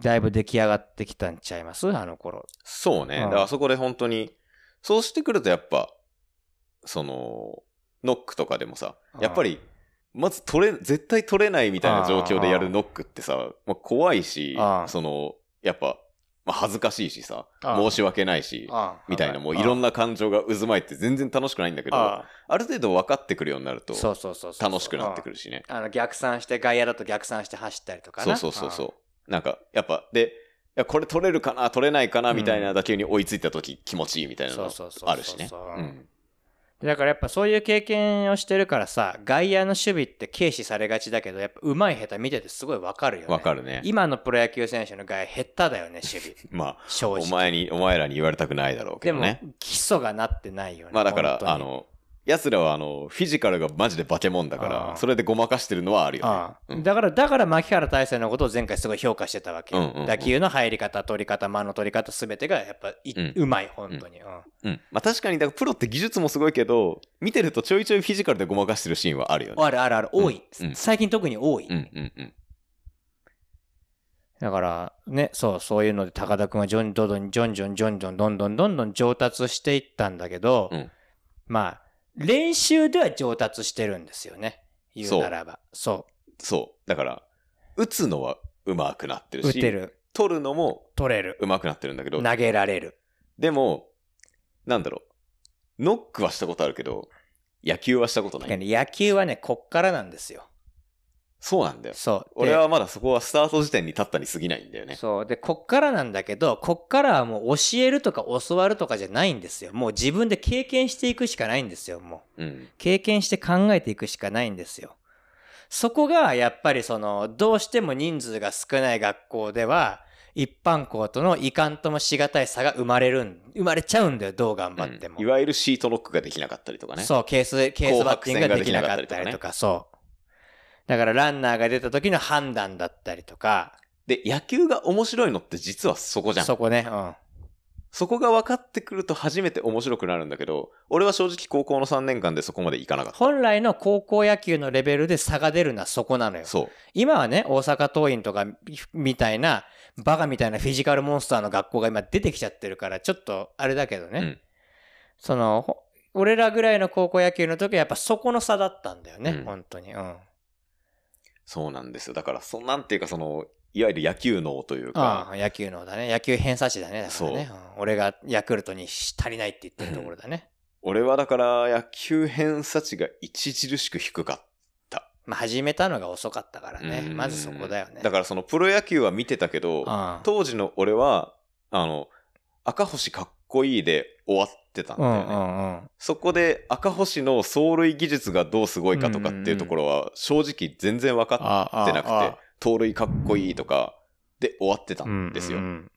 S1: だいぶ出来上がってきたんちゃいますあの頃。
S2: そうね。
S1: うん
S2: だからあそこで本当に、そうしてくるとやっぱ、その、ノックとかでもさ、やっぱり、まず取れ、絶対取れないみたいな状況でやるノックってさ、まあ、怖いし
S1: あ、あ
S2: その、やっぱ、まあ、恥ずかしいしさ、
S1: ああ
S2: 申し訳ないし、みたいな、もういろん
S1: な
S2: な感情が渦巻いて全然楽しくないんだけど、ある程度分かってくるようになると、
S1: そうそうそうそう。
S2: 楽しくなってくるしね。
S1: あの逆算して外野だと逆算して走ったりとか
S2: そ
S1: な
S2: うそうそうそう。なんか、やっぱ、で、いやこれ取れるかな、取れないかな、みたいな打球に追いついた時気持ちいいみたいな
S1: そ
S2: の
S1: うそうそうそう
S2: あるしね。
S1: そう
S2: うん
S1: うんだからやっぱそういう経験をしてるからさ外野の守備って軽視されがちだけどやっぱ上手い下手見ててすごいわかるよね
S2: わかるね。
S1: 今のプロ野球選手の外野下手だよね守
S2: <laughs>
S1: 備
S2: まあ、
S1: 正
S2: お
S1: 直
S2: 前に、お前らに言われたくないだろうけ
S1: で
S2: ど
S1: も、
S2: ね。
S1: 基礎がなってないよね
S2: まあだから
S1: 本、当に
S2: あの、奴らはあの、フィジカルがマジで化け物だか
S1: あ
S2: ら、
S1: あ
S2: それでごまかしてるのはあるよ
S1: ああ
S2: うん
S1: だから、だから牧原大成のことを前回すごい評価してたわけよ。
S2: うんうんうん
S1: 打球の入り方、取り方、間の取り方、すべてがやっぱい、
S2: うん
S1: うまい、本当に。うん
S2: ね。うん。まあ確かに、だからプロって技術もすごいけど、見てるとちょいちょいフィジカルでごまかしてるシーンはあるよね。
S1: あるあるある、多い、
S2: うんうん
S1: 最近特に多い。
S2: うんうんうん。
S1: だから、ね、そう、そういうので、高田君はジョン、どんどん、ジョンジョン、ジョンジョン、どんどんどんどん上達していったんだけど、
S2: うん
S1: まあ、練習では上達してるんですよね。言うならば。そ
S2: そう。だから、打つのは上手くなって
S1: う。
S2: る
S1: 打
S2: し、
S1: てる、
S2: 取るのも
S1: 取れる、
S2: 上手くなってるんだけど、
S1: 投げられる。
S2: でも、なんだろう、ノックはしたことあるけど、野球はしたことな
S1: だから
S2: い。
S1: ね野球はね、こっからなんですよ。
S2: そうなんだよ。
S1: そう。で
S2: 俺はまだそこはスタート時点に立ったに過ぎないんだよね。
S1: そう。で、こっからなんだけど、こっからはもう教えるとか教わるとかじゃないんですよ。もう自分で経験していくしかないんですよ、もう。
S2: うん。
S1: 経験して考えていくしかないんですよ。そこが、やっぱりその、どうしても人数が少ない学校では、一般校とのいかんともしがたい差が生まれるん、生まれちゃうんだよ、どう頑張っても。
S2: うんいわゆるシートノックができなかったりとかね。
S1: そう、ケース、ケースバッティングができなかったりとか、そう。だからランナーが出た時の判断だったりとか、
S2: で、野球が面白いのって実はそこじゃん。そ
S1: そこね、うん。
S2: こが分かってくると初めて面白くなるんだけど、俺は正直高校の3年間でそこまでいかなかった。
S1: 本来の高校野球のレベルで差が出るのはそこなのよ。
S2: そう。
S1: 今はね、大阪桐蔭とかみみたいな、バカみたいなフィジカルモンスターの学校が今出てきちゃってるから、ちょっとあれだけどね。
S2: うん
S1: その、ほ俺らぐらいの高校野球の時はやっぱそこの差だったんだよね、
S2: うん
S1: 本当に。うん。
S2: そうなんですよ。だから、そなんていうか、その、いわゆる野球脳という
S1: あ
S2: か、
S1: あ、野球のだね。野球偏差値だね。だからね。うん俺がヤクルトに足りないって言ってるところだね。
S2: 俺はだから野球偏差値が著しく低かった。
S1: まあ始めたのが遅かったからね。
S2: うん
S1: まずそこだよね。
S2: だからそのプロ野球は見てたけど、
S1: ら
S2: 当時の俺は、あの、赤星かっこいいで終わってたん
S1: う
S2: だよね。
S1: んうんうん。
S2: そこで赤星の走塁技術がどうすごいかとかっていうところは正直全然分か
S1: あ
S2: ってなくて、盗塁かっこいいとかで終わってたんですよ。
S1: うんうん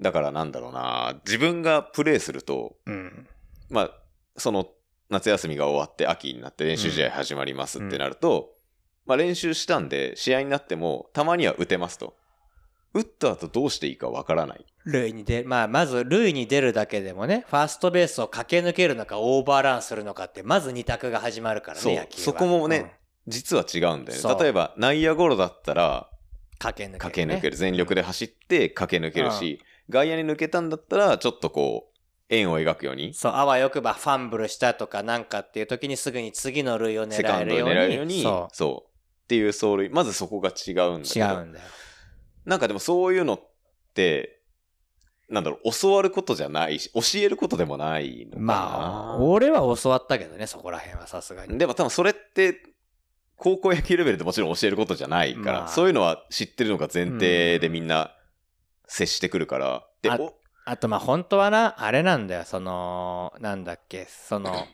S2: だからなんだろうな、自分がプレーすると、
S1: うん。
S2: まあ、その夏休みが終わって秋になって練習試合始まりますってなると、まあ練習したんで試合になってもたまには打てますと。打った後どうしていいかわからない。
S1: 塁に出る、まあ、まず塁に出るだけでもね、ファーストベースを駆け抜けるのか、オーバーランするのかって、まず二択が始まるから
S2: そう
S1: ね、野球は
S2: そこもね実は違うんだよ
S1: そ
S2: ね。
S1: う
S2: 例えば内野ゴロだったら
S1: 駆け抜ける、ね。
S2: 駆け抜ける。全力で走って駆け抜けるし、外野に抜けたんだったらちょっとこう、円を描くように、
S1: そう、あわよくばファンブルしたとかなんかっていう時にすぐに次の塁を
S2: セカ
S1: 狙え
S2: ンド
S1: る
S2: を
S1: よう
S2: 狙
S1: に。
S2: えるように、
S1: そ
S2: そう。っていう走塁。まずそこが違うんだ
S1: う。
S2: け
S1: 違
S2: ど。
S1: うんだよ。
S2: なんかでもそういうのって、なんだろう、教わることじゃないし、教えることでもないのかな。
S1: まあ、俺は教わったけどね、そこら辺はさすがに。
S2: でも多分それって、高校野球レベルでもちろん教えることじゃないから、
S1: まあ
S2: そういうのは知ってるのが前提でみんな接してくるから。で、
S1: あ
S2: お
S1: あと、まあ、本当はな、あれなんだよ、その、なんだっけ、その、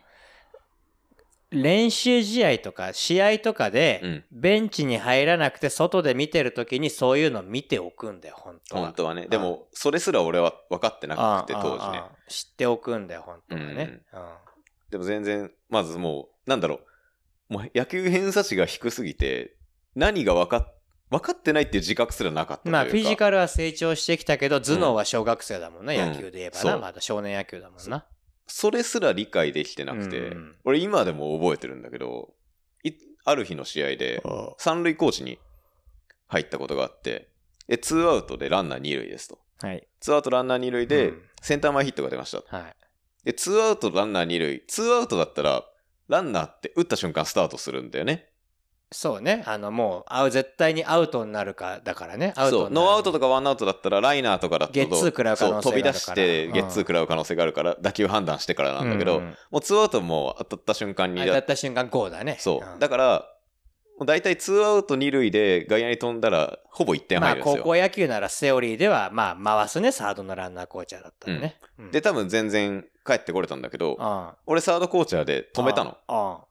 S1: 練習試合とか試合とかで、
S2: うん。
S1: ベンチに入らなくて外で見てる時にそういうの見ておくんだよ本当は
S2: 本当はね。でも、それすら俺は分かってなくて、
S1: ああ
S2: 当時
S1: あ
S2: ね
S1: あ。ああ知っておくんだよ本当はね、うん
S2: でも全然、まずもう、なんだろう、もう野球偏差値が低すぎて、何が分かっ、分かってないっていう自覚すらなかったというか。
S1: まあフィジカルは成長してきたけど頭脳は小学生だもんな、
S2: うん
S1: 野球で言えばな、
S2: そう
S1: まだ少年野球だもんな
S2: それすら理解できてなくて、
S1: うんうん
S2: 俺今でも覚えてるんだけど、いある日の試合で、三塁コーチに入ったことがあって、え、ツーアウトでランナー二塁ですと。
S1: はい。
S2: ツーアウトランナー二塁で、
S1: うん
S2: センター前ヒットが出ました。
S1: はい。
S2: で、ツーアウトランナー二塁、ツーアウトだったら、ランナーって打った瞬間スタートするんだよね。
S1: そうね。あの、もう、あ絶対にアウトになるか、だからね。アウ
S2: そ
S1: ト
S2: う、
S1: になる
S2: ノーアウトとかワンアウトだったら、ライナーとかだった
S1: ゲッツー食らう可能性があるから
S2: そう飛び出して、
S1: うん
S2: ゲッツー食らう可能性があるから、打球判断してからなんだけど、
S1: うう
S2: もうツーアウトも当たった瞬間に
S1: 当たった瞬間、ゴーだね。
S2: そう。
S1: ん
S2: だから、もう大体ツーアウト二塁で外野に飛んだら、ほぼ1点
S1: ま
S2: 入
S1: あ、
S2: るんです
S1: 高
S2: よ。
S1: 校野球ならセオリーでは、まあ、回すね、サードのランナーコーチャーだったらね。うん
S2: で、多分全然帰ってこれたんだけど、
S1: あ
S2: 俺サードコーチャーで
S1: あ
S2: 止めたの。。
S1: あ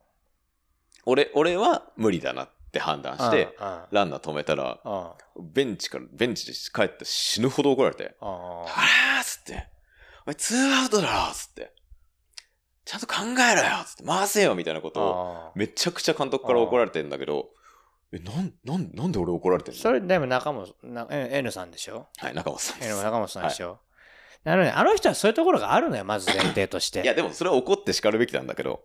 S2: 俺、俺は無理だなって判断
S1: あ
S2: して、、
S1: ああ
S2: ランナー止めたら、
S1: あ
S2: ベンチから、ベンチで帰って死ぬほど怒られて、
S1: あああ
S2: あらーっつって、お前ツーアウトだろっつって、ちゃんと考えろよっつって、回せよみたいなことを、
S1: ああ
S2: めちゃくちゃ監督から怒られてんだけど、え、なん、なん、なんで俺怒られてんの
S1: それ、でも中本、な N さんでしょ
S2: はい、中本さんで
S1: N
S2: す
S1: も。中本さんでしょなので、あの人はそういうところがあるのよ、まず前提とし <laughs>
S2: いや、
S1: て。
S2: でもそれは怒って叱るべきなんだけど。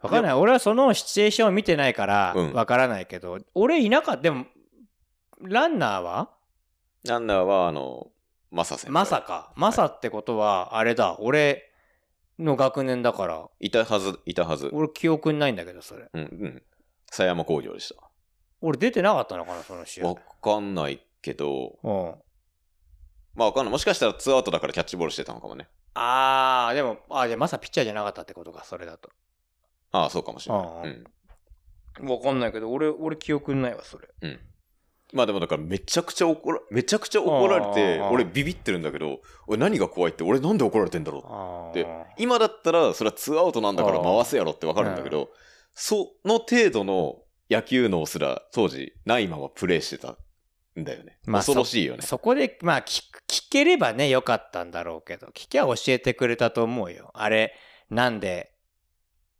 S1: わかんない。俺はそのシチュエーションを見てないから、
S2: うん
S1: わからないけど、俺いなかった、でも、ランナーは
S2: ランナーは、あの、マサ先生。
S1: まさか。まさってことは、あれだ、俺の学年だから、
S2: いたはず、いたはず。うん、
S1: 俺記憶にないんだけど、それ。
S2: うん。狭山工業でし
S1: 俺出てなかったのかな、その試
S2: た。
S1: 合
S2: わ。かんないけど、
S1: うん。
S2: まあわかんない。もしかしたらツーアウトだからキャッチボールしてたのかもね。
S1: あー、でも、あー、じゃあまさピッチャーじゃなかったってことか、それだと。
S2: ああ、そうかもしれ
S1: ああ
S2: ない。うん。
S1: わかんないけど、俺、俺記憶にないわ、それ。
S2: うん。まあでもだからめちゃくちゃ怒ら、めちゃくちゃ怒られて、
S1: ああ
S2: 俺ビビってるんだけど、俺何が怖いって、俺なんで怒られてんだろう
S1: あ
S2: で今だったらそれはツーアウトなんだから回せやろってわかるんだけど、その程度の野球脳すら当時ないままプレーしてたんだよね。
S1: まあ
S2: 恐ろしいよね。
S1: そこで、まあ聞く、聞ければね、よかったんだろうけど、聞きゃ教えてくれたと思うよ。あれ、なんで、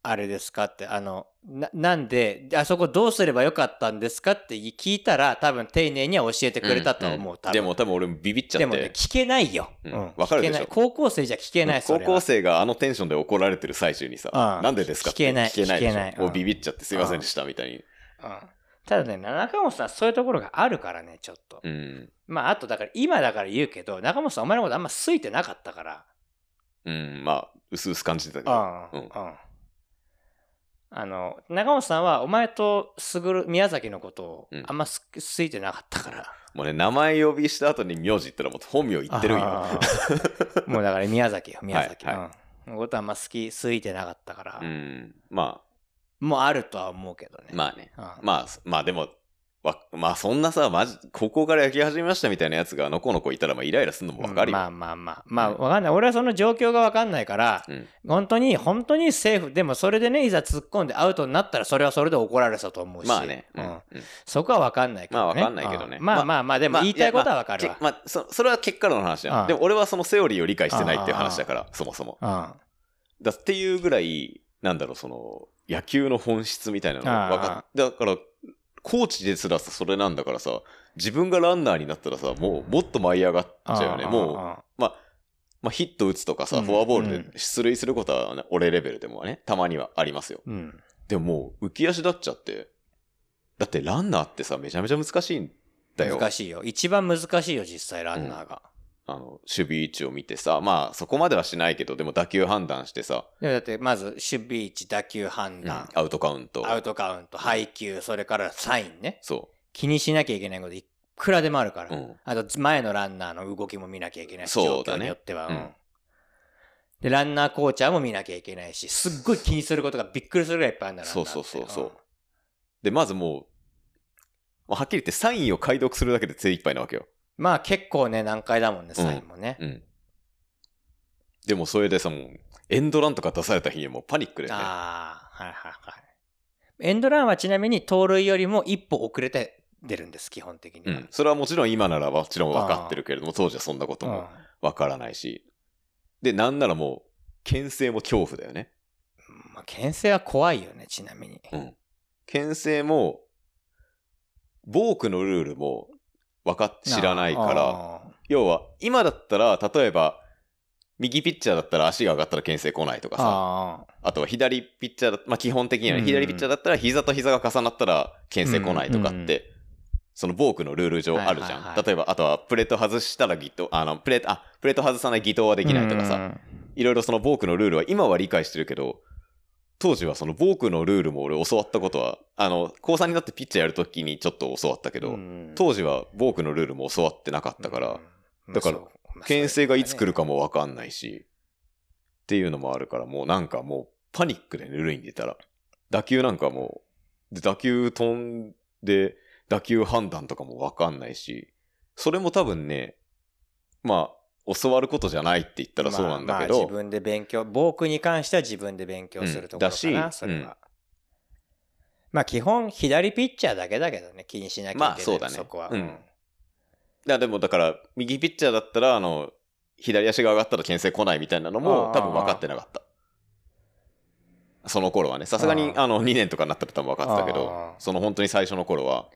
S1: あれですかって、あの、ななんで、あそこどうすればよかったんですかって聞いたら、多分丁寧には教えてくれたと思う。
S2: んん
S1: 多分
S2: でも多分俺もビビっちゃって。
S1: でもね、聞けないよ。
S2: うんわかるでしょ
S1: 聞けない高校生じゃ聞けない、そ
S2: 高
S1: れは
S2: 校生があのテンションで怒られてる最中にさ、
S1: うん
S2: なんでですかって
S1: 聞けない
S2: 聞けないでしょ
S1: 聞けないうん
S2: もうビビっちゃってすいませんでしたみたいに。
S1: うんただね、中本さん、そういうところがあるからね、ちょっと。
S2: うん。
S1: まあ、あと、だから、今だから言うけど、中本さん、お前のことあんま好いてなかったから。
S2: うん、まあ、うすうす感じてたけど。
S1: ああ、
S2: うん
S1: うんあの、中本さんは、お前とすぐる、宮崎のことを
S2: うん、
S1: あんま好き好いてなかったから。
S2: もうね、名前呼びした後に名字言ったらもう本名言ってるんよ。
S1: あ
S2: <laughs>
S1: あもうだから、宮崎よ、宮崎。
S2: はいは
S1: うんのことはあんま好き、好いてなかったから、
S2: うん。ま
S1: もうあるとは思うけどね。
S2: あ、まあね。
S1: あ
S2: まあ、まあでも、わまあそんなさ、まじ、高校から野球始めましたみたいなやつがのこのこいたら、まあイライラするのもわかるよ。
S1: まあまあまあまあわかんない俺はその状況がわかんないから、
S2: うん
S1: 本当に本当に政府でもそれでねいざ突っ込んでアウトになったらそれはそれで怒られたと思うし
S2: まあね。う。
S1: うんん
S2: うん
S1: そこはわかんないけどね
S2: まあわかんないけどね
S1: うんまあまあまあでも
S2: まあ
S1: 言いたいことはわかる
S2: け
S1: わ、
S2: まあ、そそれは結果論の話だ
S1: う
S2: よ。
S1: ん
S2: でも俺はそのセオリーを理解してないっていう話だから、そもそも。だっていうぐらい、なんだろう、その、野球の本質みたいなのが分かっだから、コーチですらさ、それなんだからさ、自分がランナーになったらさ、もう、もっと舞い上がっち
S1: うん
S2: ゃうよね。もう、まあ、まあ、ヒット打つとかさ、
S1: うん
S2: フォアボー
S1: う
S2: ル
S1: ん
S2: で出塁することはね、俺レベルでもね、たまにはありますよ。
S1: うんうん
S2: でももう、浮き足立っちゃって、だってランナーってさ、めちゃめちゃ難しいんだよ。
S1: 難しいよ一番難しいよ実際ランナーが、
S2: あの、守備位置を見てさ、まあ、そこまではしないけど、でも打球判断してさ、
S1: でもだってまず守備位置打球判断、
S2: アウトカウント。
S1: アウトカウント配球それからサインね
S2: そ
S1: 気にしなきゃいけないこといくらでもあるから、
S2: う。うん。
S1: あと前のランナーの動きも見なきゃいけないし、
S2: そう
S1: 状況
S2: だね
S1: によっては、うん
S2: うん
S1: で、ランナーコーチャーも見なきゃいけないし、すっごい気にすることがびっくりするぐらいいっぱいあるんだ
S2: そうそうそうそうで、まずもう、まあはっきり言ってサインを解読するだけで精一杯なわけよ。
S1: まあ結構ね、難解だもんね、サインもね。
S2: うん。でもそれでさ、もう、エンドランとか出された日にはもうパニックでね。
S1: ああ、はいはいはい。エンドランはちなみに盗塁よりも一歩遅れて出るんです、基本的に
S2: う
S1: は。
S2: ん、それはもちろん今ならもちろん分かってるけれども、当時はそんなこと
S1: うん
S2: も分からないし。で、なんならもう、牽制も恐怖だよね。
S1: まあ、牽制は怖いよね、ちなみに。
S2: うん。牽制も、ボークのルールも分かっ知らないから、
S1: あ
S2: 要は、今だったら、例えば、右ピッチャーだったら足が上がったら牽制来ないとかさ、
S1: ああ。
S2: あとは左ピッチャーだ、まあ基本的にはね
S1: うん
S2: 左ピッチャーだったら膝と膝が重なったら牽制来ないとか
S1: うん
S2: っ
S1: うん
S2: て、そのボークのルール上あるじ
S1: はいは
S2: ゃ
S1: い
S2: ん
S1: はい。
S2: 例えば、あとはプレート外したらギト、あの、プレート、あ、プレート外さないギトはできないとかさ、いろいろそのボークのルールは今は理解してるけど、当時はそのボークのルールも俺教わったことは、あの、高3になってピッチャーやるときにちょっと教わったけ
S1: う
S2: ど、
S1: ん、
S2: 当時はボークのルールも教わってなかったから、
S1: うん、
S2: だから
S1: まあそうまあ
S2: 牽制がいつ来るか
S1: も。
S2: もわかんないし、っていうのもあるから、もうなんかもうパニックでぬるいに出たら、打球なんかもう、で打球飛んで、打球判断とかもわかんないし、それも多分ね、まあ、教わることじゃないって言ったらそうなんだけ
S1: まあまあ
S2: ど
S1: 自、分で勉強、防空に関しては自分で勉強するところか
S2: うん
S1: な、
S2: だし
S1: それは。まあ基本、左ピッチャーだけだけどね、気にしなきゃいけない。
S2: まあそうだね
S1: そこは。
S2: うんいやでもだから、右ピッチャーだったら、あの、左足が上がったら牽制来ないみたいなの
S1: あ
S2: も
S1: ー
S2: 多分分かってなかった。その頃はね、さすがに
S1: あー
S2: あの2年とかになったら多分分かってたけ
S1: あ
S2: ど
S1: ー、
S2: その本当に最初の頃は、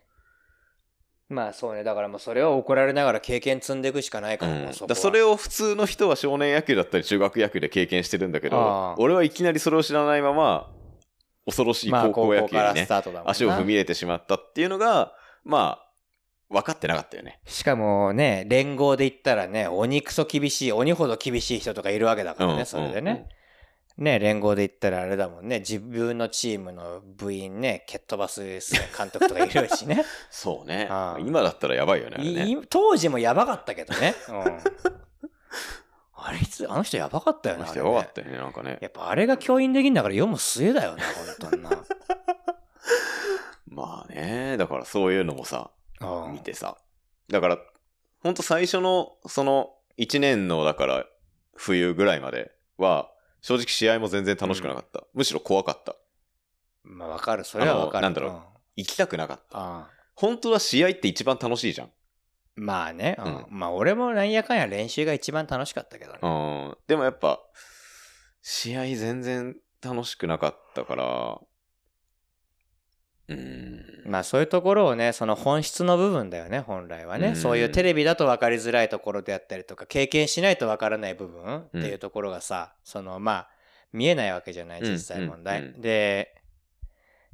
S1: まあそうね、だからもうそれは怒られながら経験積んでいくしかないか
S2: う
S1: ら、
S2: ん、
S1: もう
S2: だ
S1: そこ
S2: か
S1: は
S2: らそれを普通の人は少年野球だったり中学野球で経験してるんだけ
S1: あ
S2: ど
S1: ー
S2: 俺はいきなりそれを知らないまま恐ろしい
S1: まあ
S2: 高校野球
S1: から
S2: に
S1: ス
S2: ね、
S1: タートだもんな
S2: 足を踏み入れてしまったっていうのがまあ分かってなかったよね
S1: しかもね、連合で言ったらね、鬼クソ厳しい、鬼ほど厳しい人とかいるわけだから
S2: うんう
S1: ね、
S2: ん
S1: それでね。ね、連合で言ったらあれだもんね、自分のチームの部員ね、蹴っ飛ばす監督とかいるし
S2: <laughs>
S1: ね。
S2: そうね
S1: あー
S2: 今だったらやばいよねあれね
S1: い当時もやばかったけどね。
S2: <laughs>
S1: あれいつ、あの人やばかったよ
S2: あ
S1: ね。
S2: の
S1: あ
S2: 人
S1: れ
S2: や
S1: ね
S2: ばかったよねなんかね
S1: やっぱあれが教員できんだから世も末だよね、本
S2: <laughs>
S1: 当にな。
S2: まあねだからそういうのもさ
S1: うん
S2: 見てさだからほんと最初のその1年のだから冬ぐらいまでは正直試合も全然楽しくなかった、むしろ怖かった
S1: まあわかる、それはわかる。
S2: あのなんだろう行きたくなかった
S1: うんああ
S2: 本当は試合って一番楽しいじゃん。
S1: まあね、うん
S2: うん
S1: まあ俺もなんやかんや練習が一番楽しかったけどね。
S2: うん。でもやっぱ、試合全然楽しくなかったから、うん。
S1: まあそういうところをねその本質の部分だよね本来はね、
S2: うん
S1: そういうテレビだと分かりづらいところであったりとか経験しないと分からない部分っていうところがさ、そのまあ見えないわけじゃない
S2: うん
S1: 実際問題、
S2: うんうんで
S1: で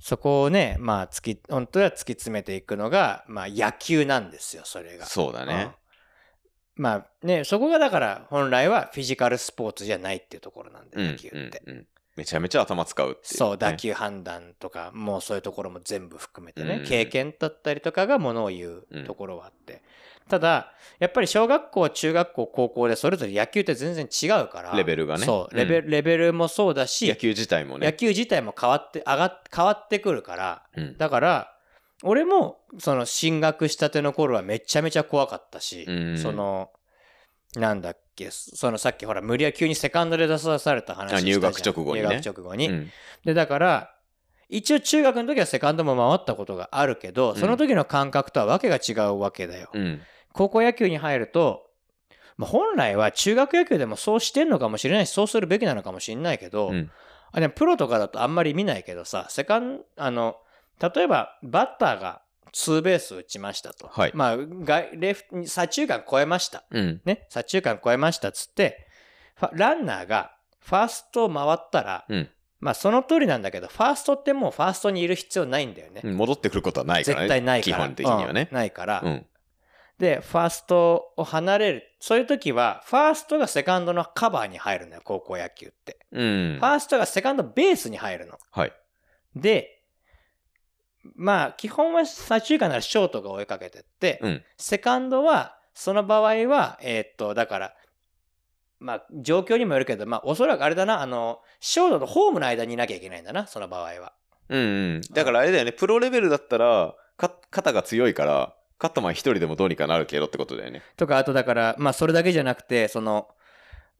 S1: そこをねまあ突き本当は突き詰めていくのがまあ野球なんですよそれが
S2: そうだね。
S1: うんまあねそこがだから本来はフィジカルスポーツじゃないっていうところなんだ
S2: うん。
S1: よ
S2: うん
S1: 野球って、
S2: うんめちゃめちゃ頭使うっていう、
S1: そう、打
S2: だ
S1: 球判断とか、もうそういうところも全部含めてね、
S2: うん
S1: 経験だったりとかがものを言うところはあって。ただ、やっぱり小学校、中学校、高校でそれぞれ野球って全然違うから。
S2: レベルがね
S1: そう、
S2: うん
S1: レベル、レベルもそうだし、
S2: 野球自体も
S1: 野
S2: ね。
S1: 球自体も変わって、上がっ、変わってくるから。
S2: うん。
S1: だから、俺も、その、進学したての頃はめちゃめちゃ怖かったし、
S2: うん
S1: その、なんだっけ、そのさっきほら、無理や急にセカンドで出さされた話したじゃん
S2: あ入学直後にね
S1: 入学直後に。
S2: うん
S1: でだから一応中学の時はセカンドも回ったことがあるけど
S2: ん
S1: その時の感覚とはわけが違うわけだよ。
S2: うん。
S1: 高校野球に入ると、まあ、本来は中学野球でもそうしてんのかもしれないしそうするべきなのかもしれないけど、
S2: うん
S1: あでもプロとかだとあんまり見ないけどさセカンあの例えばバッターがツーベース打ちましたと、
S2: はい
S1: まあ外レフ左中間超えました
S2: うん。
S1: ね、左中間超えましたっつって、ファランナーがファーストを回ったら、
S2: うん
S1: まあその通りなんだけど、ファーストってもうファーストにいる必要ないんだよね。
S2: うん戻ってくることはないからね。
S1: 絶対ないから。
S2: 基本的にはね
S1: うん。ないから、
S2: うん。
S1: で、ファーストを離れる。そういう時は、ファーストがセカンドのカバーに入るのよ、高校野球って。
S2: うん
S1: フ。ァーストがセカンドベースに入るの。
S2: はい。
S1: で、まあ基本は左中間ならショートが追いかけてって、
S2: うん。
S1: セカンドは、その場合は、えーっと、だから、まあ、状況にもよるけど、まあ、おそらくあれだな、あの、ショートとホームの間にいなきゃいけないんだな、その場合は。
S2: うんうん。だからあれだよね、プロレベルだったら、か肩が強いから、カットマン一人でもどうにかなるけどってことだよね。
S1: とか、あとだから、まあ、それだけじゃなくて、その、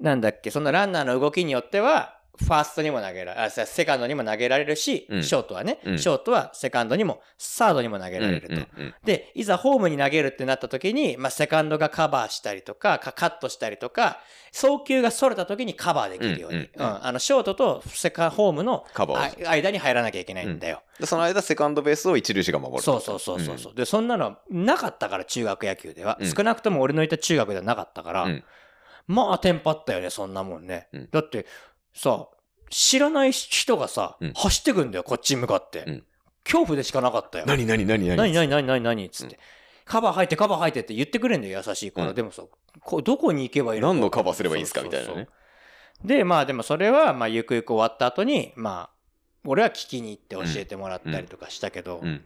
S1: なんだっけ、そのランナーの動きによっては、ファーストにも投げられ、あ、せセカンドにも投げられるし、
S2: うん
S1: ショートはね、
S2: うん
S1: ショートはセカンドにも、サードにも投げられると。
S2: うんうんうん
S1: で、いざホームに投げるってなった時に、まあ、セカンドがカバーしたりとか、かカットしたりとか、送球がそれた時にカバーできるように。う
S2: うんんうんうん
S1: あの、ショートとセカホームの
S2: カバーを
S1: あ間に入らなきゃいけないんだよ。
S2: でその間、セカンドベースを一塁手が守る。
S1: そうそうそうそうそう。で、そんなのなかったから、中学野球では。
S2: うん
S1: 少なくとも俺のいた中学ではなかったから、
S2: うん
S1: まあテンパったよね、そんなもんね。
S2: うん
S1: だって、さ、知らない人がさ、
S2: うん
S1: 走ってくんだよ、こっちに向かって。
S2: うん
S1: 恐怖でしかなかったよ。
S2: 何何何何
S1: 何何何何何っつって、
S2: う
S1: カバー入ってカバー入ってって言ってくれんだよ優しいから、
S2: うん
S1: でもさこどこに行けばいいの
S2: 何のカバーすればいいんすかみたいなね
S1: でまあでもそれは、まあ、ゆくゆく終わった後にまあ俺は聞きに行って教えてもらったりとかしたけど、
S2: うん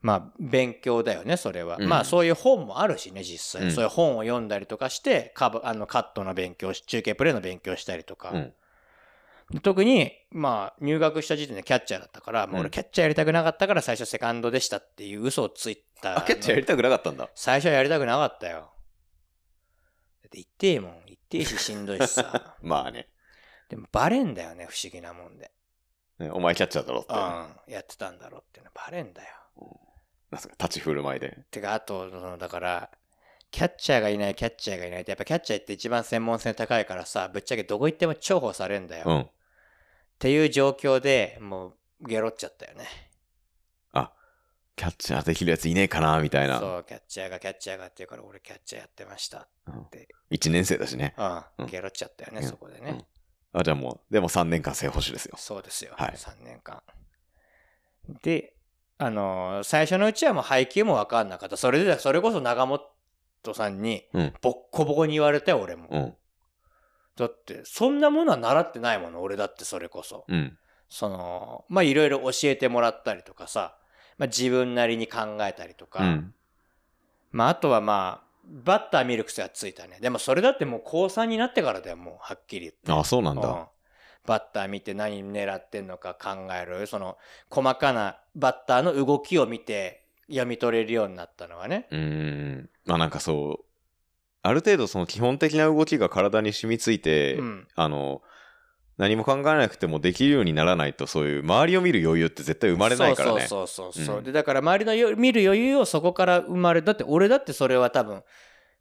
S1: まあ勉強だよねそれは、
S2: うん
S1: まあそういう本もあるしね実際、
S2: うん
S1: そういう本を読んだりとかしてカバあのカットの勉強し中継プレーの勉強したりとか、
S2: うん
S1: 特に、まあ、入学した時点でキャッチャーだったから、もう
S2: う
S1: 俺
S2: ん
S1: キャッチャーやりたくなかったから最初セカンドでしたっていう嘘をついた。
S2: あ、キャッチャーやりたくなかったんだ。。
S1: 最初はやりたくなかったよ。だって痛えもん。痛えししんどいしさ
S2: <laughs> まあね。
S1: でもバレんだよね、不思議なもんで。
S2: ねお前キャッチャーだろって
S1: うん。。やってたんだろうっていうのバレんだよ。
S2: なんすか立ち振る舞いで。
S1: てか、あと、そのだから、キャッチャーがいない、キャッチャーがいないって、やっぱキャッチャーって一番専門性高いからさ、ぶっちゃけどこ行っても重宝されんだよ。
S2: う
S1: っ
S2: ん。
S1: ていう状況でもう、ゲロっちゃったよね。
S2: キャッチャーできるやついねえかなみたいな。
S1: そう、キャッチャーがキャッチャーがって言うから、俺キャッチャーやってました。
S2: 1年生だしね。
S1: う。
S2: うんん
S1: ゲロっちゃったよね、
S2: うん
S1: そこでね。
S2: うんあ、じゃあもう、でも3年間正捕手ですよ。
S1: そうですよ。
S2: はい
S1: 3年間。で、あのー最初のうちはもう配球もわかんなかった。それで、それこそ長本さんに
S2: うん、
S1: ボッコボコに言われて、俺も。
S2: うん。
S1: だって、そんなものは習ってないもの、俺だってそれこそ。
S2: うん。
S1: その、まあ、いろいろ教えてもらったりとかさ、まあ、自分なりに考えたりとか、
S2: うん。
S1: まあ、あとはまあ、バッター見る癖はついたね。でもそれだってもう高3になってからだよ、もう、はっきり言って。
S2: あ、そうなん
S1: うん
S2: だ。
S1: バッター見て何狙ってんのか考えるその細かなバッターの動きを見て読み取れるようになったのはね
S2: うーん。まあなんかそう、ある程度その基本的な動きが体に染みついて、
S1: うん
S2: あの、何も考えなくてもできるようにならないと、そういう周りを見る余裕って絶対生まれないからね。
S1: そうそうそうそう、
S2: うん
S1: でだから周りのよ見る余裕をそこから生まれだって俺だってそれは多分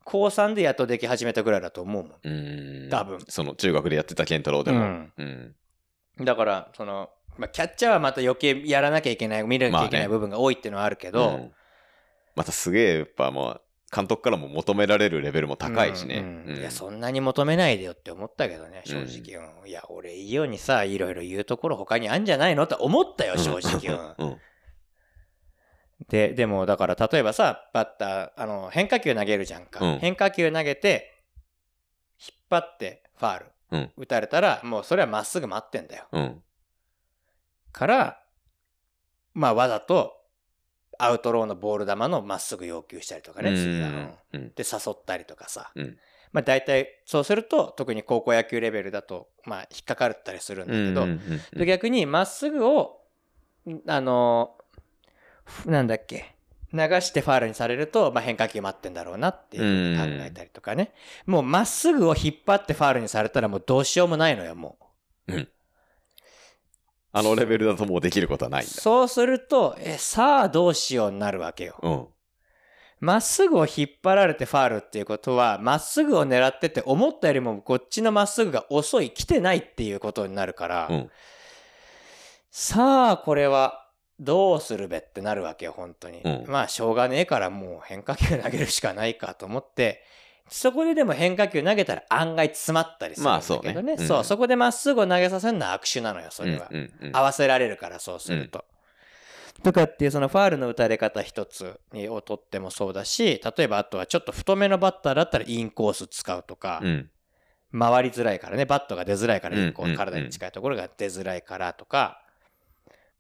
S1: 高3でやっとでき始めたぐらいだと思うも
S2: うーん。
S1: 多分
S2: その中学でやってた健太郎で
S1: ん、
S2: も。うん。
S1: うんだからその、まあ、キャッチャーはまた余計やらなきゃいけない見なきゃいけ
S2: ま
S1: ない
S2: あね
S1: 部分が多いっていうのはあるけ
S2: う
S1: ど、
S2: んまたすげえ、やっぱまあ、監督からも求められるレベルも高いしね。
S1: うんうん
S2: うん
S1: いや、そんなに求めないでよって思ったけどね、正直。うんいや、俺いいようにさ、いろいろ言うところ他にあんじゃないのって思ったよ、正直。うん
S2: うん。
S1: で、でもだから例えばさ、バッター、あの、変化球投げるじゃんか。
S2: うん
S1: 変化球投げて、引っ張ってファール。
S2: うん
S1: 打たれたら、もうそれはまっすぐ待ってんだよ。
S2: うん。
S1: から、まあわざと、アウトローのボール球のまっすぐ要求したりとかね、次は。うん
S2: うん。
S1: で誘ったりとかさ、
S2: うん
S1: まあ大体そうすると特に高校野球レベルだとまあ引っかかったりするんだけど、
S2: うんうんうん
S1: で逆にまっすぐをんあのーふなんだっけ流してファールにされると、まあ、変化球待ってんだろうなっていうふうに考えたりとかね、もうまっすぐを引っ張ってファールにされたらもうどうしようもないのよもう。
S2: あのレベルだともうできることはないんだ。
S1: そうすると、え、さあどうしようになるわけよ。
S2: うん。
S1: まっすぐを引っ張られてファールっていうことは、まっすぐを狙ってて思ったよりもこっちのまっすぐが遅い、来てないっていうことになるから、
S2: うん
S1: さあこれはどうするべってなるわけよ、本当に。
S2: うん
S1: まあしょうがねえからもう変化球投げるしかないかと思って、そこででも変化球投げたら案外詰まったりするんだけどね。
S2: まあそうねうん
S1: そう、そこでまっすぐを投げさせるのは悪手なのよ、それは。
S2: うんうんうん
S1: 合わせられるからそうすると。とかっていうそのファールの打たれ方一つにをとってもそうだし例えばあとはちょっと太めのバッターだったらインコース使うとか、
S2: うん
S1: 回りづらいからねバットが出づらいからインコース、
S2: うんうんうん
S1: 体に近いところが出づらいからとか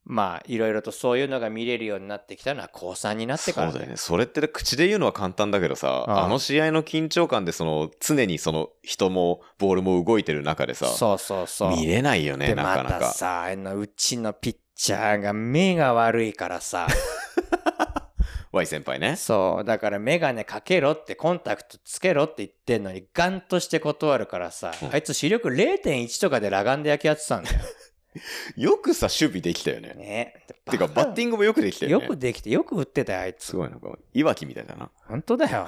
S1: まあいろいろとそういうのが見れるようになってきたのは高3になってから
S2: そうだ
S1: だ
S2: よ
S1: よ
S2: ね。それって口で言うのは簡単だけどさ、
S1: ああ
S2: あの試合の緊張感でその常にその人もボールも動いてる中でさ、
S1: そうそうそう
S2: 見れないよね、
S1: で
S2: な
S1: ま
S2: かな
S1: た
S2: か。
S1: さあのうちのピッチャーが目が悪いからさ
S2: Y 先輩ね。
S1: そう、だからメガネかけろって、コンタクトつけろって言ってんのに、ガンとして断るからさ、
S2: うん
S1: あいつ視力0.1とかで裸眼で野球やってたんだよ。
S2: よくさ、守備できたよね。
S1: ね。
S2: <laughs> てか、バッティ
S1: ン
S2: ングもよくできたよ
S1: よ
S2: ね。
S1: くできて、よく打ってたよ、あいつ
S2: す。ごいなんか、いわきみたいだな。
S1: 本当だよ。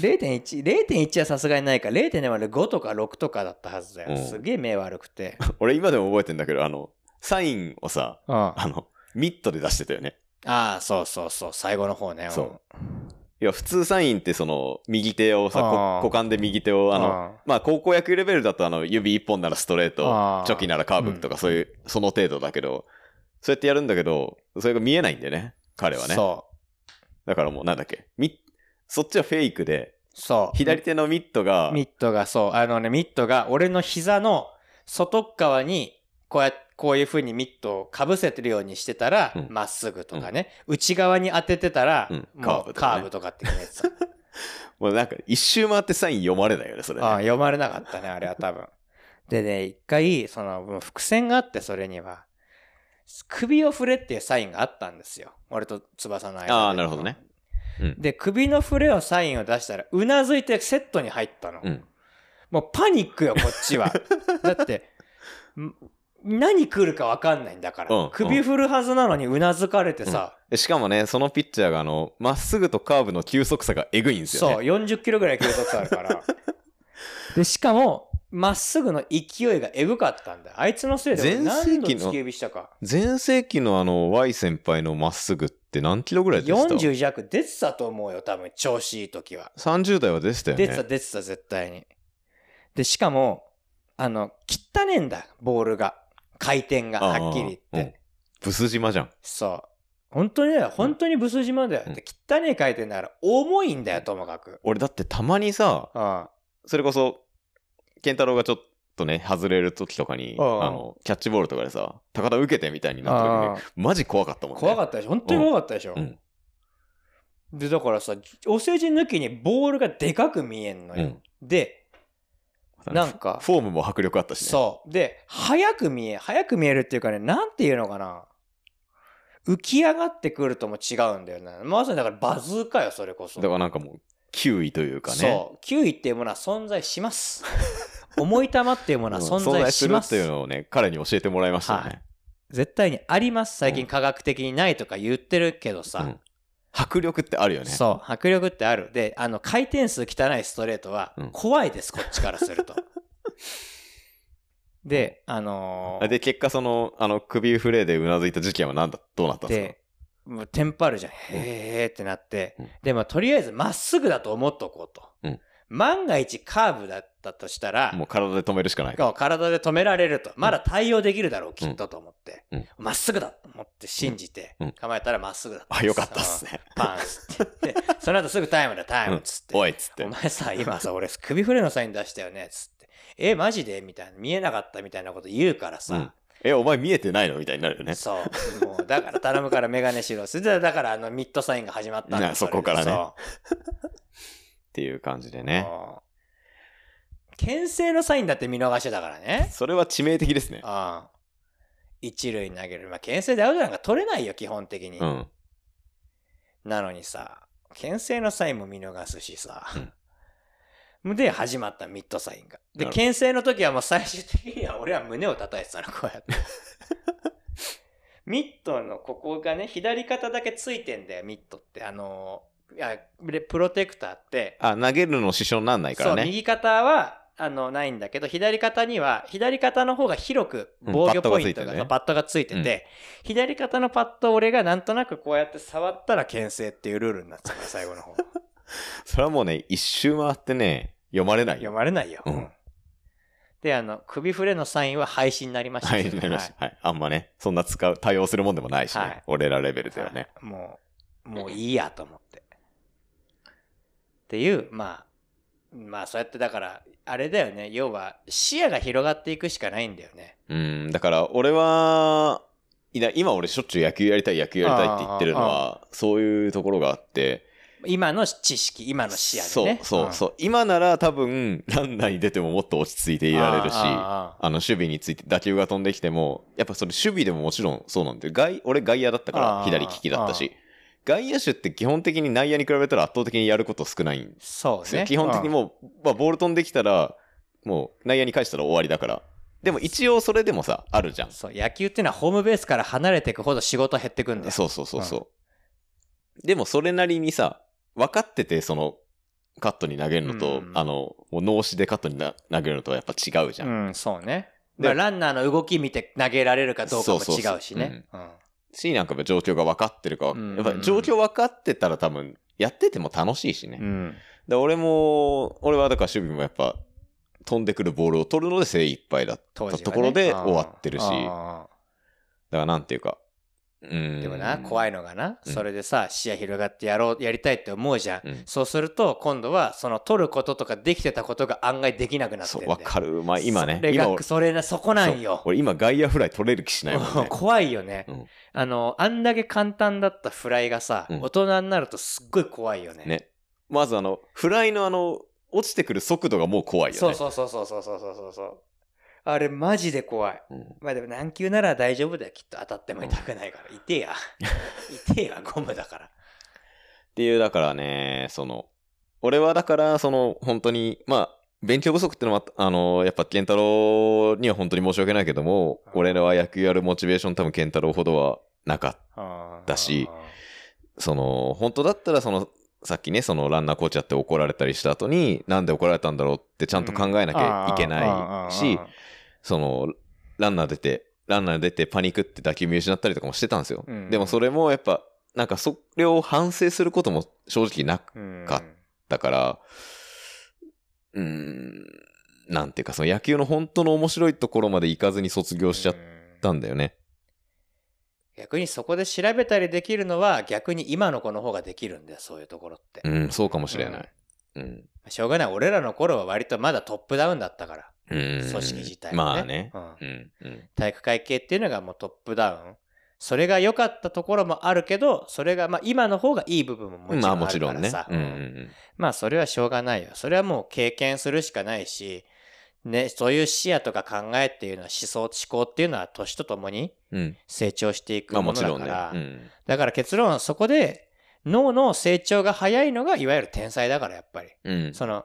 S1: 0.1、0.1はさすがにないから、0.05とか6とかだったはずだよ。
S2: うん
S1: すげえ目悪く
S2: <laughs>
S1: て。
S2: 俺今でも覚えてんだけど、あの、サインをさ、
S1: うん、あ
S2: あの、ミットで出してたよね。
S1: あ、そうそうそう、最後の方ね。うん
S2: そいや、普通サインってその、右手をさ、こ股間で右手を、あの、まあ、高校野球レベルだと、あの、指一本ならストレート、チョキならカーブとか、そういう、うん、その程度だけど、そうやってやるんだけど、それが見えないんだよね、彼はね。。
S1: そう
S2: だからもう、なんだっけ、み、そっちはフェイクで、。
S1: そう
S2: 左手のミットが、
S1: ミットが、そう、あのね、ミットが、俺の膝の外側に、こうやって、こういう風にミットをかぶせてるようにしてたら、ま、うん、っすぐとかね、うん、内側に当ててたら、うん、カーブとか、ね、カーブとかって決めてた。
S2: もうなんか一周回ってサイン読まれないよね、それ、ね、
S1: <laughs> ああ、読まれなかったね、あれは多分。でね、一回、その、伏線があって、それには、首を振れっていうサインがあったんですよ。俺と翼の間で。
S2: ああ、なるほどね。
S1: で、首の振れをサインを出したら、うなずいてセットに入ったの。もうパニックよ、こっち
S2: <laughs>
S1: は。だって、何来るか分かんないんだから、うん、首振るはずなのにうなずかれてさ、
S2: うん、しかもねそのピッチャーがあのまっすぐとカーブの球速差がえぐいんですよ、ね、
S1: そう40キロぐらい球速差あるから
S2: <laughs>
S1: でしかもまっすぐの勢いがえぐかったんだあいつのせいで何度突き指したか
S2: 全盛期のあの Y 先輩のまっすぐって何キロぐらいでした
S1: 40弱出てたと思うよ多分調子いい時は
S2: 30代は出てたよね
S1: 出てた出てた絶対にでしかもあの汚ねえんだボールが回転がはっきり言って。
S2: ブス島じゃん。
S1: そう。本当にだよ。本当にブス島だよ。うん、汚ねえ回転なら重いんだよ、ともかく。
S2: 俺だってたまにさ、ああそれこそ、健太郎がちょっとね、外れる時とかに、あの、キャッチボールとかでさ、高田受けてみたいになった時に、マジ怖かったもんね。
S1: 怖かったでしょ。本当に怖かったでしょ。うん、で、だからさ、お世辞抜きにボールがでかく見えんのよ。うん、で、なんか。
S2: フォームも迫力あったしね。
S1: そう。で、早く見え、早く見えるっていうかね、なんていうのかな。浮き上がってくるとも違うんだよね。まさにだからバズーかよ、それこそ。
S2: だからなんかもう、9位というかね。
S1: そう。9位っていうものは存在します。 <laughs> 思い玉っていうものは存在します。
S2: うん、存在するっていうのをね、彼に教えてもらいましたね。はい、
S1: 絶対にあります。最近科学的にないとか言ってるけどさ。うん
S2: 迫力ってあるよね。
S1: そう、迫力ってある。で、あの、回転数汚いストレートは、怖いです、うん、こっちからする <laughs> と。で、あのー、
S2: で、結果、その、あの、首フレーでうなずいた事件は何だ、どうなったんですか
S1: で、もうテンパるじゃん。へーってなって、うん、で、もとりあえず、まっすぐだと思っとこうと。うん、万が一カーブだったとしたら、
S2: もう体で止めるしかない
S1: か。体で止められると。まだ対応できるだろう、きっとと思って。ま、っすぐだと思って信じて、構えたらまっすぐだった。
S2: あ、よかったっすね。
S1: <laughs> パンスって言って、その後すぐタイムだ、タイムっつって。
S2: おいっつって。
S1: お前さ、今さ、俺首振れのサイン出したよね、っつって。え、マジでみたいな。見えなかったみたいなこと言うからさ。
S2: え、お前見えてないのみたいになるよね。
S1: そう。もう、だから頼むからメガネしろ。それで、だからあの、ミッドサインが始まったんだ
S2: そこからね。っていう感じでね。
S1: 牽制のサインだって見逃してたからね。
S2: それは致命的ですね。
S1: ああ一塁投げる。まあ、牽制でアウトなんか取れないよ、基本的に。うん、なのにさ、牽制のサインも見逃すしさ。うん <laughs> 、で、始まったミッドサインが。で、牽制の時はもう最終的には俺は胸を叩いてたの、こうやって。 <laughs> ミットのここがね、左肩だけついてんだよ、ミットって。あのー、いやプロテクターって。
S2: あ、投げるの支障になんないからね。
S1: 右肩はあの、ないんだけど、左肩には、左肩の方が広く防御ポイントが、うん、パッドがついてて、ねうん、左肩のパッドを俺がなんとなくこうやって触ったら牽制っていうルールになってた <laughs> から、最後の方。
S2: それはもうね、一周回ってね、読まれない
S1: 読まれないよ。うん、で、あの、首振れのサインは廃止になりました
S2: ね。はい、なりました。はい。あんまね、そんな使う、対応するもんでもないしね。はい、俺らレベルではね、
S1: はい。もう、もういいやと思って。っていう、まあ、まあそうやってだからあれだよね要は視野が広がっていくしかないんだよね
S2: うんだから俺は今俺しょっちゅう野球やりたい野球やりたいって言ってるのはそういうところがあって
S1: 今の知識今の視野で
S2: ねそうそうそう、うん、今なら多分ランナーに出てももっと落ち着いていられるしあの守備について打球が飛んできてもやっぱそれ守備でももちろんそうなんで外俺外野だったから左利きだったし外野手って基本的に内野に比べたら圧倒的にやること少ないんですよ。ね、基本的にもう、うん、まあ、ボール飛んできたら、もう内野に返したら終わりだから。でも一応それでもさ、あるじゃん。
S1: そう、野球っていうのはホームベースから離れていくほど仕事減ってくんだよ。
S2: そうそうそうそう。うん、でもそれなりにさ、分かってて、その、カットに投げるのと、うんうん、あの、もう脳死でカットに投げるのとはやっぱ違うじゃ
S1: ん。うん、そうね。まあ、ランナーの動き見て投げられるかどうかも違うしね。うん
S2: し、なんか状況が分かってるか、やっぱ状況分かってたら多分やってても楽しいしね。
S1: うん。
S2: で、俺も、俺はだから守備もやっぱ、飛んでくるボールを取るので精一杯だっ
S1: 当
S2: た
S1: 時はね
S2: ところで
S1: あー
S2: 終わってるし、だか
S1: あ
S2: らなんていうか、うー
S1: ー
S2: ん。
S1: でもな、怖いのがな、
S2: うん
S1: それでさ、視野広がってやろう、やりたいって思うじゃん。
S2: うん
S1: そうすると、今度は、その取ることとかできてたことが案外できなくなって
S2: そ
S1: んだ
S2: う、
S1: よ
S2: わかる。まあ今ね
S1: そ、れ
S2: 今
S1: が
S2: 俺、
S1: それな、そこなん
S2: そう
S1: よ。
S2: 俺今外野フライ取れる気しないもん
S1: <laughs>
S2: ね。
S1: 怖いよね、
S2: うん
S1: あのあんだけ簡単だったフライがさ、
S2: うん
S1: 大人になるとすっごい怖いよね
S2: ね。まずあの、フライのあの、落ちてくる速度がもう怖いよね。
S1: そうそうそうそうそうそうそうそうあれマジで怖い
S2: うん
S1: まあでも何球なら大丈夫だよきっと当たっても痛くないから、痛えや痛えやゴムだから
S2: っていう、だからね、その、俺はだから、その、本当に、まあ、勉強不足ってのもあった、あの、やっぱ、ケンタロウには本当に申し訳ないけども、
S1: うん
S2: 俺らは野球やるモチベーション多分ケンタロウほどはなかった。だしその、本当だったら、その、さっきね、そのランナーコーチやって怒られたりした後に、なんで怒られたんだろうってちゃんと考えなきゃいけないし、その、ランナー出て、ランナー出てパニックって打球見失ったりとかもしてたんですよ。
S1: うん
S2: でもそれもやっぱ、なんかそれを反省することも正直なく
S1: か
S2: かだから、うーん、なんていうか、その野球の本当の面白いところまで行かずに卒業しちゃったんだよね。
S1: 逆にそこで調べたりできるのは逆に今の子の方ができるんだよそういうところって、
S2: うん、そうかもしれない。うん。
S1: しょうがない俺らの頃は割とまだトップダウンだったから
S2: うん。
S1: 組織自体
S2: ま
S1: も
S2: あ
S1: ね
S2: ね。
S1: うん
S2: うん。うん。
S1: 体育会系っていうのがもうトップダウンそれが良かったところもあるけどそれがまあ今の方がいい部分ももちろ
S2: まあ
S1: ん
S2: も
S1: あ
S2: ち
S1: る
S2: ろ
S1: か
S2: ん
S1: ら
S2: ね
S1: さ。
S2: うんう
S1: うん
S2: ん
S1: まあそれはしょうがないよそれはもう経験するしかないしねそういう視野とか考えっていうのは思想思考っていうのは年とともに
S2: うん。うん。
S1: 成長していく
S2: まあ
S1: も
S2: も
S1: の
S2: ち
S1: だ
S2: ろん
S1: か
S2: ね。
S1: ら、
S2: うん。
S1: だから結論はそこで脳の成長が早いのがいわゆる天才だからやっぱり
S2: うん。
S1: その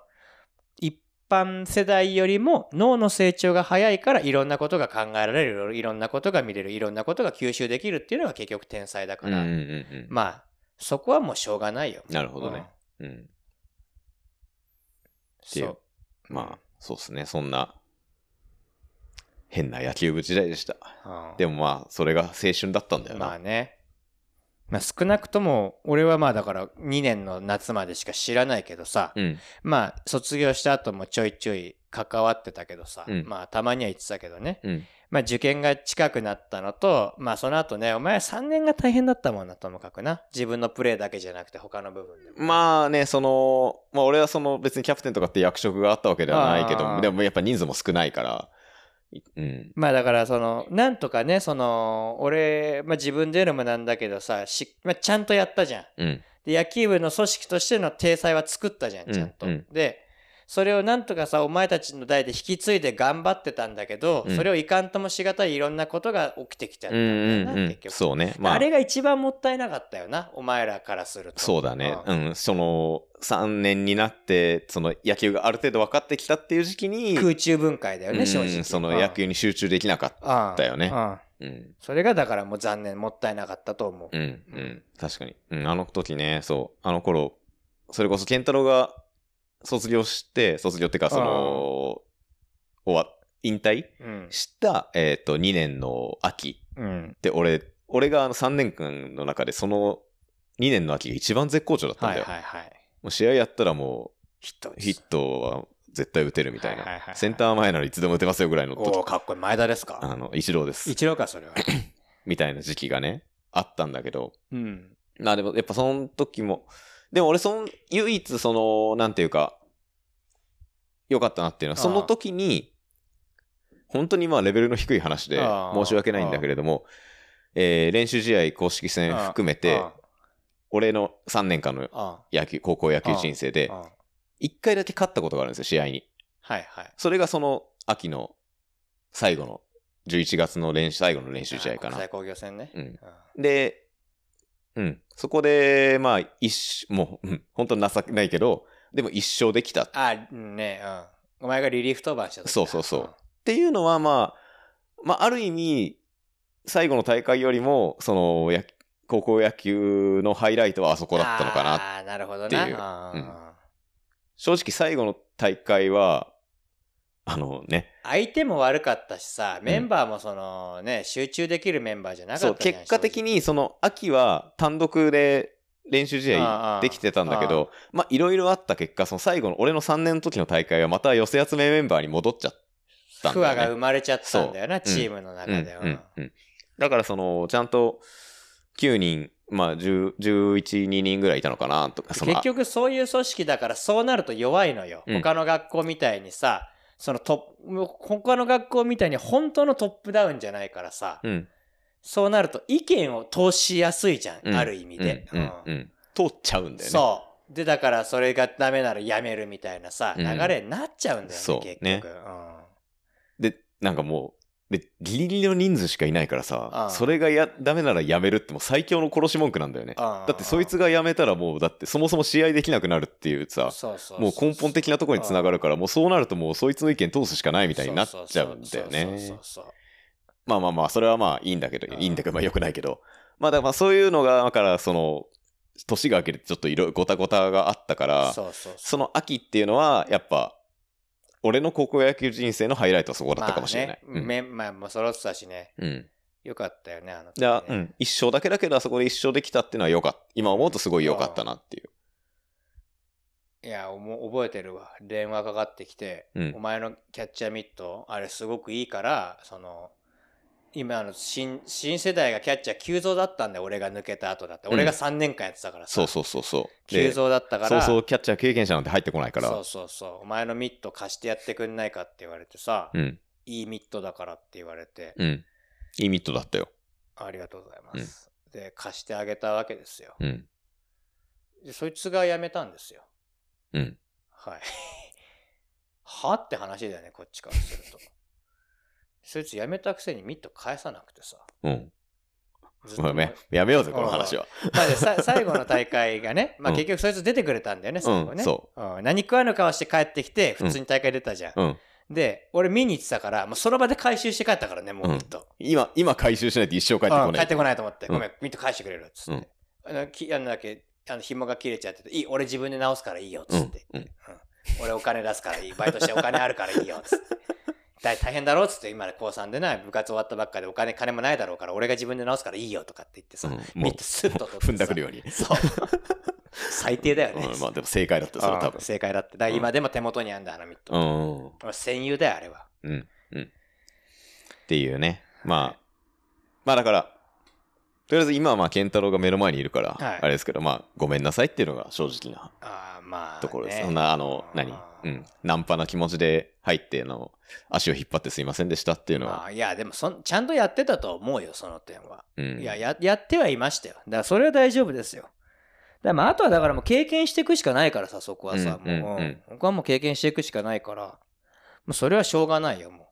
S1: 一般世代よりも脳の成長が早いからいろんなことが考えられるいろんなことが見れるいろんなことが吸収できるっていうのが結局天才だ
S2: う
S1: か
S2: んうん
S1: ら、
S2: うんうん。
S1: まあそこはもうしょうがないよ。
S2: なるほどね
S1: うん。
S2: うん。てい
S1: そうう
S2: まあ、そうですね。そんな、変な野球部時代でした。
S1: うん
S2: でもまあ、それが青春だったんだよ
S1: まあ
S2: な。
S1: ね、まあ、少なくとも俺はまあだから2年の夏までしか知らないけどさ、
S2: うん。
S1: まあ卒業した後もちょいちょい関わってたけどさ、
S2: うん
S1: まあたまには言ってたけどね、
S2: うん。
S1: まあ、受験が近くなったのと、まあ、その後ね、お前3年が大変だったもんな、ともかくな。自分のプレーだけじゃなくて、他の部分でも。
S2: まあね、その、まあ俺はその別にキャプテンとかって役職があったわけではないけ
S1: あ
S2: ど、
S1: ー
S2: でもやっぱ人数も少ないから、いうん。
S1: まあ、だから、その、なんとかね、その、俺、まあ、自分で言うのもなんだけどさ、しまあ、ちゃんとやったじゃん。
S2: うん。
S1: で、野球部の組織としての体裁は作ったじゃん、ちゃんと。
S2: うんうん
S1: で、それをなんとかさ、お前たちの代で引き継いで頑張ってたんだけど、
S2: うん
S1: それをいかんともしがたいいろんなことが起きてきちゃっ
S2: う
S1: たんだよ
S2: ん
S1: な、
S2: うんうん
S1: 結。局。
S2: そうね。ま
S1: あ
S2: あ、
S1: れが一番もったいなかったよな、お前らからすると。
S2: そうだね。
S1: ん
S2: うん。その、3年になって、その野球がある程度分かってきたっていう時期に、
S1: 空中分解だよ
S2: う
S1: ね、
S2: ん
S1: 正直。
S2: その野球に集中できなかっ
S1: だ
S2: たよね
S1: うん。
S2: た。うん。
S1: それがだからもう残念、もったいなかったと思う。
S2: うん。うん。確かに。うん。あの時ね、そう。あの頃、それこそ健太郎が卒業して、卒業っていうか、その、終わ、引退
S1: うん。
S2: した、えっ、と、2年の秋
S1: うん。
S2: で、俺、俺があの3年間の中で、その2年の秋が一番絶好調だったん
S1: はい
S2: だよ。
S1: はいはい。
S2: もう試合やったらも
S1: ヒット
S2: う、ヒットは絶対打てるみたいな。
S1: はいはいはいはい
S2: センター前ならいつでも打てますよぐらいの、
S1: おおー、かっこいい。前田ですか
S2: あの、一郎です。
S1: 一郎か、そ
S2: <laughs>
S1: れは。
S2: みたいな時期がね、あったんだけど。
S1: うん。
S2: まあでも、やっぱその時も、でも俺、その、唯一、その、なんていうか、良かったなっていうのは、
S1: ああ
S2: その時に、本当にまあレベルの低い話で
S1: ああ
S2: 申し訳ないんだけれども、えー練習試合公式戦含めて、
S1: あ
S2: 俺の3年間の
S1: あ、
S2: 野球、高校野球人生で
S1: あ、あ
S2: 1回だけ勝ったことがあるんですよ、試合に。
S1: はいはい。
S2: それがその秋の最後の、11月の練習、最後の練習試合か
S1: ああ国
S2: な
S1: 際。工業戦ね。
S2: うん。
S1: うん
S2: で、うん、そこで、まあ、一勝、もう、うん、本当に情けないけど、でも一勝できたっ
S1: ああ、うんねうん。お前がリリーフ登板した時だ
S2: そうそうそうていうのは、まあ、まあ、ある意味、最後の大会よりも、その、や高校野球のハイライトはあそこだったのかな。
S1: ああ、なるほど
S2: って
S1: な。
S2: いう
S1: ああ
S2: 正直、最後の大会は、あのね、
S1: 相手も悪かったしさ、
S2: ん
S1: メンバーもそのね、集中できるメンバーじゃなかった
S2: そう、
S1: じゃん
S2: 結果的
S1: 正直
S2: に、その、秋は単独で練習試合できてたんだけど、まあいろいろあった結果、その最後の俺の3年の時の大会はまた寄せ集めメンバーに戻っちゃったんだ
S1: 不
S2: よ
S1: 和
S2: ね。
S1: が生まれちゃったんだよな、チームの中では。
S2: うんうんうんだからその、ちゃんと9人、まあ10 11、2人ぐらいいたのかなとか、その
S1: 結局そういう組織だからそうなると弱いのよ。
S2: うん
S1: 他の学校みたいにさ、そのトップもう他の学校みたいに本当のトップダウンじゃないからさ、
S2: うん、
S1: そうなると意見を通しやすいじゃん、
S2: うん
S1: ある意味で。
S2: うんうんうん通っちゃうんだよね。
S1: そう。で、だからそれがダメならやめるみたいなさ、
S2: うん
S1: 流れになっちゃうんだよね、
S2: そう
S1: 結局。
S2: ね
S1: うん
S2: で、なんかもう、で、ギリギリの人数しかいないからさ、
S1: ああ
S2: それがや、ダメならやめるってもう最強の殺し文句なんだよね。
S1: だ
S2: だってそいつがやめたらもう、だってそもそも試合できなくなるっていうさ、
S1: そうそう
S2: もう根本的なところにつながるから、もうそうなるともうそいつの意見通すしかない
S1: み
S2: みたいになっちゃうんだよ
S1: そ
S2: ね。
S1: うそうそうそう
S2: まあまあまあ、それはまあいいんだけど、
S1: うん
S2: いいんだけど、まあ良くないけど。まあだからまあそういうのが、だからその、年が明けてちょっといろいろごたごたがあったから、
S1: そうそうそ
S2: その秋っていうのは、やっぱ、俺の高校野球人生のハイライトはそこ
S1: う
S2: だったかもしれない。
S1: まあね、メンバーも揃ってたしね。
S2: うん。うん
S1: よかったよね、あの時
S2: じ
S1: ね、
S2: ゃあ、うん、一生だけだけど、あそこで一生できたっていうのは良かった。今思うとすごい良かったなっていう。
S1: いや、おも覚えてるわ。電話かかってきて、
S2: うん
S1: お前のキャッチャーミット、あれすごくいいから、その、今の新新世代がキャッチャー急増だったんだよ、俺が抜けた後だって。
S2: うん
S1: 俺が3年間やってたからさ。
S2: そうそうそうそう。
S1: 急
S2: で
S1: 増だったから。
S2: そうそう、キャッチャー経験者なんて入ってこないから。
S1: そうそうそうお前のミット貸してやってくんないかって言われてさ、
S2: うん、
S1: いいミットだからって言われて、
S2: うん。いいミットだったよ。
S1: ありがとうございます。で、貸してあげたわけですよ。
S2: うん。
S1: で、そいつが辞めたんですよ。
S2: うん。
S1: はい。 <laughs> はって話だよね、こっちからすると。 <laughs> そいつ辞めたくせにミット返さなくてさ。
S2: うん。
S1: ずっと
S2: まあね、やめようぜ、この話は。
S1: まあでさ <laughs> 最後の大会がね、まあ
S2: <laughs> うん
S1: 結局そいつ出てくれたんだよね、最後
S2: う
S1: ね。
S2: ん、そ
S1: うん何食わぬ顔して帰ってきて、普通に大会出たじゃん。
S2: う。うん。
S1: で、俺見に行ってたから、もうその場で回収して帰ったからね、もうミット。
S2: 今、今回収しないと一生帰って
S1: う
S2: こ
S1: ん
S2: ない。
S1: と思って、
S2: うん
S1: ごめん、ミット返してくれるっつって。あのきあのなんだっけあの紐が切れちゃってて、いい、俺自分で直すからいいよっつって。
S2: うんうん
S1: 俺お金出すからいい、バイトしてお金あるからいいよっ
S2: <laughs>
S1: つって。大大変だろっつって、今高3でな、部活終わったばっかでお金、金もないだろうから、俺が自分で直すからいいよとかって言ってさ、
S2: うん。も
S1: ミ
S2: う
S1: ット、スッと取ってさ。
S2: 踏んだくるように。
S1: そう。最低だよね。
S2: うん、まあでも正解だった、それは多
S1: うん
S2: 分。
S1: 正解だって。だから今でも手元にあんだ、花ミット。
S2: うん。
S1: 戦友だよ、あれは。
S2: うん。うん。っていうね。まあ、まあだから、とりあえず今はまあ、健太郎が目の前にいるから、
S1: はい
S2: あれですけど、まあ、ごめんなさいっていうのが正直な
S1: ああ、まあ、ね。
S2: ところです。そんな、あの、何
S1: あ
S2: う
S1: ー
S2: ん。ナンパな気持ちで入って、あの、足を引っ張ってすいませんでしたっていうの
S1: ま
S2: は。
S1: あ、いや、でもそん、ちゃんとやってたと思うよ、その点は。
S2: うん。
S1: いやや、やってはいましたよ。だから、それは大丈夫ですよ。だまあ、あとはだからもう経験していくしかないからさ、そこはさ、
S2: うん
S1: もう、
S2: うんうん
S1: 僕はもう経験していくしかないから、もうそれはしょうがないよ、もう。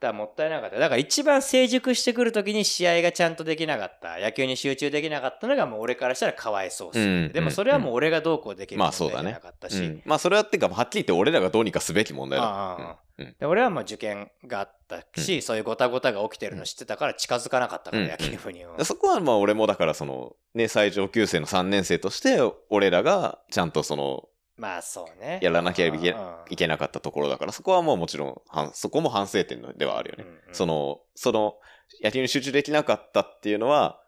S1: だからもったいなかった。だから一番成熟してくるときに試合がちゃんとできなかった、野球に集中できなかったのがもう俺からしたらかわいそうっす、
S2: うんうん
S1: でもそれはもう俺がどうこうできる
S2: ま
S1: 問
S2: あそう
S1: 題じ
S2: だ
S1: ゃ
S2: ね
S1: なかった
S2: う
S1: し、
S2: んまあ、それはっていうか、はっきり言って俺らがどうにかすべき問題だ
S1: あ。
S2: うんうん
S1: で俺はもう受験があったし、そういうごたごたが起きてるの知ってたから近づかなかったから、
S2: うん
S1: 野球部には。
S2: そこはまあ俺もだからそのね最上級生の3年生として俺らがちゃんとその
S1: まあそうね。
S2: やらなきゃいけ
S1: うんうん
S2: いけなかったところだから、そこはもうもちろん反、そこも反省点ではあるよね。
S1: うんうん
S2: その、その、野球に集中できなかったっていうのは、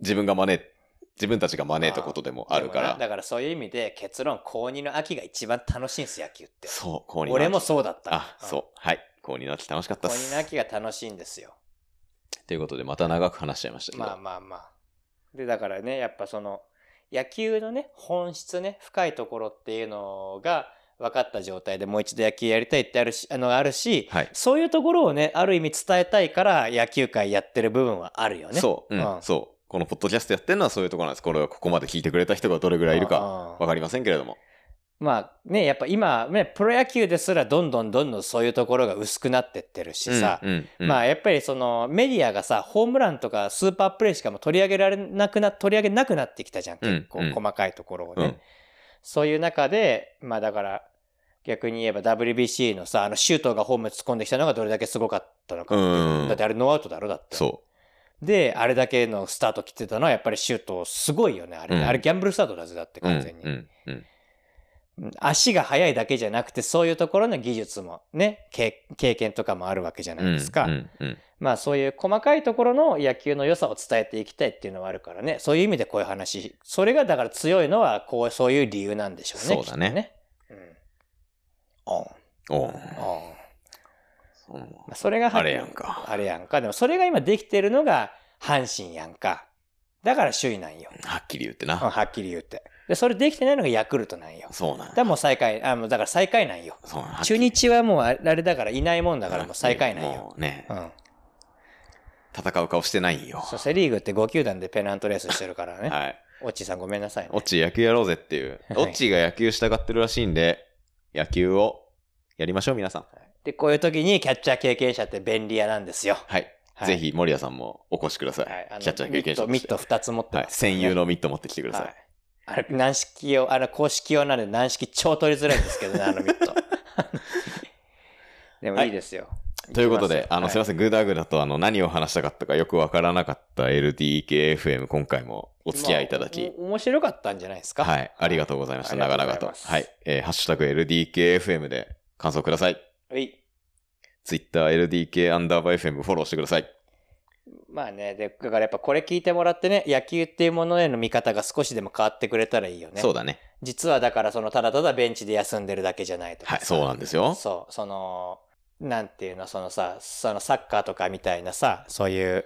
S2: 自分が招い、自分たちが招いたことでもあるか
S1: でも
S2: ら
S1: な。だからそういう意味で結論、高2の秋が一番楽しいんです、野球って。
S2: そう、高2の秋。
S1: 俺もそうだった。
S2: あ、
S1: うん
S2: そう。はい。高2の秋楽しかっ
S1: 高
S2: たっ
S1: 2の
S2: す。
S1: 秋が楽しいんですよ。
S2: ということで、また長く話しちゃいましたけど。
S1: まあまあまあ。で、だからね、やっぱその、野球のね、本質ね、深いところっていうのが分かった状態でもう一度野球やりたいってあるし、あのがあるし、
S2: はい。
S1: そういうところをね、ある意味伝えたいから野球界やってる部分はあるよね。
S2: そう、うん
S1: うん
S2: そう。このポッドキャストやってるのはそういうところなんです。これはここまで聞いてくれた人がどれぐらいいるか、
S1: か
S2: わかりませんけれども。
S1: まあね、やっぱ今、ね、プロ野球ですらどんどんどんどんそういうところが薄くなってってるしさ、
S2: うんうんうん
S1: まあやっぱりそのメディアがさ、ホームランとかスーパープレイしかもう取り上げられなくな、取り上げなくなってきたじゃん、
S2: うん
S1: 結構
S2: うん
S1: 細かいところをね。
S2: うん
S1: そういう中で、まあだから、逆に言えば WBC のさ、あの周東がホーム突っ込んできたのがどれだけすごかったのかっていう
S2: うん
S1: だってあれノーアウトだろだって。
S2: そ
S1: で、あれだけのスタート切ってたのはやっぱりシュートすごいよね、あれ。
S2: うん
S1: あれギャンブルスタートだぜ、だって
S2: う。うん
S1: 完全に。
S2: うんうん
S1: 足が速いだけじゃなくて、そういうところの技術もね、経経験とかもあるわけじゃないですか。
S2: うんうんうん
S1: まあそういう細かいところの野球の良さを伝えていきたいっていうのはあるからね、そういう意味でこういう話、それがだから強いのはこう、そういう理由なんでしょうね。
S2: そうだね
S1: きっとね。うん。おん。
S2: おう
S1: おん。
S2: うん
S1: まあ、それが、
S2: あれやんか
S1: あれやんか。でもそれが今できてるのが阪神やんか。だから首位なんよ。
S2: はっきり言って
S1: うん
S2: な。
S1: はっきり言って。で、それできてないのがヤクルトなんよ。
S2: そうなん
S1: だからもう最下位、あ、もうだから最下位なんよ。
S2: そうなん
S1: 中日はもうあれだからいないもんだからもう最下位なんよ。
S2: もうね
S1: う、ん。
S2: 戦う顔してないんよ。
S1: そう、セリーグって5球団でペナントレースしてるからね。
S2: はい。
S1: オッチーさんごめんなさいね、
S2: オッチー野球やろうぜっていう。
S1: はい
S2: オッチーが野球したがってるらしいんで、野球をやりましょう、皆さん。
S1: で、こういう時にキャッチャー経験者って便利屋なんですよ。
S2: はい。
S1: はい
S2: ぜひ、森谷さんもお越しくださ
S1: はい
S2: い。
S1: あの
S2: キャッチャー経験者と
S1: ミッ
S2: して。
S1: トミット2つ持って
S2: はい
S1: ま。す、
S2: 専用のミット持ってきてくださ
S1: はいい。あれ、軟式用、あの、公式用なんで軟式超取りづらいんですけどね、あのミッ
S2: <laughs>
S1: ト。でもいいですよ。
S2: ということで、あの、すいま
S1: せん。
S2: せん、グダグダと、あの、何を話したかったかよくわからなかった LDKFM、今回もお付き合いいただき
S1: まあ、お面白かったんじゃないですか。
S2: はい、ありがとうございました、
S1: ありがと
S2: 長
S1: うご
S2: 々
S1: ざい
S2: と。
S1: ます
S2: はい、えーハッシュタグ LDKFM で感想ください。
S1: はい。
S2: Twitter、LDK アンダーバー FM フォローしてください。
S1: まあね、で、だからやっぱこれ聞いてもらってね、野球っていうものへの見方が少しでも変わってくれたらいいよね。
S2: そうだね。
S1: 実はだからそのただただベンチで休んでるだけじゃないとか
S2: はい、
S1: さ
S2: そうなんですよ。
S1: そう、その、なんていうの、そのさ、そのサッカーとかみたいなさ、そういう、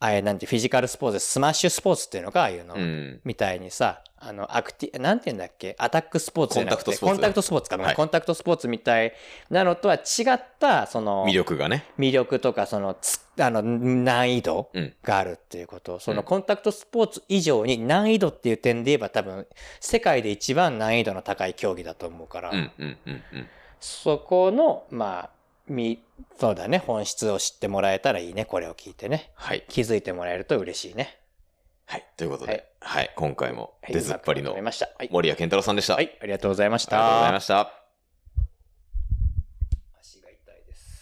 S1: あれなんてフィジカルスポーツで、スマッシュスポーツっていうのか、ああいうの。
S2: うん。
S1: みたいにさ、あの、アクティ、なんていうんだっけ、アタックスポーツじゃなくて
S2: コンタクトスポ
S1: コ
S2: ーツ
S1: ンタクトスポーツか、ごめん
S2: はい
S1: コンタクトスポーツみたいなのとは違った、その、
S2: 魅力がね。
S1: 魅力とか、その、つあの、難易度
S2: うん
S1: があるっていうこと。そうの
S2: ん
S1: コンタクトスポーツ以上に難易度っていう点で言えば多分、世界で一番難易度の高い競技だと思うから、
S2: うん、うん、うん、うん。
S1: そこの、まあ、み、そうだね、本質を知ってもらえたらいいね、これを聞いてね。
S2: はい。
S1: 気づいてもらえると嬉しいね。
S2: はい。ということ
S1: はい
S2: で、はい、今回も
S1: はい
S2: 出ずっぱりの
S1: うまくまとめました。はい。
S2: 森谷健太郎さんでした。
S1: はい、ありがとうございまし
S2: ありがとうござ
S1: た
S2: いま。した。